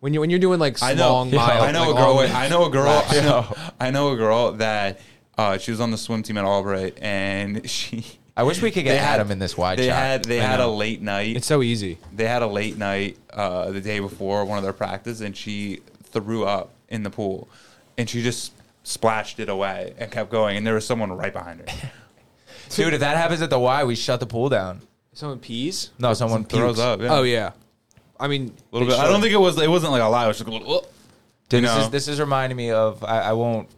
Speaker 3: when you when you're doing like
Speaker 5: I know,
Speaker 3: long miles.
Speaker 5: I know
Speaker 3: like,
Speaker 5: a girl.
Speaker 3: long-
Speaker 5: I know a girl. I know, I know a girl that uh, she was on the swim team at Albright, and she.
Speaker 1: I wish we could get
Speaker 5: they had-
Speaker 1: Adam in this wide
Speaker 5: They
Speaker 1: shot.
Speaker 5: had they
Speaker 1: I
Speaker 5: had a
Speaker 1: know.
Speaker 5: late night.
Speaker 3: It's so easy.
Speaker 5: they had a late night uh, the day before one of their practice, and she threw up in the pool, and she just splashed it away and kept going, and there was someone right behind her.
Speaker 1: dude. If that happens at the Y, we shut the pool down.
Speaker 3: Someone pees.
Speaker 1: No, someone
Speaker 5: Throws
Speaker 1: pukes.
Speaker 5: up. Yeah.
Speaker 3: Oh yeah, I mean
Speaker 5: a little bit. I don't think it was. It wasn't like a lie. It was just a little. "Oh."
Speaker 1: Dude,
Speaker 5: You
Speaker 1: this
Speaker 5: know?
Speaker 1: is this is reminding me of I, I won't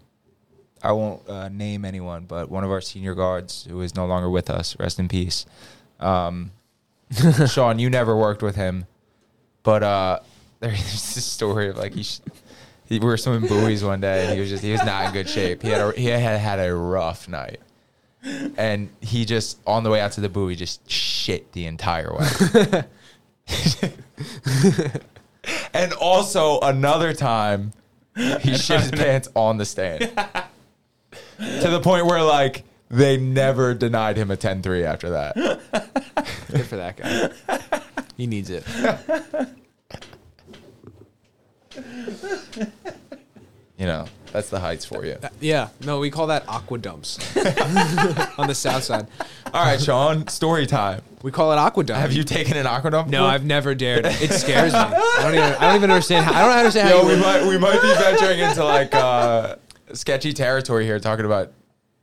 Speaker 1: I won't uh, name anyone, but one of our senior guards who is no longer with us, rest in peace. Um, Sean, you never worked with him, but uh, there's this story of like he, sh- he we were swimming buoys one day and he was just he was not in good shape. He had a, he had had a rough night, and he just on the way out to the buoy just shit the entire way. And also another time, he shit his pants on the stand to the point where like They never denied him a 10-3 after that.
Speaker 3: Good for that guy. he needs it.
Speaker 1: You know, that's the heights for you.
Speaker 3: Yeah. No, we call that aqua dumps on the south side.
Speaker 1: All right, Sean, story time.
Speaker 3: We call it aqua dump.
Speaker 1: Have you taken an aqueduct?
Speaker 3: No, I've never dared. It scares me. I don't even. I don't even understand. How, I don't understand how.
Speaker 1: Yo,
Speaker 3: you
Speaker 1: we
Speaker 3: would-
Speaker 1: might we might be venturing into like uh, sketchy territory here, talking about.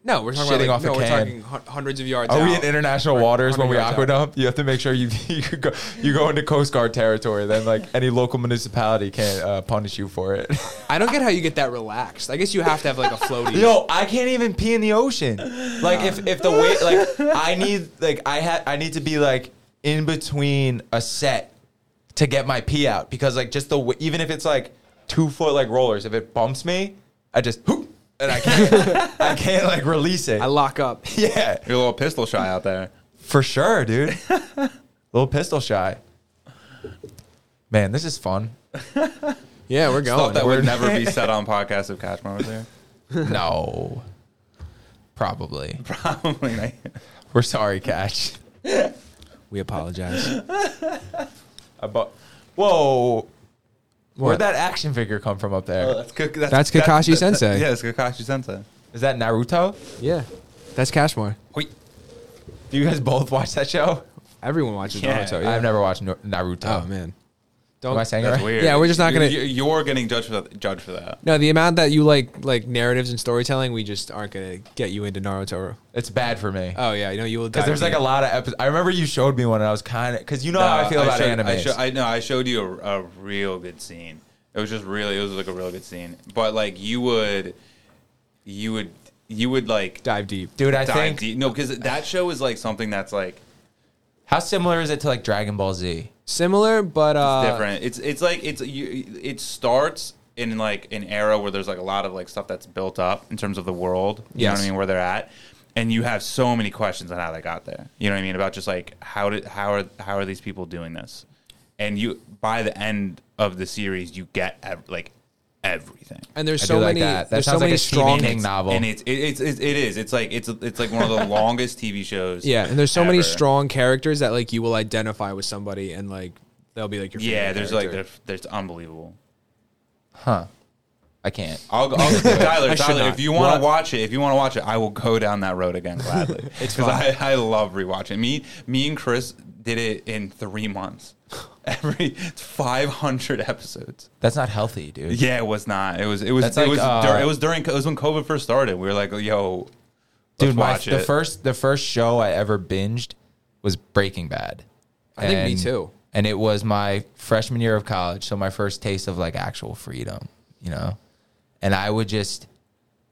Speaker 3: no, we're talking
Speaker 1: shitting
Speaker 3: about like,
Speaker 1: off a
Speaker 3: no, we're
Speaker 1: can.
Speaker 3: talking hun- hundreds of yards.
Speaker 1: Are we
Speaker 3: out.
Speaker 1: in international waters when we
Speaker 3: hundred yards
Speaker 1: aqua dump? You have to make sure you you, could go, you go into Coast Guard territory. Then like any local municipality can't uh, punish you for it.
Speaker 3: I don't get how you get that relaxed. I guess you have to have like a floaty.
Speaker 1: Yo, I can't even pee in the ocean. Like if if the way like I need like I had I need to be like in between a set to get my pee out because like just the w- even if it's like two foot like rollers if it bumps me I just hoop and I can't I can't like release it.
Speaker 3: I lock up.
Speaker 1: yeah,
Speaker 5: You're a little pistol shy out there.
Speaker 1: for sure, dude. Little pistol shy. Man, this is fun.
Speaker 3: Yeah, we're
Speaker 5: Thought
Speaker 3: going.
Speaker 5: that
Speaker 3: We're-
Speaker 5: would never be said on podcasts if Cashmore was there.
Speaker 1: No, probably.
Speaker 5: Probably not.
Speaker 1: We're sorry, Cash.
Speaker 3: we apologize.
Speaker 1: I bought. Whoa.
Speaker 3: What?
Speaker 1: Where'd that action figure come from up there? Is
Speaker 5: Oh, that's Kak- that's,
Speaker 3: That's
Speaker 5: that-
Speaker 3: Kakashi
Speaker 5: that-
Speaker 3: Sensei.
Speaker 5: yeah, it's Kakashi Sensei.
Speaker 1: that Naruto?
Speaker 3: Yeah, that's Cashmore.
Speaker 1: Do you guys both watch that show?
Speaker 3: Everyone watches
Speaker 5: Yeah.
Speaker 3: Naruto. Oh, Yeah.
Speaker 1: I've never watched Nor- Naruto.
Speaker 3: Oh man.
Speaker 1: Am I saying it
Speaker 5: That's
Speaker 1: right?
Speaker 5: weird.
Speaker 3: Yeah, we're just not gonna-
Speaker 5: You- you- You're getting judged for that. Judged for that.
Speaker 3: No, the amount that you like like narratives and storytelling, we just aren't gonna get you into Naruto.
Speaker 1: It's bad for me.
Speaker 3: Oh yeah, you know you will.
Speaker 1: Because
Speaker 3: dive
Speaker 1: there's like
Speaker 3: in.
Speaker 1: a lot of episodes. I remember you showed me one and I was kind of. Because you know how I feel about
Speaker 5: showed,
Speaker 1: anime.
Speaker 5: Oh, Uh, I, show, I know I showed you a, a real good scene. It was just really, it was like a real good scene. But like you would, you would, you would like
Speaker 3: dive deep.
Speaker 1: Dude, I
Speaker 5: dive
Speaker 1: think.
Speaker 5: deep. No, because that show is like something that's like
Speaker 1: How similar is it to like Dragon Ball Z?
Speaker 3: Similar, but uh,
Speaker 5: different. It's it's like it's you. It starts in like an era where there's like a lot of like stuff that's built up in terms of the world. You know what
Speaker 3: Yes.
Speaker 5: I mean? Where they're at, and you have so many questions on how they got there. You know what I mean? About just like how did how are how are these people doing this? And you by the end of the series, you get ev- like everything.
Speaker 3: And there's
Speaker 1: I
Speaker 3: so
Speaker 1: do like
Speaker 3: many.
Speaker 1: that. That
Speaker 3: there's so
Speaker 1: sounds like
Speaker 3: many
Speaker 1: a Stephen
Speaker 3: strong.
Speaker 1: King novel.
Speaker 5: And it's it, it's it's it is. It's like it's it's like one of the longest TV shows.
Speaker 3: Yeah, and there's so many
Speaker 5: ever.
Speaker 3: strong characters that like you will identify with somebody, and like they'll be like your.
Speaker 5: Yeah,
Speaker 3: favorite
Speaker 5: there's like
Speaker 3: character.
Speaker 5: there's, there's unbelievable.
Speaker 1: I can't.
Speaker 5: I'll go, I'll go Tyler.
Speaker 3: I should
Speaker 5: Tyler,
Speaker 3: not.
Speaker 5: if you want
Speaker 3: What?
Speaker 5: to watch it, if you want to watch it, I will go down that road again gladly. it's because I, I love rewatching. Me, me and Chris did it in three months. Every it's 500 episodes.
Speaker 1: That's not healthy, dude.
Speaker 5: Yeah, it was not. It was. It was.
Speaker 1: That's
Speaker 5: It
Speaker 1: like,
Speaker 5: was.
Speaker 1: uh,
Speaker 5: dur- it was during. It was when COVID first started. We were like, yo,
Speaker 1: dude,
Speaker 5: let's
Speaker 1: my,
Speaker 5: watch
Speaker 1: the
Speaker 5: it.
Speaker 1: first the first show I ever binged was Breaking Bad.
Speaker 3: I think me too.
Speaker 1: And it was my freshman year of college, so my first taste of like actual freedom, you know. And I would just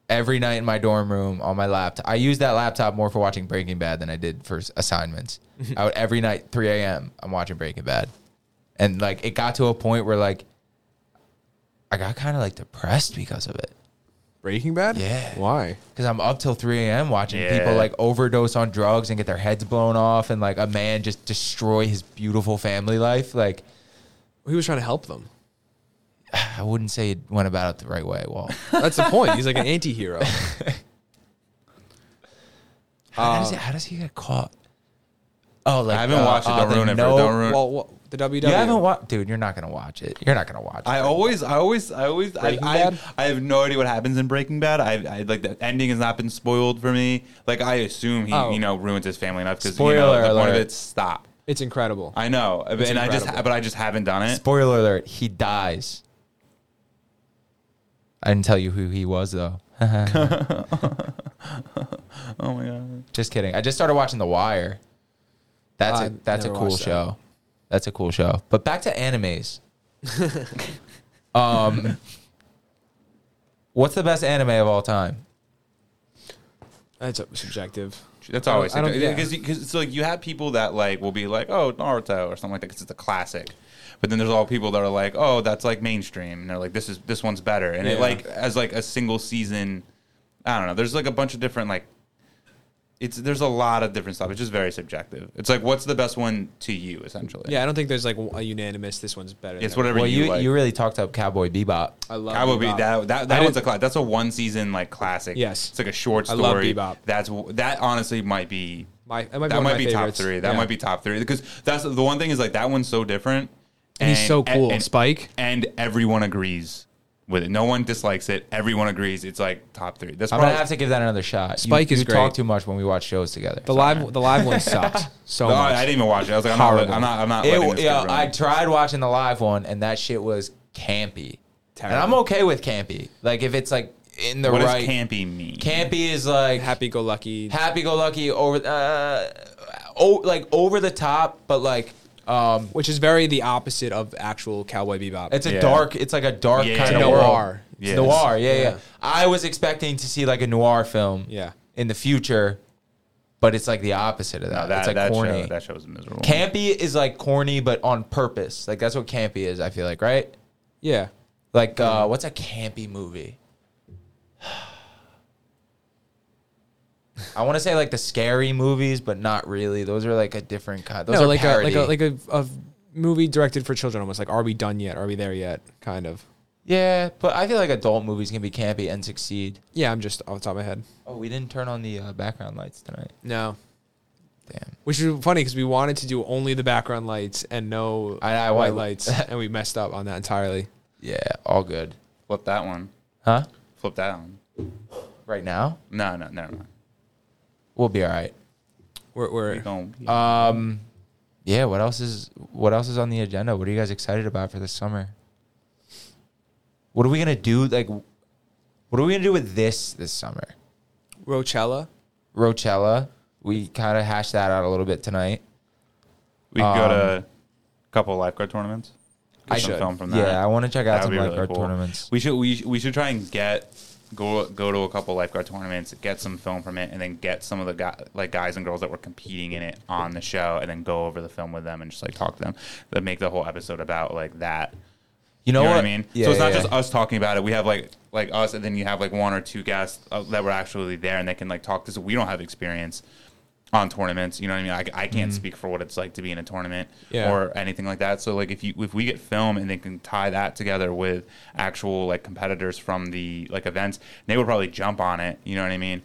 Speaker 1: every night in my dorm room on my laptop. I used that laptop more for watching Breaking Bad than I did for s- assignments. I would every night 3 a.m. I'm watching Breaking Bad, and like it got to a point where like I got kind of like depressed because of it.
Speaker 3: Breaking Bad.
Speaker 1: Yeah.
Speaker 3: Why?
Speaker 1: Because I'm up till 3 a.m. watching
Speaker 5: Yeah.
Speaker 1: people like overdose on drugs and get their heads blown off, and like a man just destroy his beautiful family life. Like,
Speaker 3: He was trying to help them.
Speaker 1: I wouldn't say it went about it the right way. Well,
Speaker 3: That's the point. He's like an anti-hero.
Speaker 1: how, does, it, how does he get caught? Oh, like
Speaker 5: I haven't watched it. Don't
Speaker 1: the
Speaker 5: ruin it for-
Speaker 1: no-
Speaker 5: don't ruin-
Speaker 3: well, what, the E. WWE.
Speaker 1: You haven't watched, dude. You're not gonna watch it. You're not gonna watch.
Speaker 5: I
Speaker 1: it.
Speaker 5: always, I always, I always, I,
Speaker 3: Breaking
Speaker 5: I,
Speaker 3: Bad?
Speaker 5: I have no idea what happens in Breaking Bad. I, I like the ending has not been spoiled for me. Like I assume he,
Speaker 3: Oh.
Speaker 5: you know, ruins his family enough because you know
Speaker 1: Spoiler
Speaker 5: the point of
Speaker 1: alert.
Speaker 5: it stop.
Speaker 3: It's incredible.
Speaker 5: I know, and I just,
Speaker 3: incredible.
Speaker 5: but I just haven't done it.
Speaker 1: Spoiler alert: He dies. I didn't tell you who he was though.
Speaker 5: Oh my god!
Speaker 1: Just kidding. I just started watching The Wire. That's a
Speaker 3: I've
Speaker 1: that's a
Speaker 3: never
Speaker 1: cool
Speaker 3: watched that.
Speaker 1: show. That's a cool show. But back to animes. um, what's the best anime of all time?
Speaker 3: That's subjective.
Speaker 5: That's
Speaker 3: I don't-
Speaker 5: always
Speaker 3: I don't- yeah.
Speaker 5: because because it's like you have people that like will be like, oh Naruto or something like that because it's a classic, but then there's all people that are like, oh that's like mainstream, and they're like this is this one's better, and it
Speaker 3: Yeah.
Speaker 5: like as like a single season, I don't know. There's like a bunch of different like it's there's a lot of different stuff. It's just very subjective. It's like what's the best one to you, essentially.
Speaker 3: Yeah, I don't think there's like a unanimous. This one's better.
Speaker 5: it's
Speaker 3: than that
Speaker 5: whatever
Speaker 1: Well,
Speaker 5: you,
Speaker 1: you
Speaker 5: like.
Speaker 1: you really talked up Cowboy Bebop.
Speaker 3: one. I love.
Speaker 5: I would be
Speaker 3: Bebop.
Speaker 5: that that, that
Speaker 3: I
Speaker 5: one's a
Speaker 3: didn't-
Speaker 5: class. That's a one season like classic.
Speaker 3: Yes.
Speaker 5: it's like a short
Speaker 3: I
Speaker 5: story.
Speaker 3: love Bebop.
Speaker 5: That's w- that honestly might be
Speaker 3: My- that might be one
Speaker 5: that
Speaker 3: of
Speaker 5: might
Speaker 3: my
Speaker 5: be top
Speaker 3: favorites.
Speaker 5: three. That
Speaker 3: Yeah.
Speaker 5: might be top three because that's the one thing is like that one's so different.
Speaker 3: And he's so cool, Spike.
Speaker 5: and everyone agrees with it. No one dislikes it. Everyone agrees. It's like top three. That's
Speaker 1: I'm
Speaker 5: probably
Speaker 1: gonna have to give that another shot.
Speaker 3: Spike
Speaker 1: you,
Speaker 3: is
Speaker 1: you talk
Speaker 3: great.
Speaker 1: too much when we watch shows together.
Speaker 3: The live the live one sucked so
Speaker 5: No, I, I
Speaker 3: much.
Speaker 5: didn't even watch it. I was like, I'm
Speaker 3: Horrible.
Speaker 5: not, I'm not. I'm not. letting
Speaker 1: It,
Speaker 5: this
Speaker 1: yeah,
Speaker 5: go,
Speaker 1: I
Speaker 5: right?
Speaker 1: tried watching the live one, and that shit was campy. And
Speaker 3: Terrible.
Speaker 1: I'm okay with campy. Like if it's like in the
Speaker 5: What
Speaker 1: right.
Speaker 5: does campy mean?
Speaker 1: campy is like
Speaker 3: Happy go lucky.
Speaker 1: happy go lucky over uh, oh like over the top, but like um,
Speaker 3: which is very the opposite of actual cowboy bebop.
Speaker 1: it's a
Speaker 5: Yeah.
Speaker 1: dark. It's like a dark
Speaker 5: Yeah.
Speaker 1: kind
Speaker 5: It's
Speaker 1: of
Speaker 5: noir.
Speaker 1: world. It's
Speaker 5: Yes.
Speaker 1: Noir, yeah, yeah,
Speaker 3: Yeah.
Speaker 1: I was expecting to see like a noir film,
Speaker 3: Yeah.
Speaker 1: in the future, but it's like the opposite of that.
Speaker 5: No, that
Speaker 1: it's like
Speaker 5: that
Speaker 1: corny.
Speaker 5: show that show was miserable.
Speaker 1: Campy is like corny, but on purpose. Like that's what campy is. I feel like right.
Speaker 3: yeah.
Speaker 1: Like uh,
Speaker 3: Mm-hmm.
Speaker 1: what's a campy movie? I want to say like the scary movies, but not really. Those are like a different kind. Those
Speaker 3: No,
Speaker 1: are
Speaker 3: like a, like a
Speaker 1: parody.
Speaker 3: like a, a movie directed for children almost like are we done yet? Are we there yet? Kind of.
Speaker 1: yeah, but I feel like adult movies can be campy and succeed.
Speaker 3: Yeah, I'm just off the top of my head.
Speaker 1: Oh, we didn't turn on the uh, background lights tonight.
Speaker 3: No.
Speaker 1: Damn.
Speaker 3: Which is funny because we wanted to do only the background lights and no
Speaker 1: I- I- why-
Speaker 3: white lights, and we messed up on that entirely.
Speaker 1: Yeah, all good.
Speaker 5: Flip that one.
Speaker 1: Huh?
Speaker 5: Flip that one.
Speaker 1: Right now,
Speaker 5: No, no, never mind.
Speaker 1: we'll be all right.
Speaker 3: We're, we're
Speaker 5: Don't.
Speaker 1: Um, yeah. What else is What else is on the agenda? What are you guys excited about for this summer? What are we gonna do? Like, what are we gonna do with this this summer?
Speaker 3: Rochella.
Speaker 1: Rochella. We kind of hashed that out a little bit tonight.
Speaker 5: we could go
Speaker 1: um,
Speaker 5: to a couple lifeguard tournaments. Get
Speaker 1: I
Speaker 5: some
Speaker 1: should.
Speaker 5: film from that.
Speaker 1: Yeah, Uh, I want to check out
Speaker 5: That would
Speaker 1: some
Speaker 5: be really
Speaker 1: lifeguard
Speaker 5: cool.
Speaker 1: tournaments.
Speaker 5: We should we, sh- we should try and get go go to a couple lifeguard tournaments, get some film from it, and then get some of the guy, like guys and girls that were competing in it on the show, and then go over the film with them and just like talk to them. Then make the whole episode about like that.
Speaker 1: You know,
Speaker 5: You know
Speaker 1: what?
Speaker 5: what, I mean?
Speaker 1: Yeah,
Speaker 5: so it's not
Speaker 1: yeah,
Speaker 5: just
Speaker 1: yeah.
Speaker 5: us talking about it. We have like like us, and then you have like one or two guests uh, that were actually there, and they can like talk. Because we don't have experience on tournaments. You know what I mean? I, I
Speaker 1: Mm-hmm.
Speaker 5: can't speak for what it's like to be in a tournament
Speaker 3: Yeah.
Speaker 5: or anything like that. So like if you if we get film and they can tie that together with actual like competitors from the like events, they would probably jump on it. You know what I mean?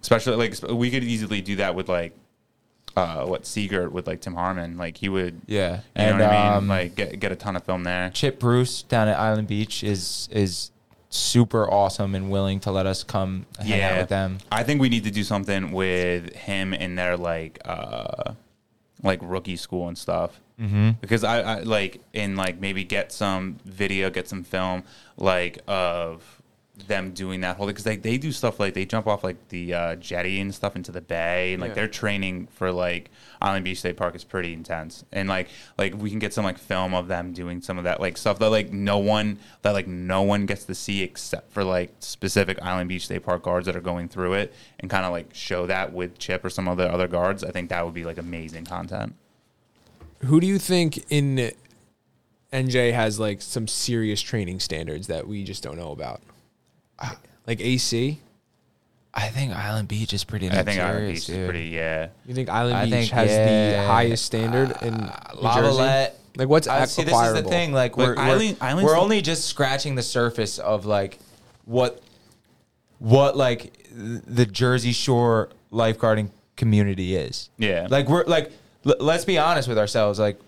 Speaker 5: Especially like sp- we could easily do that with like uh what Seagirt with like Tim Harmon. Like he would
Speaker 1: Yeah.
Speaker 5: You
Speaker 1: And,
Speaker 5: know what I
Speaker 1: um,
Speaker 5: mean? Like get get a ton of film there.
Speaker 1: Chip Bruce down at Island Beach is is super awesome and willing to let us come hang out with them.
Speaker 5: I think we need to do something with him in their like uh like rookie school and stuff. Mm-hmm. Because I, I like in like maybe get some video, get some film like of them doing that whole because they, they do stuff like they jump off like the uh, jetty and stuff into the bay and like
Speaker 3: Yeah.
Speaker 5: their training for like Island Beach State Park is pretty intense and like like we can get some like film of them doing some of that like stuff that like no one that like no one gets to see except for like specific Island Beach State Park guards that are going through it and kind of like show that with Chip or some of the other guards. I think that would be like amazing content.
Speaker 3: Who do you think in NJ has like some serious training standards that we just don't know about?
Speaker 1: Uh,
Speaker 3: Like AC?
Speaker 1: I think Island Beach is pretty.
Speaker 5: I think Island Beach
Speaker 1: dude.
Speaker 5: is pretty yeah.
Speaker 3: You think Island
Speaker 1: I
Speaker 3: Beach
Speaker 1: think,
Speaker 3: has
Speaker 1: yeah,
Speaker 3: the highest standard in New
Speaker 1: Lavalette.
Speaker 3: Jersey? Like what's
Speaker 1: I-
Speaker 3: ac-
Speaker 1: see, this is
Speaker 3: acquirable?
Speaker 1: the thing. Like
Speaker 5: But
Speaker 1: we're
Speaker 5: Island-
Speaker 1: we're,
Speaker 5: Island's
Speaker 1: we're
Speaker 5: the-
Speaker 1: only just scratching the surface of like what what like th- the Jersey Shore lifeguarding community is.
Speaker 5: Yeah.
Speaker 1: Like we're like l- let's be honest with ourselves. Like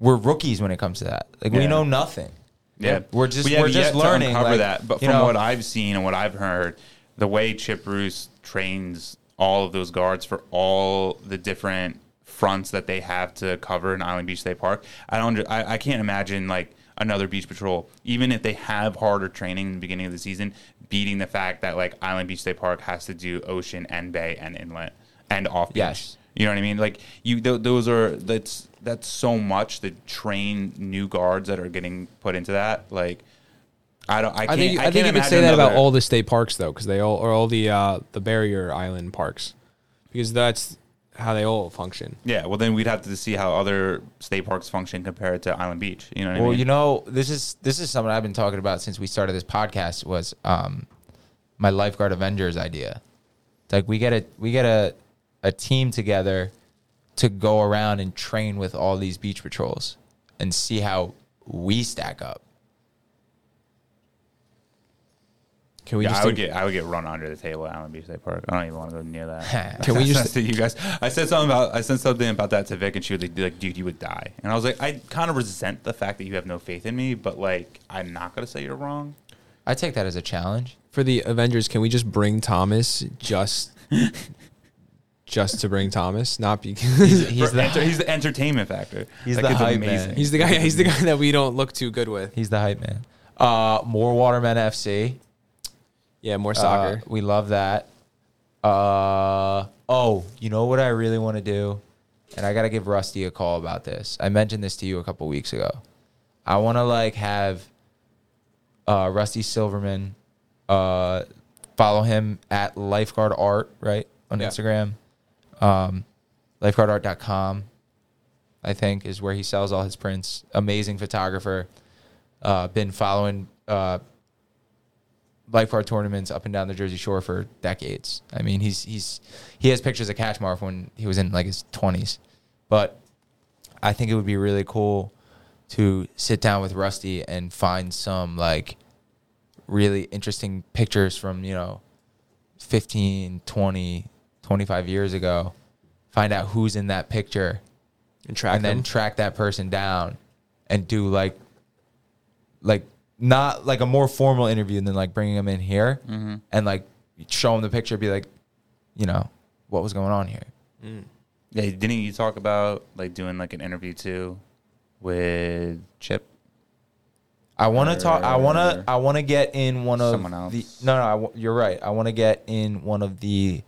Speaker 1: we're rookies when it comes to that. Like we
Speaker 5: Yeah.
Speaker 1: know nothing.
Speaker 5: Yeah,
Speaker 1: We're just
Speaker 5: have
Speaker 1: we're
Speaker 5: yet
Speaker 1: just
Speaker 5: to
Speaker 1: learning.
Speaker 5: uncover
Speaker 1: like,
Speaker 5: that. But
Speaker 1: you
Speaker 5: from
Speaker 1: know,
Speaker 5: what I've seen and what I've heard, the way Chip Roos trains all of those guards for all the different fronts that they have to cover in Island Beach State Park, I don't, I, I can't imagine like another beach patrol, even if they have harder training in the beginning of the season, beating the fact that like Island Beach State Park has to do ocean and bay and inlet and off beach.
Speaker 1: Yes.
Speaker 5: You know what I mean? Like you, th- those are that's that's so much to train new guards that are getting put into that. Like I don't, I can't.
Speaker 3: I think you- I,
Speaker 5: can't
Speaker 3: think you could
Speaker 5: imagine
Speaker 3: say that about
Speaker 5: another-
Speaker 3: all the state parks though, because they all or all the uh, the barrier island parks, because that's how they all function.
Speaker 5: Yeah, well, then we'd have to see how other state parks function compared to Island Beach. You know what I
Speaker 1: well,
Speaker 5: mean?
Speaker 1: you know, this is this is something I've been talking about since we started this podcast was um my lifeguard Avengers idea. It's like we get a we get a a team together to go around and train with all these beach patrols and see how we stack up.
Speaker 3: Can we
Speaker 5: Yeah,
Speaker 3: just
Speaker 5: I would
Speaker 3: do-
Speaker 5: get I would get run under the table at Allen Beach State Park. I don't even want to go near that.
Speaker 1: Can
Speaker 3: we just-
Speaker 5: to you guys? I said something about I said something about that to Vic, and she was like, like, "Dude, you would die." And I was like, I kind of resent the fact that you have no faith in me, but like, I'm not gonna say you're wrong.
Speaker 1: I take that as a challenge.
Speaker 3: for the Avengers? Can we just bring Thomas just just to bring Thomas? Not because
Speaker 1: He's
Speaker 5: For
Speaker 1: the
Speaker 5: enter- he's the entertainment factor.
Speaker 1: He's
Speaker 5: That
Speaker 1: the
Speaker 5: kid's
Speaker 1: hype man.
Speaker 3: he's the guy. He's the guy that we don't look too good with.
Speaker 1: he's the hype man. Uh, more Waterman FC.
Speaker 3: Yeah, more
Speaker 1: Uh,
Speaker 3: soccer.
Speaker 1: we love that. Uh, oh, you know what I really want to do? And I got to give Rusty a call about this. I mentioned this to you a couple weeks ago. I want to like have uh, Rusty Silverman uh, follow him at lifeguard art, right? On
Speaker 3: Yeah.
Speaker 1: Instagram. Um, lifeguardart.com, I think, is where he sells all his prints. Amazing photographer. Uh, been following uh, lifeguard tournaments up and down the Jersey Shore for decades. I mean, he's he's he has pictures of Kachmar from when he was in like his twenties, but I think it would be really cool to sit down with Rusty and find some like really interesting pictures from you know 15 20 25 years ago find out who's in that picture
Speaker 3: and track
Speaker 1: and then
Speaker 3: them.
Speaker 1: track that person down and do like like not like a more formal interview than like bringing them in here
Speaker 5: Mm-hmm.
Speaker 1: and like show them the picture be like you know what was going on here
Speaker 5: Yeah, didn't you talk about like doing like an interview too with Chip?
Speaker 1: i want to talk i want
Speaker 5: Or-
Speaker 1: to i want to get in one of
Speaker 5: Someone else.
Speaker 1: the no no I w- you're right i want to get in one of the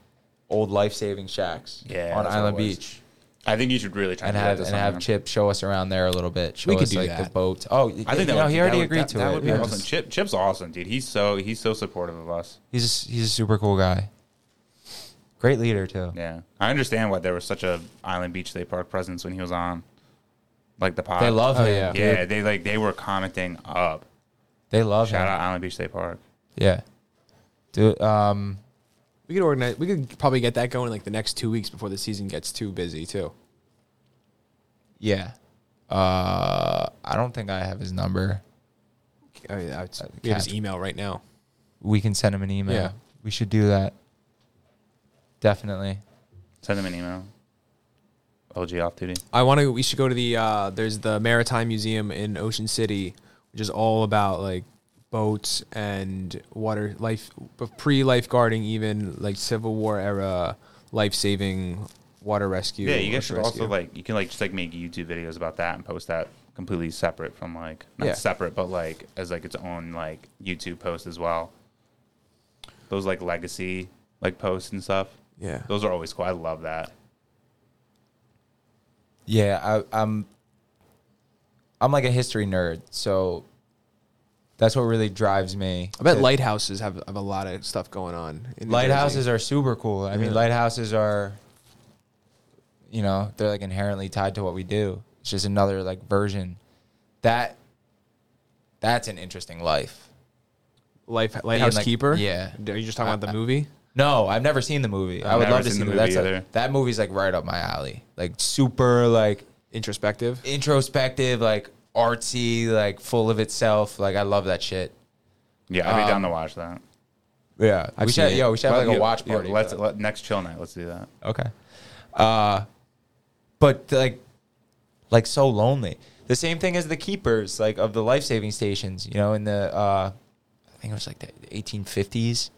Speaker 1: old life-saving shacks
Speaker 5: Yeah,
Speaker 1: on
Speaker 5: that's what it
Speaker 1: island
Speaker 5: was.
Speaker 1: beach
Speaker 5: I think you should really try
Speaker 1: and
Speaker 5: to do
Speaker 1: have
Speaker 5: that this
Speaker 1: and have
Speaker 5: summer.
Speaker 1: Chip show us around there a little bit. Show
Speaker 3: We could
Speaker 1: us
Speaker 3: do
Speaker 1: like the
Speaker 3: that.
Speaker 1: boat. Oh,
Speaker 5: I think that
Speaker 1: no,
Speaker 5: would,
Speaker 1: he
Speaker 5: that
Speaker 1: already
Speaker 5: would-
Speaker 1: agreed
Speaker 5: that,
Speaker 1: to
Speaker 5: that
Speaker 1: it.
Speaker 5: would be
Speaker 1: Yeah.
Speaker 5: awesome. Chip Chip's awesome, dude. He's so he's so supportive of us.
Speaker 1: He's a, s- he's a super cool guy. Great leader too.
Speaker 5: Yeah, I understand why there was such a Island Beach State Park presence when he was on, like the pod.
Speaker 1: They love
Speaker 3: Oh,
Speaker 1: him.
Speaker 3: yeah.
Speaker 1: Yeah,
Speaker 5: Yeah, they like they were commenting up.
Speaker 1: they love
Speaker 5: Shout
Speaker 1: him.
Speaker 5: out Island Beach State Park.
Speaker 1: Yeah. Do um
Speaker 3: we could organize. We could probably get that going like the next two weeks before the season gets too busy too.
Speaker 1: yeah. Uh I don't think I have his number.
Speaker 3: I mean, I would- Uh, we have his email right now.
Speaker 1: We can send him an email.
Speaker 3: Yeah.
Speaker 1: We should do that. Definitely.
Speaker 5: Send them an email. OG off duty.
Speaker 3: I want to. We should go to the. Uh, there's the Maritime Museum in Ocean City, which is all about like boats and water life, pre lifeguarding, even like Civil War era life saving water rescue.
Speaker 5: Yeah, you guys
Speaker 3: ocean
Speaker 5: should also
Speaker 3: rescue.
Speaker 5: like you can like just like make YouTube videos about that and post that completely separate from like not
Speaker 3: Yeah.
Speaker 5: separate but like as like its own like YouTube post as well. Those like legacy like posts and stuff.
Speaker 3: Yeah.
Speaker 5: Those are always cool. I love that.
Speaker 1: Yeah, I, I'm. I'm like a history nerd, so that's what really drives me.
Speaker 3: I bet
Speaker 1: to-
Speaker 3: lighthouses have, have a lot of stuff going on. In New
Speaker 1: lighthouses
Speaker 3: Jersey.
Speaker 1: are super cool. I mean,
Speaker 3: Yeah.
Speaker 1: lighthouses are, you know, they're like inherently tied to what we do. It's just another like version. That that's an interesting life.
Speaker 3: life lighthouse
Speaker 1: like-
Speaker 3: keeper.
Speaker 1: yeah.
Speaker 3: are you just talking
Speaker 5: Uh,
Speaker 3: about
Speaker 1: I-
Speaker 3: the movie?
Speaker 1: No, I've never seen the movie. i
Speaker 5: I've
Speaker 1: would
Speaker 5: never
Speaker 1: love to see
Speaker 5: seen the
Speaker 1: the
Speaker 5: movie
Speaker 1: movie. That's a-
Speaker 5: either.
Speaker 1: that movie's like right up my alley. Like super like
Speaker 3: Introspective.
Speaker 1: introspective, like artsy, like full of itself. Like I love that shit.
Speaker 5: Yeah, I'd be down to watch that.
Speaker 1: Yeah, we
Speaker 3: I've
Speaker 1: should.
Speaker 3: seen
Speaker 1: Yo,
Speaker 3: it.
Speaker 1: we should have like
Speaker 5: Well, yeah,
Speaker 1: a Um, watch
Speaker 5: yeah,
Speaker 1: party.
Speaker 5: let's
Speaker 1: for that.
Speaker 5: let, next chill night. Let's do that.
Speaker 1: Okay. Uh but like like so lonely. The same thing as the keepers like of the life saving stations, you know, in the uh I think it was like the 1850s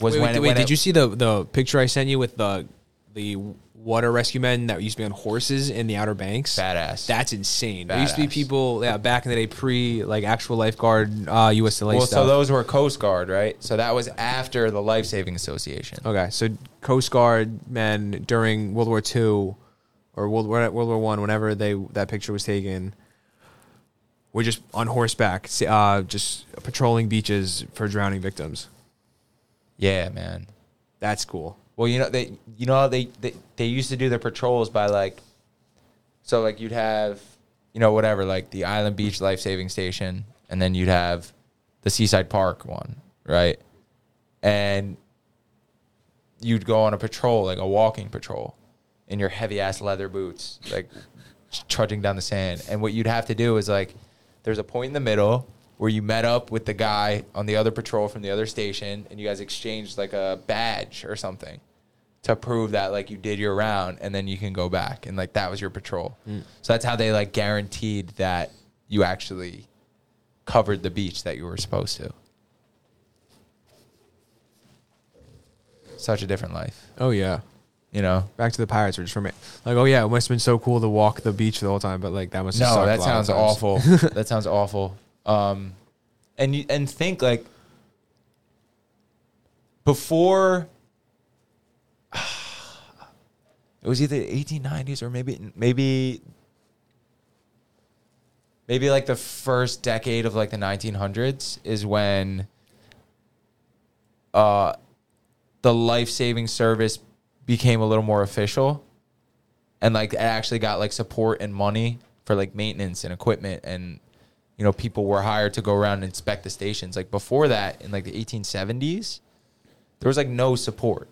Speaker 1: was
Speaker 3: Wait,
Speaker 1: when,
Speaker 3: wait,
Speaker 1: it,
Speaker 3: wait,
Speaker 1: when
Speaker 3: did
Speaker 1: it-
Speaker 3: you see the the picture I sent you with the the water rescue men that used to be on horses in the Outer Banks?
Speaker 1: Badass.
Speaker 3: That's insane. There used to be
Speaker 1: Badass.
Speaker 3: people yeah, back in the day, pre like actual lifeguard uh, USLA
Speaker 1: well,
Speaker 3: stuff.
Speaker 1: so those were Coast Guard, right? So that was after the Life Saving Association.
Speaker 3: okay, so Coast Guard men during World War II or World War World War One, whenever they that picture was taken, were just on horseback, sa- uh, just patrolling beaches for drowning victims.
Speaker 1: Yeah, man.
Speaker 3: That's cool.
Speaker 1: Well, you know they you know how they, they they used to do their patrols by like so like you'd have you know whatever like the Island Beach life saving station and then you'd have the Seaside Park one, right? And you'd go on a patrol, like a walking patrol, in your heavy ass leather boots, like trudging down the sand. And what you'd have to do is like, there's a point in the middle where you met up with the guy on the other patrol from the other station, and you guys exchanged like a badge or something to prove that like you did your round, and then you can go back and like that was your patrol. So that's how they like guaranteed that you actually covered the beach that you were supposed to. Such a different life,
Speaker 3: Oh yeah.
Speaker 1: you know.
Speaker 3: Back to the Pirates, which from it, like, oh yeah, it must have been so cool to walk the beach the whole time, but like that must. have
Speaker 1: No,
Speaker 3: sucked a
Speaker 1: that
Speaker 3: lot
Speaker 1: sounds
Speaker 3: of times.
Speaker 1: awful. that sounds awful. Um, and you, and think like before it was either 1890s or maybe maybe maybe like the first decade of like the 1900s is when uh the life-saving service became a little more official and like it actually got like support and money for like maintenance and equipment and you know people were hired to go around and inspect the stations like before that in like the 1870s there was like no support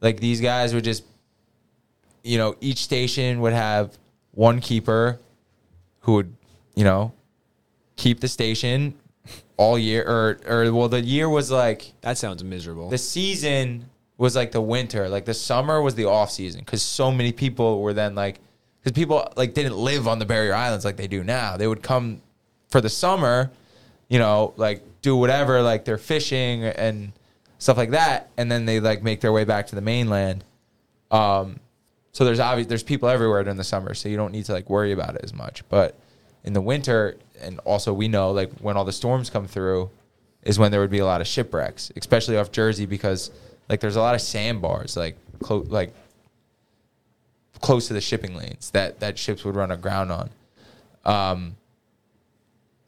Speaker 1: like these guys would just you know each station would have one keeper who would you know keep the station all year or or well the year was like
Speaker 3: That sounds miserable.
Speaker 1: the season was like the winter like the summer was the off season because so many people were then like because people like didn't live on the barrier islands like they do now they would come for the summer you know like do whatever like they're fishing and stuff like that and then they like make their way back to the mainland um so there's obvious there's people everywhere during the summer so you don't need to like worry about it as much but in the winter and also we know like when all the storms come through is when there would be a lot of shipwrecks, especially off Jersey, because like there's a lot of sandbars like close like close to the shipping lanes that that ships would run aground on. Um,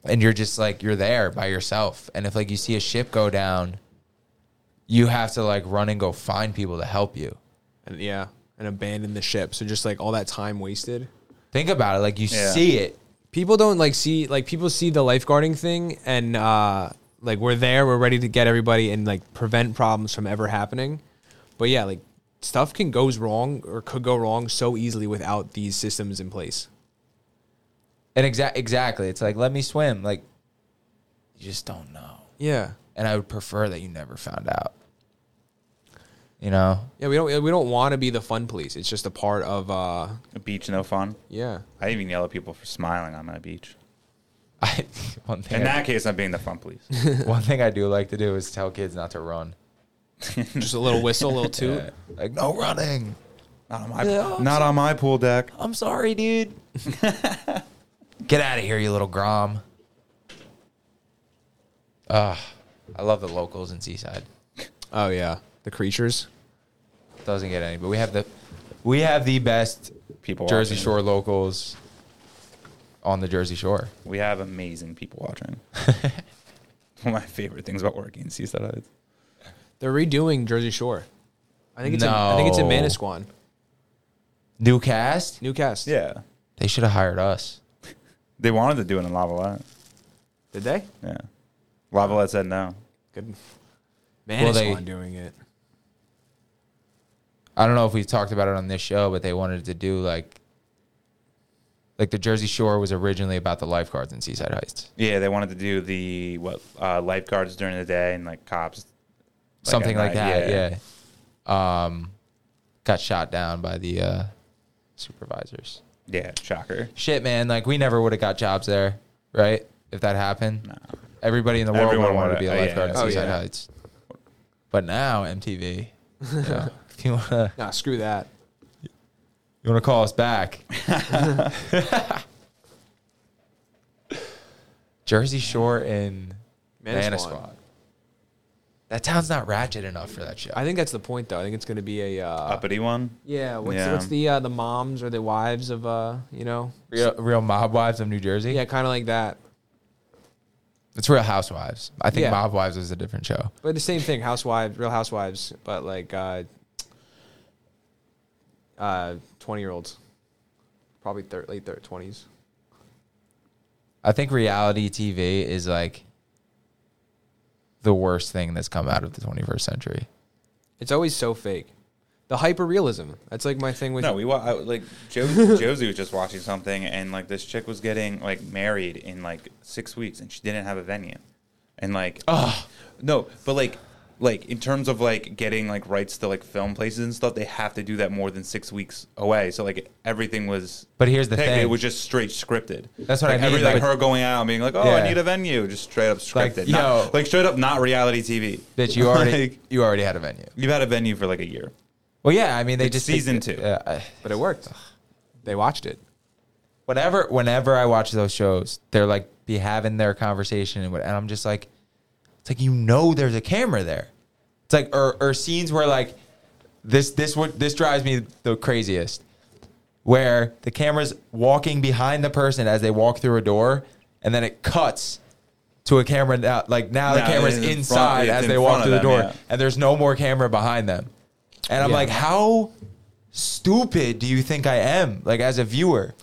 Speaker 1: and you're just like you're there by yourself, and if like you see a ship go down, you have to like run and go find people to help you.
Speaker 3: and, yeah, and abandon the ship. So just like all that time wasted.
Speaker 1: Think about it, like you
Speaker 5: Yeah.
Speaker 1: see it.
Speaker 3: people don't like see like people see the lifeguarding thing and uh like we're there we're ready to get everybody and like prevent problems from ever happening but yeah like stuff can goes wrong or could go wrong so easily without these systems in place
Speaker 1: And exact exactly, it's like let me swim. Like you just don't know,
Speaker 3: yeah
Speaker 1: and I would prefer that you never found out. You know,
Speaker 3: yeah we don't we don't want to be the fun police it's just a part of uh
Speaker 5: A beach, no fun.
Speaker 3: yeah
Speaker 5: I even yell at people for smiling on my beach.
Speaker 1: I one thing
Speaker 5: In
Speaker 1: I,
Speaker 5: that case, I'm being the fun police.
Speaker 1: one thing I do like to do is tell kids not to run.
Speaker 3: just a little whistle a little toot
Speaker 1: Yeah. Like no running.
Speaker 5: not, on my, not on my pool deck.
Speaker 1: I'm sorry, dude. Get out of here, you little grom. Ah, I love the locals in Seaside.
Speaker 3: oh yeah the creatures
Speaker 1: Doesn't get any, but we have the we have the best
Speaker 5: People
Speaker 1: Jersey
Speaker 5: watching.
Speaker 1: Shore locals on the Jersey Shore.
Speaker 5: We have amazing people watching. One of my favorite things about working in Seaside Heights.
Speaker 3: they're redoing jersey shore i think it's in, i think it's in
Speaker 1: No.
Speaker 3: manasquan
Speaker 1: New cast?
Speaker 3: new cast
Speaker 5: Yeah.
Speaker 1: They should have hired us.
Speaker 5: They wanted to do it in Lavalette.
Speaker 3: did they
Speaker 5: Yeah. Lavalette said no.
Speaker 3: good manasquan
Speaker 1: Well, they-
Speaker 3: doing it
Speaker 1: I don't know if we've talked about it on this show, but they wanted to do like like the Jersey Shore was originally about the lifeguards in Seaside Heights.
Speaker 5: Yeah, they wanted to do the what uh, lifeguards during the day and like cops. at
Speaker 1: Something like
Speaker 5: night,
Speaker 1: that, yeah. Um got shot down by the uh supervisors.
Speaker 5: yeah. shocker.
Speaker 1: Shit, man, like we never would have got jobs there, right? If that happened. Everybody in the world
Speaker 5: Everyone
Speaker 1: would want to
Speaker 5: would've-
Speaker 1: be a
Speaker 5: oh, yeah.
Speaker 1: lifeguard in
Speaker 5: Oh,
Speaker 1: Seaside
Speaker 3: yeah.
Speaker 1: Heights. But now MTV. you know, if you wanna
Speaker 3: nah screw that
Speaker 1: you wanna call us back. Jersey Shore in Manasquan. That town's not ratchet enough for that show.
Speaker 3: I think that's the point, though. I think it's going to be a uh,
Speaker 5: Uppity one.
Speaker 3: yeah. What's,
Speaker 5: Yeah.
Speaker 3: what's the uh, the moms or the wives of uh you know
Speaker 1: real, real mob wives of New Jersey.
Speaker 3: yeah kind of like that,
Speaker 1: It's Real Housewives. I think
Speaker 3: Yeah.
Speaker 1: Mob Wives is a different show.
Speaker 3: but the same thing. Housewives, Real Housewives, but like uh uh twenty year olds, probably thir- late thir- twenties.
Speaker 1: I think reality TV is like the worst thing that's come out of the 21st century.
Speaker 3: It's always so fake. The hyper realism. That's like my thing with
Speaker 5: No, we wa- I, like Josie, Josie was just watching something, and like this chick was getting like married in like six weeks, and she didn't have a venue, and like no, but like like in terms of like getting like rights to like film places and stuff, they have to do that more than six weeks away. So like everything was.
Speaker 1: But here's the
Speaker 5: picked.
Speaker 1: thing.
Speaker 5: it was just straight scripted.
Speaker 1: That's what I
Speaker 5: Like,
Speaker 1: mean,
Speaker 5: Every, like
Speaker 1: like-
Speaker 5: her going out and being like, "Oh,
Speaker 1: Yeah.
Speaker 5: I need a venue," just straight up
Speaker 1: Like,
Speaker 5: scripted. Not-
Speaker 1: yo.
Speaker 5: like straight up, not reality TV.
Speaker 1: Bitch, you already
Speaker 5: Like,
Speaker 1: you already had a venue.
Speaker 5: you've had a venue for like a year.
Speaker 1: Well, yeah, I mean they
Speaker 5: It's
Speaker 1: just
Speaker 5: season two.
Speaker 1: Yeah, I-
Speaker 3: but it worked. They watched it.
Speaker 1: whenever whenever I watch those shows, they're like be having their conversation and what, and I'm just like, it's like you know there's a camera there. It's like or or scenes where like this this what this drives me the craziest, where the camera's walking behind the person as they walk through a door, and then it cuts. To a camera now, like now the
Speaker 5: Now
Speaker 1: camera's
Speaker 5: it's in front-
Speaker 1: inside
Speaker 5: it's
Speaker 1: as
Speaker 5: in
Speaker 1: they walk
Speaker 5: front
Speaker 1: through the
Speaker 5: of
Speaker 1: door,
Speaker 5: them, yeah.
Speaker 1: and there's no more camera behind them. And I'm
Speaker 3: Yeah.
Speaker 1: like, how stupid do you think I am, like as a viewer?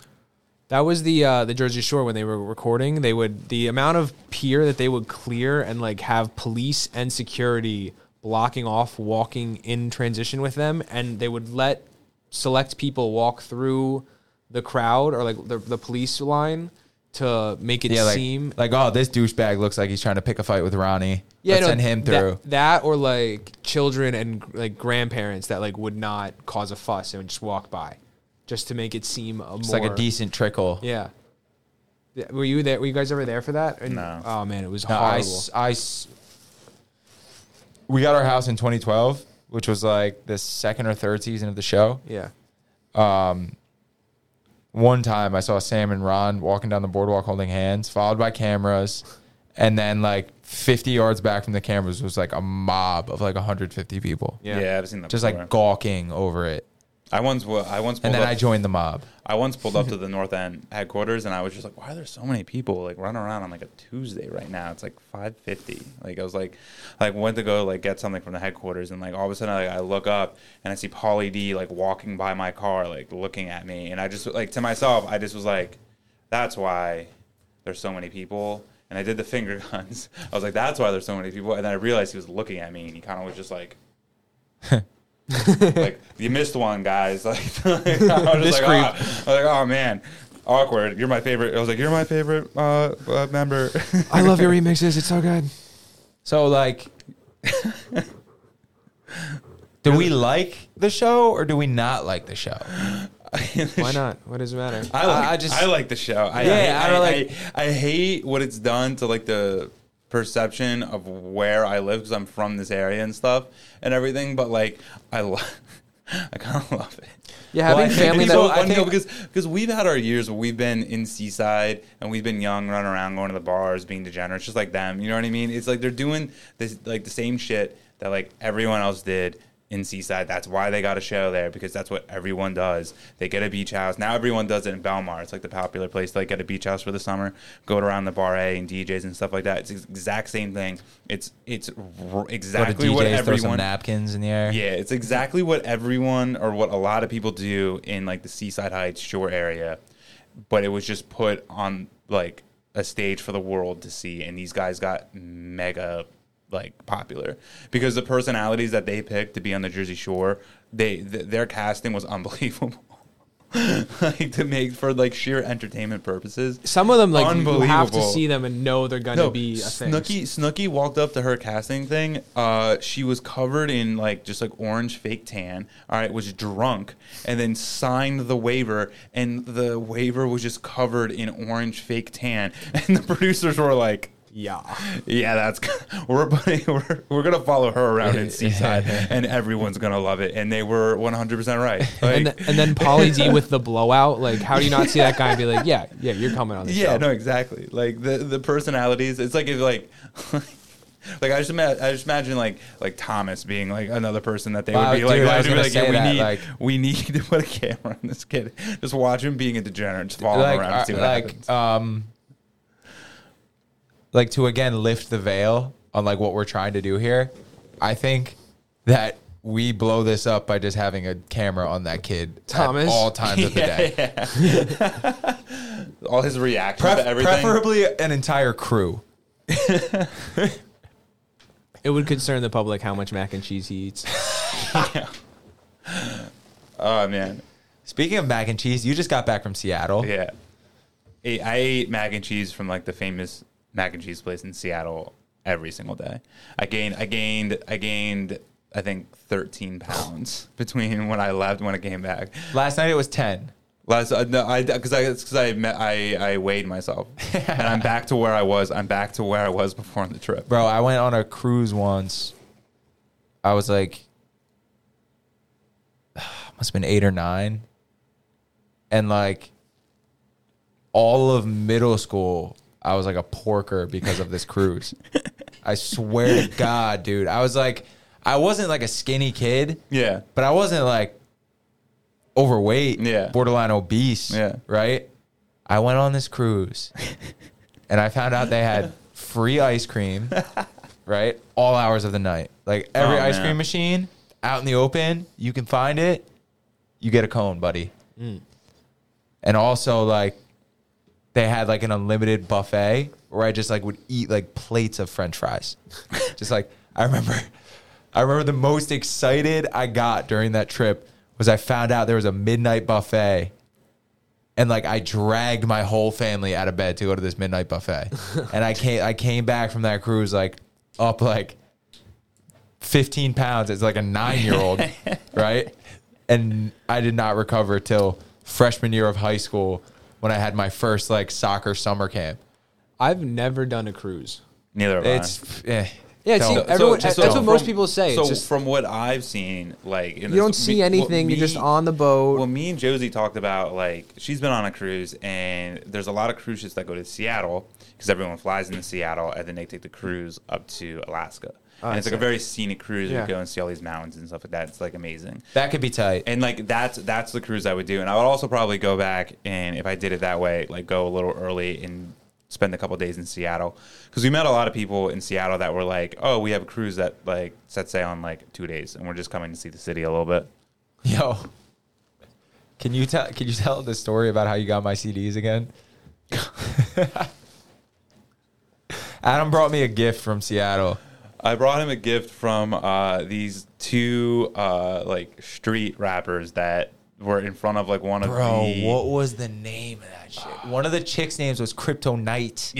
Speaker 3: That was the uh, the Jersey Shore when they were recording. They would the amount of pier that they would clear and like have police and security blocking off walking in transition with them, and they would let select people walk through the crowd or like the, the police line to make it
Speaker 1: yeah, like,
Speaker 3: seem
Speaker 1: like oh, this douchebag looks like he's trying to pick a fight with Ronnie. Yeah,
Speaker 3: no,
Speaker 1: send him
Speaker 3: that-
Speaker 1: through.
Speaker 3: That, or like children and like grandparents that like would not cause a fuss and would just walk by, just to make it seem a
Speaker 1: It's
Speaker 3: more
Speaker 1: like a decent trickle.
Speaker 3: yeah. Yeah, Were you there? Were you guys ever there for that? And-
Speaker 5: No.
Speaker 3: Oh man, it was
Speaker 1: No, I,
Speaker 3: horrible.
Speaker 1: s- I s- we got our house in 2012, which was like the second or third season of the show.
Speaker 3: yeah.
Speaker 1: One time, I saw Sam and Ron walking down the boardwalk holding hands, followed by cameras, and then like 50 yards back from the cameras was like a mob of like 150 people,
Speaker 3: Yeah.
Speaker 5: Yeah, I've seen that.
Speaker 1: just
Speaker 5: before.
Speaker 1: like gawking over it.
Speaker 5: I once, wa- I once,
Speaker 1: And
Speaker 5: pulled
Speaker 1: then
Speaker 5: up-
Speaker 1: I joined the mob.
Speaker 5: I once pulled up to the North End headquarters, and I was just like, "Why are there so many people like running around on like a Tuesday right now? It's like five fifty. Like I was like, like went to go like get something from the headquarters, and like all of a sudden like, I look up and I see Polly D like walking by my car, like looking at me, and I just like to myself, I just was like, "That's why there's so many people." And I did the finger guns. I was like, "That's why there's so many people." And then I realized he was looking at me, and he kind of was just like. like you missed one, guys. Like, I was just like, "Ah." I was like, oh man, awkward. You're my favorite. I was like, you're my favorite uh, uh, member.
Speaker 3: I love your remixes. It's so good.
Speaker 1: So like, do we like the show or do we not like the show?
Speaker 3: Why not? What does it matter?
Speaker 5: I like,
Speaker 1: I-
Speaker 5: I,
Speaker 1: I just-
Speaker 5: I like the show. I,
Speaker 1: Yeah,
Speaker 5: I,
Speaker 1: I
Speaker 5: I,
Speaker 1: don't like-
Speaker 5: like. I, I hate what it's done to like the perception of where I live because I'm from this area and stuff and everything. But like, I love. I kind of love it.
Speaker 3: Yeah,
Speaker 1: Well,
Speaker 3: having
Speaker 1: I think
Speaker 3: family
Speaker 1: people-
Speaker 3: that
Speaker 1: I
Speaker 5: I
Speaker 1: think-
Speaker 5: know because because we've had our years where we've been in Seaside and we've been young, running around, going to the bars, being degenerate, just like them. You know what I mean? It's like they're doing this like the same shit that like everyone else did in Seaside. That's why they got a show there because that's what everyone does. They get a beach house. Now everyone does it in Belmar. It's like the popular place to like get a beach house for the summer, go around the bar A and DJs and stuff like that. It's the exact same thing. It's it's r-
Speaker 1: Go to
Speaker 5: exactly what
Speaker 1: DJs, throw some
Speaker 5: everyone
Speaker 1: napkins in the air.
Speaker 5: yeah, it's exactly what everyone or what a lot of people do in like the Seaside Heights shore area, but it was just put on like a stage for the world to see, and these guys got mega like popular because the personalities that they picked to be on the Jersey Shore, they th- their casting was unbelievable. like to make for like sheer entertainment purposes.
Speaker 3: Some of them like you have to
Speaker 5: Unbelievable.
Speaker 3: see them and know they're gonna be a thing.
Speaker 5: Snooki Snooki walked up to her casting thing. Uh, she was covered in like just like orange fake tan. All right, was drunk and then signed the waiver, and the waiver was just covered in orange fake tan. And the producers were like.
Speaker 3: Yeah.
Speaker 5: Yeah, that's we're putting, we're we're gonna follow her around in Seaside, and everyone's gonna love it. And they were one hundred percent right. Like-
Speaker 3: And, th- and then Polly D with the blowout. Like, how do you not see that guy and be like, yeah, yeah, you're coming on the
Speaker 5: Yeah,
Speaker 3: show?
Speaker 5: no, exactly. Like the the personalities. It's like if like. Like I just, ima- I just imagine like like Thomas being like another person that they
Speaker 1: Wow,
Speaker 5: would be like,
Speaker 1: dude, I
Speaker 5: I'd
Speaker 1: was
Speaker 5: be
Speaker 1: gonna
Speaker 5: like, yeah,
Speaker 1: say
Speaker 5: we
Speaker 1: that,
Speaker 5: need
Speaker 1: like-
Speaker 5: we need to put a camera on this kid. Just watch him being a degenerate, just follow
Speaker 1: like
Speaker 5: him around, and see
Speaker 1: uh,
Speaker 5: what happens.
Speaker 1: like um, like to again lift the veil on like what we're trying to do here. I think that we blow this up by just having a camera on that kid at
Speaker 3: Thomas?
Speaker 1: all times of the day,
Speaker 5: All his reactions
Speaker 1: Pref-
Speaker 5: to everything.
Speaker 1: preferably an entire crew.
Speaker 3: It would concern the public how much mac and cheese he eats.
Speaker 5: Oh man,
Speaker 1: Speaking of mac and cheese, you just got back from Seattle.
Speaker 5: yeah. Hey, I ate mac and cheese from like the famous mac and cheese place in Seattle every single day. I gained, I gained, I gained. I think 13 pounds between when I left and when I came back.
Speaker 1: Last night it was ten.
Speaker 5: Last uh, no, I because I because I met I I weighed myself and I'm back to where I was. I'm back to where I was before on the trip.
Speaker 1: Bro, I went on a cruise once. I was like, must have been eight or nine. And like, all of middle school, I was like a porker because of this cruise. I swear to God, dude. I was like, I wasn't like a skinny kid,
Speaker 5: Yeah,
Speaker 1: but I wasn't like overweight,
Speaker 5: Yeah.
Speaker 1: borderline obese,
Speaker 5: Yeah.
Speaker 1: right? I went on this cruise and I found out they had free ice cream, right? All hours of the night. Like every
Speaker 5: Oh,
Speaker 1: ice
Speaker 5: man.
Speaker 1: cream machine out in the open, you can find it. You get a cone, buddy.
Speaker 5: Mm.
Speaker 1: And also like they had like an unlimited buffet where I just like would eat like plates of french fries. just like I remember I remember the most excited I got during that trip was I found out there was a midnight buffet and like I dragged my whole family out of bed to go to this midnight buffet. and I came I came back from that cruise like up like 15 pounds as like a 9-year-old, right? And I did not recover till freshman year of high school when I had my first like soccer summer camp.
Speaker 3: I've never done a cruise.
Speaker 5: neither of us.
Speaker 1: It's eh,
Speaker 3: Yeah, see,
Speaker 1: don't.
Speaker 3: everyone- that's what most people say.
Speaker 5: So
Speaker 3: It's just-
Speaker 5: from what I've seen, like in
Speaker 3: You don't see anything. You're just on the boat.
Speaker 5: Well, me and Josie talked about like she's been on a cruise, and there's a lot of cruise ships that go to Seattle because everyone flies into Seattle, and then they take the cruise up to Alaska. and it's like a very scenic cruise.
Speaker 3: Yeah.
Speaker 5: We go and see all these mountains and stuff like that. It's like amazing.
Speaker 1: that could be tight.
Speaker 5: And like that's that's the cruise I would do, and I would also probably go back and if I did it that way, like go a little early and spend a couple days in Seattle because we met a lot of people in Seattle that were like, oh, we have a cruise that like sets sail on like two days, and we're just coming to see the city a little bit.
Speaker 1: Yo. Can you tell can you tell the story about how you got my CDs again? Adam brought me a gift from Seattle.
Speaker 5: I brought him a gift from uh, these two uh, like street rappers that were in front of like one of
Speaker 1: Bro,
Speaker 5: the
Speaker 1: what was the name of that shit? One of the chicks' names was Crypto Knight.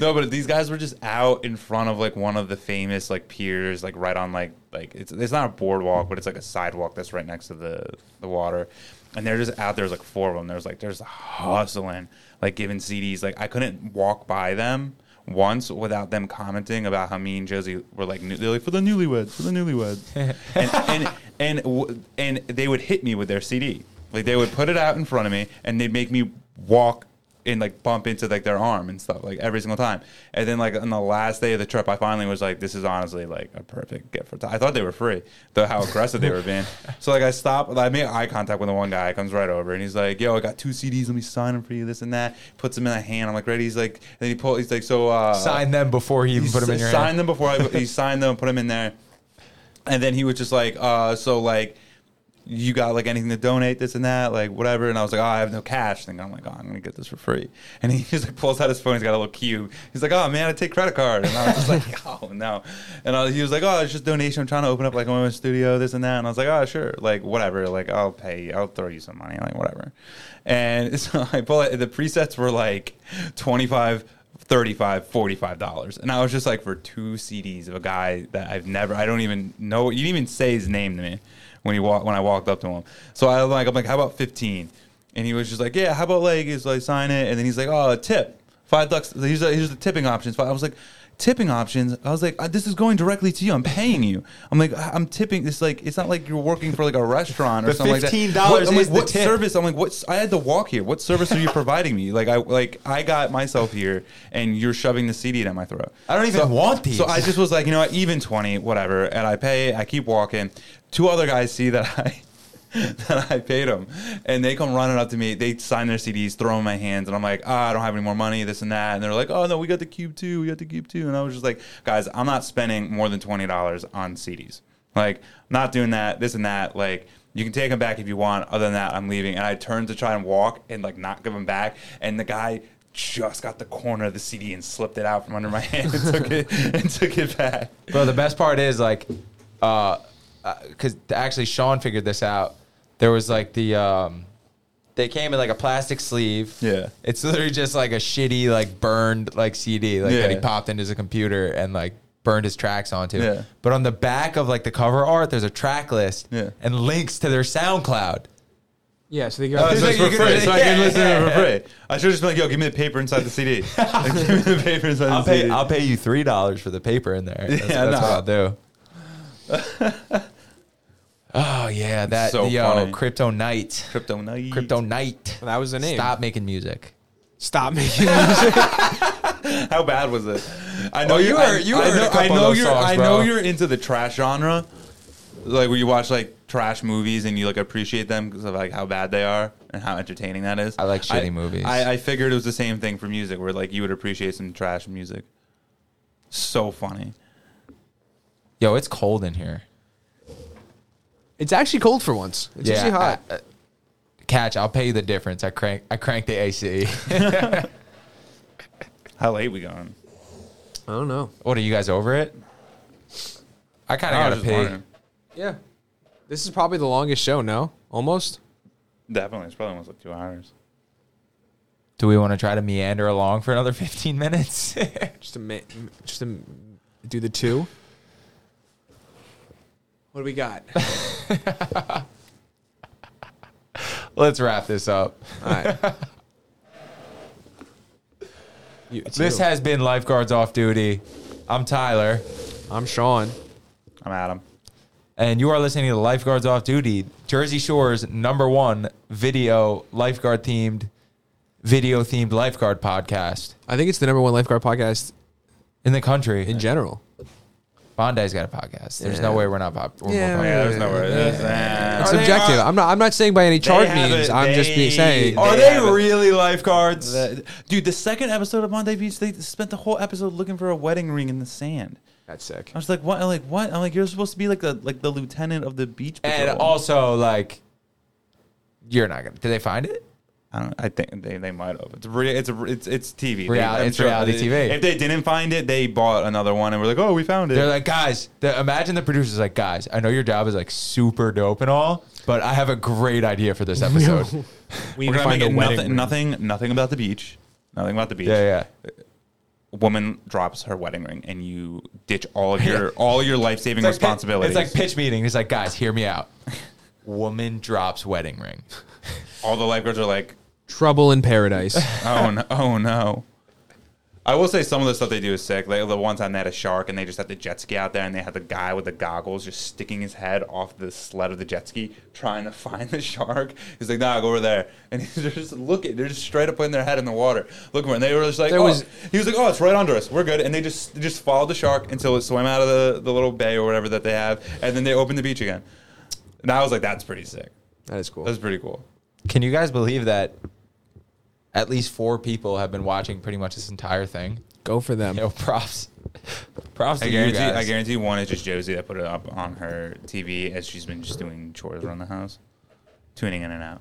Speaker 5: No, but these guys were just out in front of like one of the famous like piers, like right on like like it's it's not a boardwalk, but it's like a sidewalk that's right next to the the water. And they're just out. There's like four of them. There's like there's hustling, like giving CDs. Like I couldn't walk by them once without them commenting about how me and Josie were like new, they're like for the newlyweds, for the newlyweds, and and and, w- and they would hit me with their CD. Like they would put it out in front of me, and they'd make me walk and like bump into like their arm and stuff like every single time. And then like on the last day of the trip, I finally was like, this is honestly like a perfect gift for. Ty." I thought they were free, though how aggressive they were being. So like I stopped, I made eye contact with the one guy. Comes right over and he's like, yo, I got two CDs. Let me sign them for you. This and that. Puts them in a hand. I'm like ready. He's like, and then he pull. He's like, so uh,
Speaker 1: Sign them before he even
Speaker 5: he
Speaker 1: put them in
Speaker 5: s-
Speaker 1: your
Speaker 5: signed
Speaker 1: hand.
Speaker 5: them before I he signed them, put them in there, and then he was just like, uh, so like. You got like anything to donate, this and that, like whatever. And I was like, oh, I have no cash. And I'm like, oh, I'm gonna get this for free. And he just like pulls out his phone. He's got a little cube. He's like, oh man, I take credit card. And I was just like, oh no. And I, he was like, oh, it's just donation. I'm trying to open up like my own studio, this and that. And I was like, oh sure, like whatever. Like I'll pay. I'll throw you some money, like whatever. And so I pull it. The presets were like twenty five 35 45 dollars and i was just like for two cds of a guy that i've never i don't even know you didn't even say his name to me when he walked when i walked up to him so i was like i'm like how about 15 and he was just like yeah how about like he's like sign it and then he's like oh tip five bucks here's, the- here's the tipping options i was like tipping options i was like uh, this is going directly to you i'm paying you i'm like I- i'm tipping this like it's not like you're working for like a restaurant or
Speaker 1: The
Speaker 5: something like that
Speaker 1: $15
Speaker 5: What- I'm like,
Speaker 1: is the
Speaker 5: what
Speaker 1: tip.
Speaker 5: service service. I'm like, what's? I had to walk here. What service are you providing me? Like, I like I got myself here, and you're shoving the CD down my throat.
Speaker 1: I don't even
Speaker 5: So-
Speaker 1: want these.
Speaker 5: So I just was like, you know what? Even twenty, whatever. And I pay. I keep walking. Two other guys see that I. that I paid them, and they come running up to me. They sign their CDs, throw 'em in my hands, and I'm like, ah, I don't have any more money, this and that. And they're like, oh no, we got the cube too, we got the cube too. And I was just like, guys, I'm not spending more than twenty dollars on CDs. Like, not doing that, this and that. Like, you can take them back if you want. Other than that, I'm leaving. And I turned to try and walk and like not give them back. And the guy just got the corner of the CD and slipped it out from under my hand and took it and took it back.
Speaker 1: Bro, the best part is like, uh, because actually Sean figured this out. There was like the um, they came in like a plastic sleeve.
Speaker 5: Yeah.
Speaker 1: it's literally just like a shitty like burned like CD like that he
Speaker 5: Yeah.
Speaker 1: popped into his computer and like burned his tracks onto.
Speaker 5: Yeah.
Speaker 1: But on the back of like the cover art, there's a track list
Speaker 5: Yeah.
Speaker 1: and links to their SoundCloud.
Speaker 3: Yeah, so they
Speaker 5: Oh,
Speaker 3: got.
Speaker 5: so
Speaker 1: like
Speaker 5: it's for
Speaker 1: you can-
Speaker 5: free. So I can
Speaker 1: yeah,
Speaker 5: listen to it for
Speaker 1: yeah.
Speaker 5: free. I should just been like, yo, give me the paper inside the CD. Like, give me the paper inside
Speaker 1: I'll
Speaker 5: the
Speaker 1: pay.
Speaker 5: CD.
Speaker 1: I'll pay you three dollars for the paper in there. That's,
Speaker 5: Yeah,
Speaker 1: that's
Speaker 5: no.
Speaker 1: what I'll do. oh yeah, that uh,
Speaker 5: so
Speaker 1: yo
Speaker 5: funny.
Speaker 1: crypto night.
Speaker 5: Crypto night.
Speaker 1: Crypto Night.
Speaker 3: That was the name.
Speaker 1: Stop making music.
Speaker 3: Stop making.
Speaker 5: How bad was it? I know
Speaker 1: Oh, you
Speaker 5: you are.
Speaker 1: were- you
Speaker 5: I,
Speaker 1: were
Speaker 5: know,
Speaker 1: a couple
Speaker 5: I know
Speaker 1: of those
Speaker 5: you're.
Speaker 1: songs,
Speaker 5: I know
Speaker 1: bro.
Speaker 5: you're into the trash genre, like where you watch like trash movies and you like appreciate them because of like how bad they are and how entertaining that is.
Speaker 1: I like shitty movies.
Speaker 5: I, I figured it was the same thing for music, where like you would appreciate some trash music. So funny.
Speaker 1: Yo, it's cold in here.
Speaker 3: It's actually cold for once. It's actually hot.
Speaker 1: I- I- catch, I'll pay you the difference. I crank I crank the AC.
Speaker 5: How late we going?
Speaker 3: I don't know.
Speaker 1: what are you guys over it? I kind of got
Speaker 5: I was
Speaker 1: to
Speaker 5: just
Speaker 1: pee.
Speaker 5: wondering.
Speaker 3: Yeah, this is probably the longest show. No, almost.
Speaker 5: Definitely, it's probably almost like two hours.
Speaker 1: Do we want to try to meander along for another 15 minutes?
Speaker 3: Just to ma- just to do the two. What do we got? All
Speaker 1: Let's wrap this up.
Speaker 3: right. You, it's
Speaker 1: This
Speaker 3: you.
Speaker 1: has been Lifeguards Off Duty. I'm Tyler,
Speaker 3: I'm Sean.
Speaker 5: I'm Adam.
Speaker 1: and you are listening to Lifeguards Off Duty, Jersey Shore's number one video lifeguard themed, video themed lifeguard podcast
Speaker 3: I think it's the number one lifeguard podcast
Speaker 1: in the country.
Speaker 3: in general.
Speaker 1: Bondi's got a podcast. There's no
Speaker 3: Yeah.
Speaker 1: way we're not pop. We're
Speaker 3: Yeah.
Speaker 1: more
Speaker 5: Yeah, there's nowhere.
Speaker 3: It's
Speaker 1: Are they
Speaker 3: subjective.
Speaker 1: not-
Speaker 3: I'm not. I'm not saying by any chart
Speaker 5: have
Speaker 3: means.
Speaker 5: it.
Speaker 3: I'm just be-
Speaker 5: They-
Speaker 3: saying.
Speaker 5: Are
Speaker 1: Are
Speaker 5: they
Speaker 1: they really lifeguards?
Speaker 5: The- dude, the second episode of Monday Beach, they spent the whole episode looking for a wedding ring in the sand.
Speaker 3: That's sick.
Speaker 5: I was like, what? I'm like, what? I'm like, you're supposed to be like the like the lieutenant of the beach. Patrol.
Speaker 1: and also, like, you're not gonna. Did they find it? I don't.
Speaker 5: I think they, they might have. It's re- it's a, it's it's TV. They-
Speaker 1: Real-
Speaker 5: I'm
Speaker 1: it's reality
Speaker 5: they-
Speaker 1: TV.
Speaker 5: If they didn't find it, they bought another one and were like, oh, we found it.
Speaker 1: They're like, guys. The, imagine the producers like, guys. I know your job is like super dope and all, but I have a great idea for this episode. yeah,
Speaker 3: We
Speaker 5: we're gonna make it
Speaker 3: wedding
Speaker 5: nothing,
Speaker 3: ring.
Speaker 5: nothing, nothing about the beach. Nothing about the beach.
Speaker 1: yeah.
Speaker 5: Woman drops her wedding ring, and you ditch all of your all your life saving
Speaker 1: It's
Speaker 5: responsibilities.
Speaker 1: like pitch meeting. It's like, guys, hear me out. Woman drops wedding ring.
Speaker 5: all the lifeguards are like,
Speaker 3: Trouble in paradise.
Speaker 5: oh no, oh no. I will say some of the stuff they do is sick. Like the one time they had a shark and they just had the jet ski out there and they had the guy with the goggles just sticking his head off the sled of the jet ski trying to find the shark. He's like, nah, go over there. And they're just looking. They're just straight up putting their head in the water looking for it. And they were just like,
Speaker 3: There
Speaker 5: oh.
Speaker 3: was-
Speaker 5: he was like, oh, it's right under us. We're good. And they just they just followed the shark until it swam out of the, the little bay or whatever that they have. And then they opened the beach again. And I was like, that's pretty sick.
Speaker 3: that is cool.
Speaker 5: That's pretty cool.
Speaker 1: Can you guys believe that? At least four people have been watching pretty much this entire thing.
Speaker 3: Go for them.
Speaker 1: Yo, props. props
Speaker 5: I
Speaker 1: to you
Speaker 5: guarantee,
Speaker 1: guys.
Speaker 5: I guarantee one is just Josie that put it up on her TV as she's been just doing chores around the house, tuning in and out.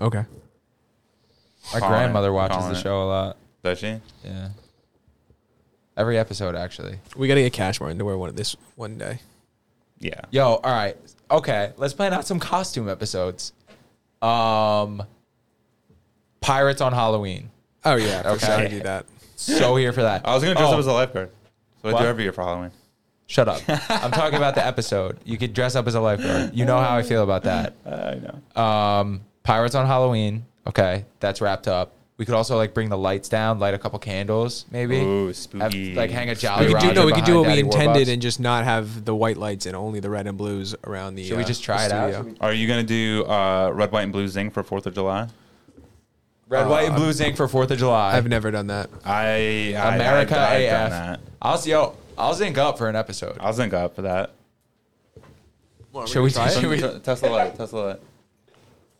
Speaker 3: Okay.
Speaker 1: My
Speaker 5: Calling it,
Speaker 1: grandmother watches
Speaker 5: calling
Speaker 1: the
Speaker 5: it.
Speaker 1: show a lot.
Speaker 5: Does she?
Speaker 1: Yeah. Every episode, actually.
Speaker 3: We gotta get Cashmore into wear one of this one day.
Speaker 5: Yeah.
Speaker 1: Yo, all right. Okay, let's plan out some costume episodes. Um, Pirates on Halloween.
Speaker 3: Oh yeah. For
Speaker 1: Okay.
Speaker 3: Sure. I do that.
Speaker 1: So here for that.
Speaker 5: I was gonna dress
Speaker 1: Oh,
Speaker 5: up as a lifeguard. So I
Speaker 1: What?
Speaker 5: do every year for Halloween.
Speaker 1: Shut up. I'm talking about the episode. You could dress up as a lifeguard. You know how I feel about that.
Speaker 5: I know.
Speaker 1: Um, Pirates on Halloween. Okay, that's wrapped up. We could also like bring the lights down, light a couple candles, maybe.
Speaker 5: Ooh, Oh, spooky.
Speaker 1: like hang a
Speaker 3: We
Speaker 1: jolly
Speaker 3: could do
Speaker 1: Roger
Speaker 3: no. We could do
Speaker 1: behind
Speaker 3: what we
Speaker 1: Daddy
Speaker 3: intended
Speaker 1: Warbucks.
Speaker 3: and just not have the white lights and only the red and blues around the.
Speaker 1: Should we
Speaker 3: uh,
Speaker 1: just try
Speaker 3: the
Speaker 1: it out?
Speaker 3: studio.
Speaker 5: Are you gonna do uh, red, white, and blue zing for Fourth of July?
Speaker 1: Red, white, and blue zinc for Fourth of July.
Speaker 3: I've never done that.
Speaker 5: I I-
Speaker 1: America
Speaker 5: I've, I've
Speaker 1: AF.
Speaker 5: done that.
Speaker 1: I'll see. Yo, I'll zinc up for an episode.
Speaker 5: I'll zing up for that.
Speaker 1: Should we?
Speaker 3: try it?
Speaker 1: Should we? I
Speaker 5: Tesla light. Tesla light.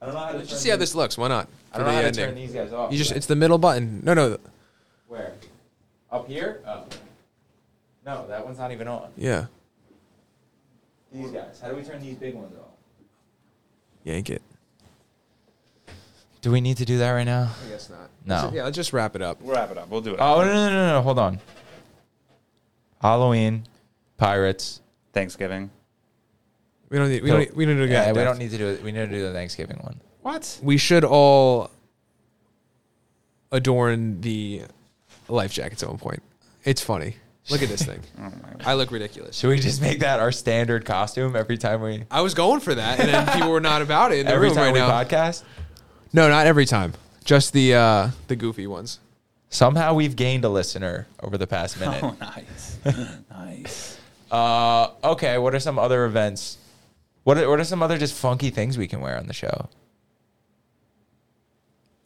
Speaker 1: don't know how to,
Speaker 3: Just see how this looks. Why not?
Speaker 1: I don't know how to turn these guys off.
Speaker 3: You just. It's the middle button. No, no.
Speaker 1: where? Up here? Oh. No, that one's not even on.
Speaker 3: Yeah.
Speaker 1: These guys. How do we turn these big ones off?
Speaker 3: Yank it.
Speaker 1: Do we need to do that right now?
Speaker 3: I guess not.
Speaker 1: No.
Speaker 3: Yeah, let's just wrap it up.
Speaker 5: We'll wrap it up. We'll do it.
Speaker 1: Oh no no no no! Hold on. Halloween, pirates.
Speaker 5: Thanksgiving.
Speaker 3: We don't need. We don't. Need, we don't need to
Speaker 1: Yeah,
Speaker 3: get
Speaker 1: we
Speaker 3: that.
Speaker 1: don't need to do it. We need to do the Thanksgiving one.
Speaker 5: What?
Speaker 3: We should all adorn the life jackets at one point. It's funny. Look at this thing. I look ridiculous.
Speaker 1: Should we just make that our standard costume every time we
Speaker 3: I was going for that, and then people were not about it in the
Speaker 1: every
Speaker 3: room
Speaker 1: time
Speaker 3: right
Speaker 1: we
Speaker 3: now.
Speaker 1: podcast?
Speaker 3: No, not every time. Just the uh, the goofy ones.
Speaker 1: Somehow we've gained a listener over the past minute.
Speaker 5: Oh, nice, nice.
Speaker 1: Uh, okay, what are some other events? What are, what are some other just funky things we can wear on the show?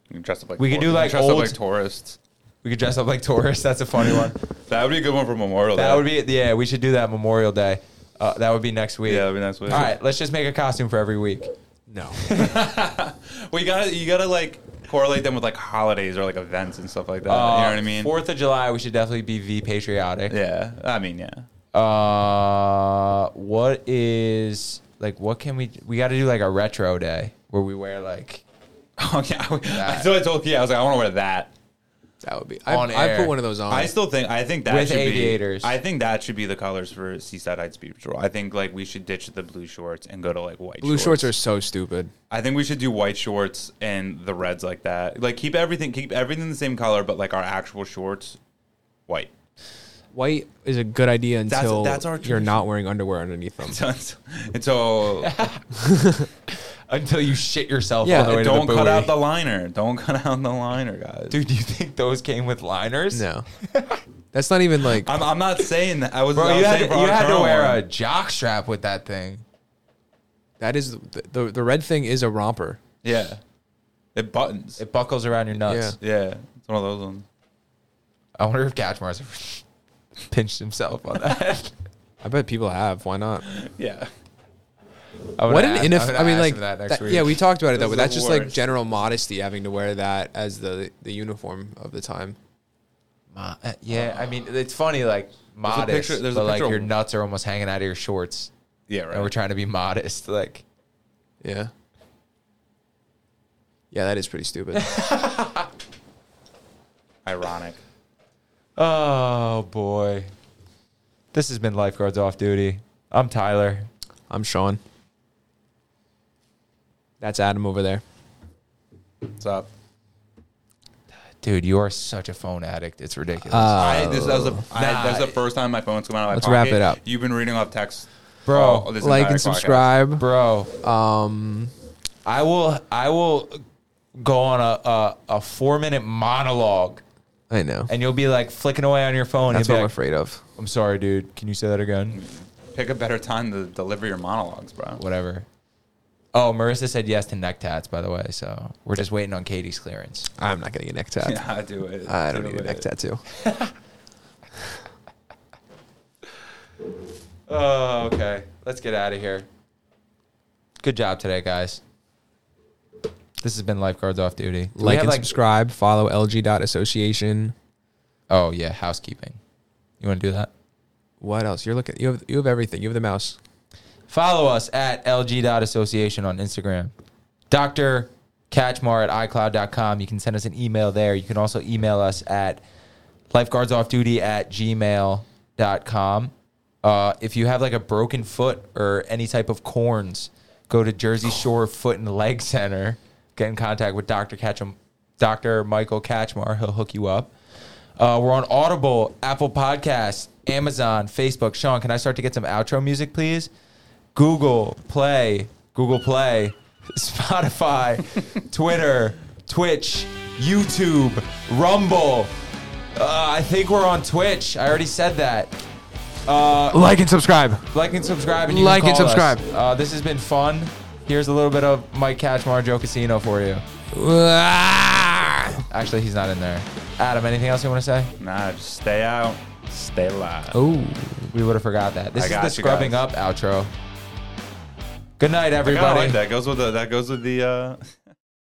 Speaker 5: We can dress up like
Speaker 1: We could
Speaker 5: tour-
Speaker 1: do, like,
Speaker 5: dress
Speaker 1: old-
Speaker 5: up like tourists.
Speaker 1: We could dress up like tourists. That's a funny one.
Speaker 5: That would be a good one for Memorial.
Speaker 1: That
Speaker 5: Day.
Speaker 1: would be yeah. We should do that Memorial Day. Uh, that would be next week.
Speaker 5: yeah, that'd be nice.
Speaker 1: All right, let's just make a costume for every week.
Speaker 3: No.
Speaker 5: Well, you gotta you gotta like correlate them with like holidays or like events and stuff like that. you know what I mean?
Speaker 1: Oh, Fourth of July, we should definitely be v patriotic.
Speaker 5: yeah, I mean yeah.
Speaker 1: Uh, what is like? What can we? We got to do like a retro day where we wear like.
Speaker 5: Oh yeah, I thought I told yeah. I was like, I want to wear that.
Speaker 3: That would be. I,
Speaker 1: On
Speaker 3: I
Speaker 1: air.
Speaker 3: put one of those on.
Speaker 5: I still think I think that
Speaker 1: With
Speaker 5: should
Speaker 1: aviators.
Speaker 5: Be, I think that should be the colors for Seaside Heights Beach Patrol. I think like we should ditch the blue shorts and go to like white.
Speaker 3: Blue shorts are so stupid.
Speaker 5: I think we should do white shorts and the reds like that. Like keep everything keep everything the same color, but like our actual shorts, white.
Speaker 3: White is a good idea
Speaker 5: That's-
Speaker 3: until
Speaker 5: that's our
Speaker 3: you're not wearing underwear underneath them.
Speaker 5: So it's- and so
Speaker 1: Until you shit yourself
Speaker 3: Yeah,
Speaker 1: on the way
Speaker 5: don't
Speaker 1: to the
Speaker 5: cut
Speaker 1: buoy.
Speaker 5: out the liner. Don't cut out the liner, guys.
Speaker 1: Dude, do you think those came with liners?
Speaker 3: No, that's not even like.
Speaker 5: I'm, I'm not saying that. I was. I
Speaker 1: Bro,
Speaker 5: was
Speaker 1: you had,
Speaker 5: saying
Speaker 1: to,
Speaker 5: for
Speaker 1: you
Speaker 5: our
Speaker 1: had to
Speaker 5: current
Speaker 1: wear
Speaker 5: one.
Speaker 1: a jock strap with that thing.
Speaker 3: That is the, the the red thing is a romper.
Speaker 5: Yeah. It buttons.
Speaker 1: It buckles around your nuts.
Speaker 5: yeah. It's one of those ones.
Speaker 1: I wonder if Gatchmar's pinched himself on that.
Speaker 3: I bet people have. Why not?
Speaker 5: Yeah.
Speaker 1: I would
Speaker 3: What
Speaker 1: ask-
Speaker 3: an ineff-
Speaker 1: would
Speaker 3: I mean,
Speaker 1: ask
Speaker 3: like
Speaker 1: him that next
Speaker 3: that-
Speaker 1: week.
Speaker 3: yeah, we talked about it though,
Speaker 5: Those
Speaker 3: but
Speaker 5: are
Speaker 3: that's
Speaker 5: the
Speaker 3: just like
Speaker 5: worst.
Speaker 3: general modesty having to wear that as the the uniform of the time.
Speaker 1: Ma- uh, yeah. I mean, it's funny, like modest,
Speaker 5: picture- there's a
Speaker 1: but like
Speaker 5: picture of-
Speaker 1: your nuts are almost hanging out of your shorts,
Speaker 5: Yeah, right.
Speaker 1: and we're trying to be modest. Like,
Speaker 3: Yeah. Yeah, that is pretty stupid.
Speaker 5: Ironic.
Speaker 1: oh boy, this has been lifeguards off duty. I'm Tyler.
Speaker 3: I'm Sean. That's Adam over there.
Speaker 5: What's up?
Speaker 1: Dude, you are such a phone addict. It's ridiculous,
Speaker 3: Uh,
Speaker 5: I, this, that was the, I, that's the first time my phone's come out of my
Speaker 3: Let's
Speaker 5: pocket.
Speaker 3: wrap it up.
Speaker 5: You've been reading off text.
Speaker 1: Bro,
Speaker 5: all this
Speaker 3: like
Speaker 5: entire
Speaker 3: and
Speaker 5: podcast.
Speaker 3: subscribe.
Speaker 1: bro.
Speaker 3: oh. Um,
Speaker 1: I will. I will go on a a, a four minute monologue,
Speaker 3: I know.
Speaker 1: and you'll be like flicking away on your phone.
Speaker 3: That's
Speaker 1: You'll
Speaker 3: what
Speaker 1: be
Speaker 3: I'm
Speaker 1: like,
Speaker 3: afraid of.
Speaker 1: I'm sorry, dude. Can you say that again?
Speaker 5: Pick a better time to deliver your monologues, bro.
Speaker 1: Whatever. Oh, Marissa said yes to neck tats, by the way. So we're just waiting on Katie's clearance.
Speaker 3: I'm not getting a neck tat.
Speaker 5: Yeah, I do it.
Speaker 3: I don't
Speaker 5: Do
Speaker 3: need a
Speaker 5: it.
Speaker 3: neck tattoo.
Speaker 1: Oh, okay. Let's get out of here. Good job today, guys. This has been lifeguards off duty. Do we
Speaker 3: Like
Speaker 1: have,
Speaker 3: and subscribe. Follow LG.association.
Speaker 1: Oh yeah, housekeeping. You want to do that?
Speaker 3: What else? You're looking. You have you have everything. You have the mouse.
Speaker 1: Follow us at lg.association on Instagram. Dr. Catchmar at iCloud.com. You can send us an email there. You can also email us at lifeguardsoffduty at gmail.com. Uh, if you have like a broken foot or any type of corns, go to Jersey Shore Foot and Leg Center. Get in contact with Dr. Catchem, Dr. Michael Catchmar. He'll hook you up. Uh, we're on Audible, Apple Podcasts, Amazon, Facebook. Sean, can I start to get some outro music, please? Google Play, Google Play, Spotify, Twitter, Twitch, YouTube, Rumble. Uh, I think we're on Twitch. I already said that. Uh,
Speaker 3: Like and subscribe.
Speaker 1: Like and subscribe, and you
Speaker 3: Like
Speaker 1: can
Speaker 3: and
Speaker 1: call us.
Speaker 3: subscribe.
Speaker 1: Uh, this has been fun. Here's a little bit of Mike Catchmar, Joe Casino for you. Actually, he's not in there. Adam, anything else you want to say?
Speaker 5: Nah, just stay out. Stay alive.
Speaker 3: Oh.
Speaker 1: We would have forgot that. This
Speaker 5: I
Speaker 1: is
Speaker 5: got
Speaker 1: the
Speaker 5: you
Speaker 1: scrubbing
Speaker 5: guys.
Speaker 1: up outro. Good night,
Speaker 5: I kinda
Speaker 1: everybody.
Speaker 5: like that. Goes with the, that goes with the, uh,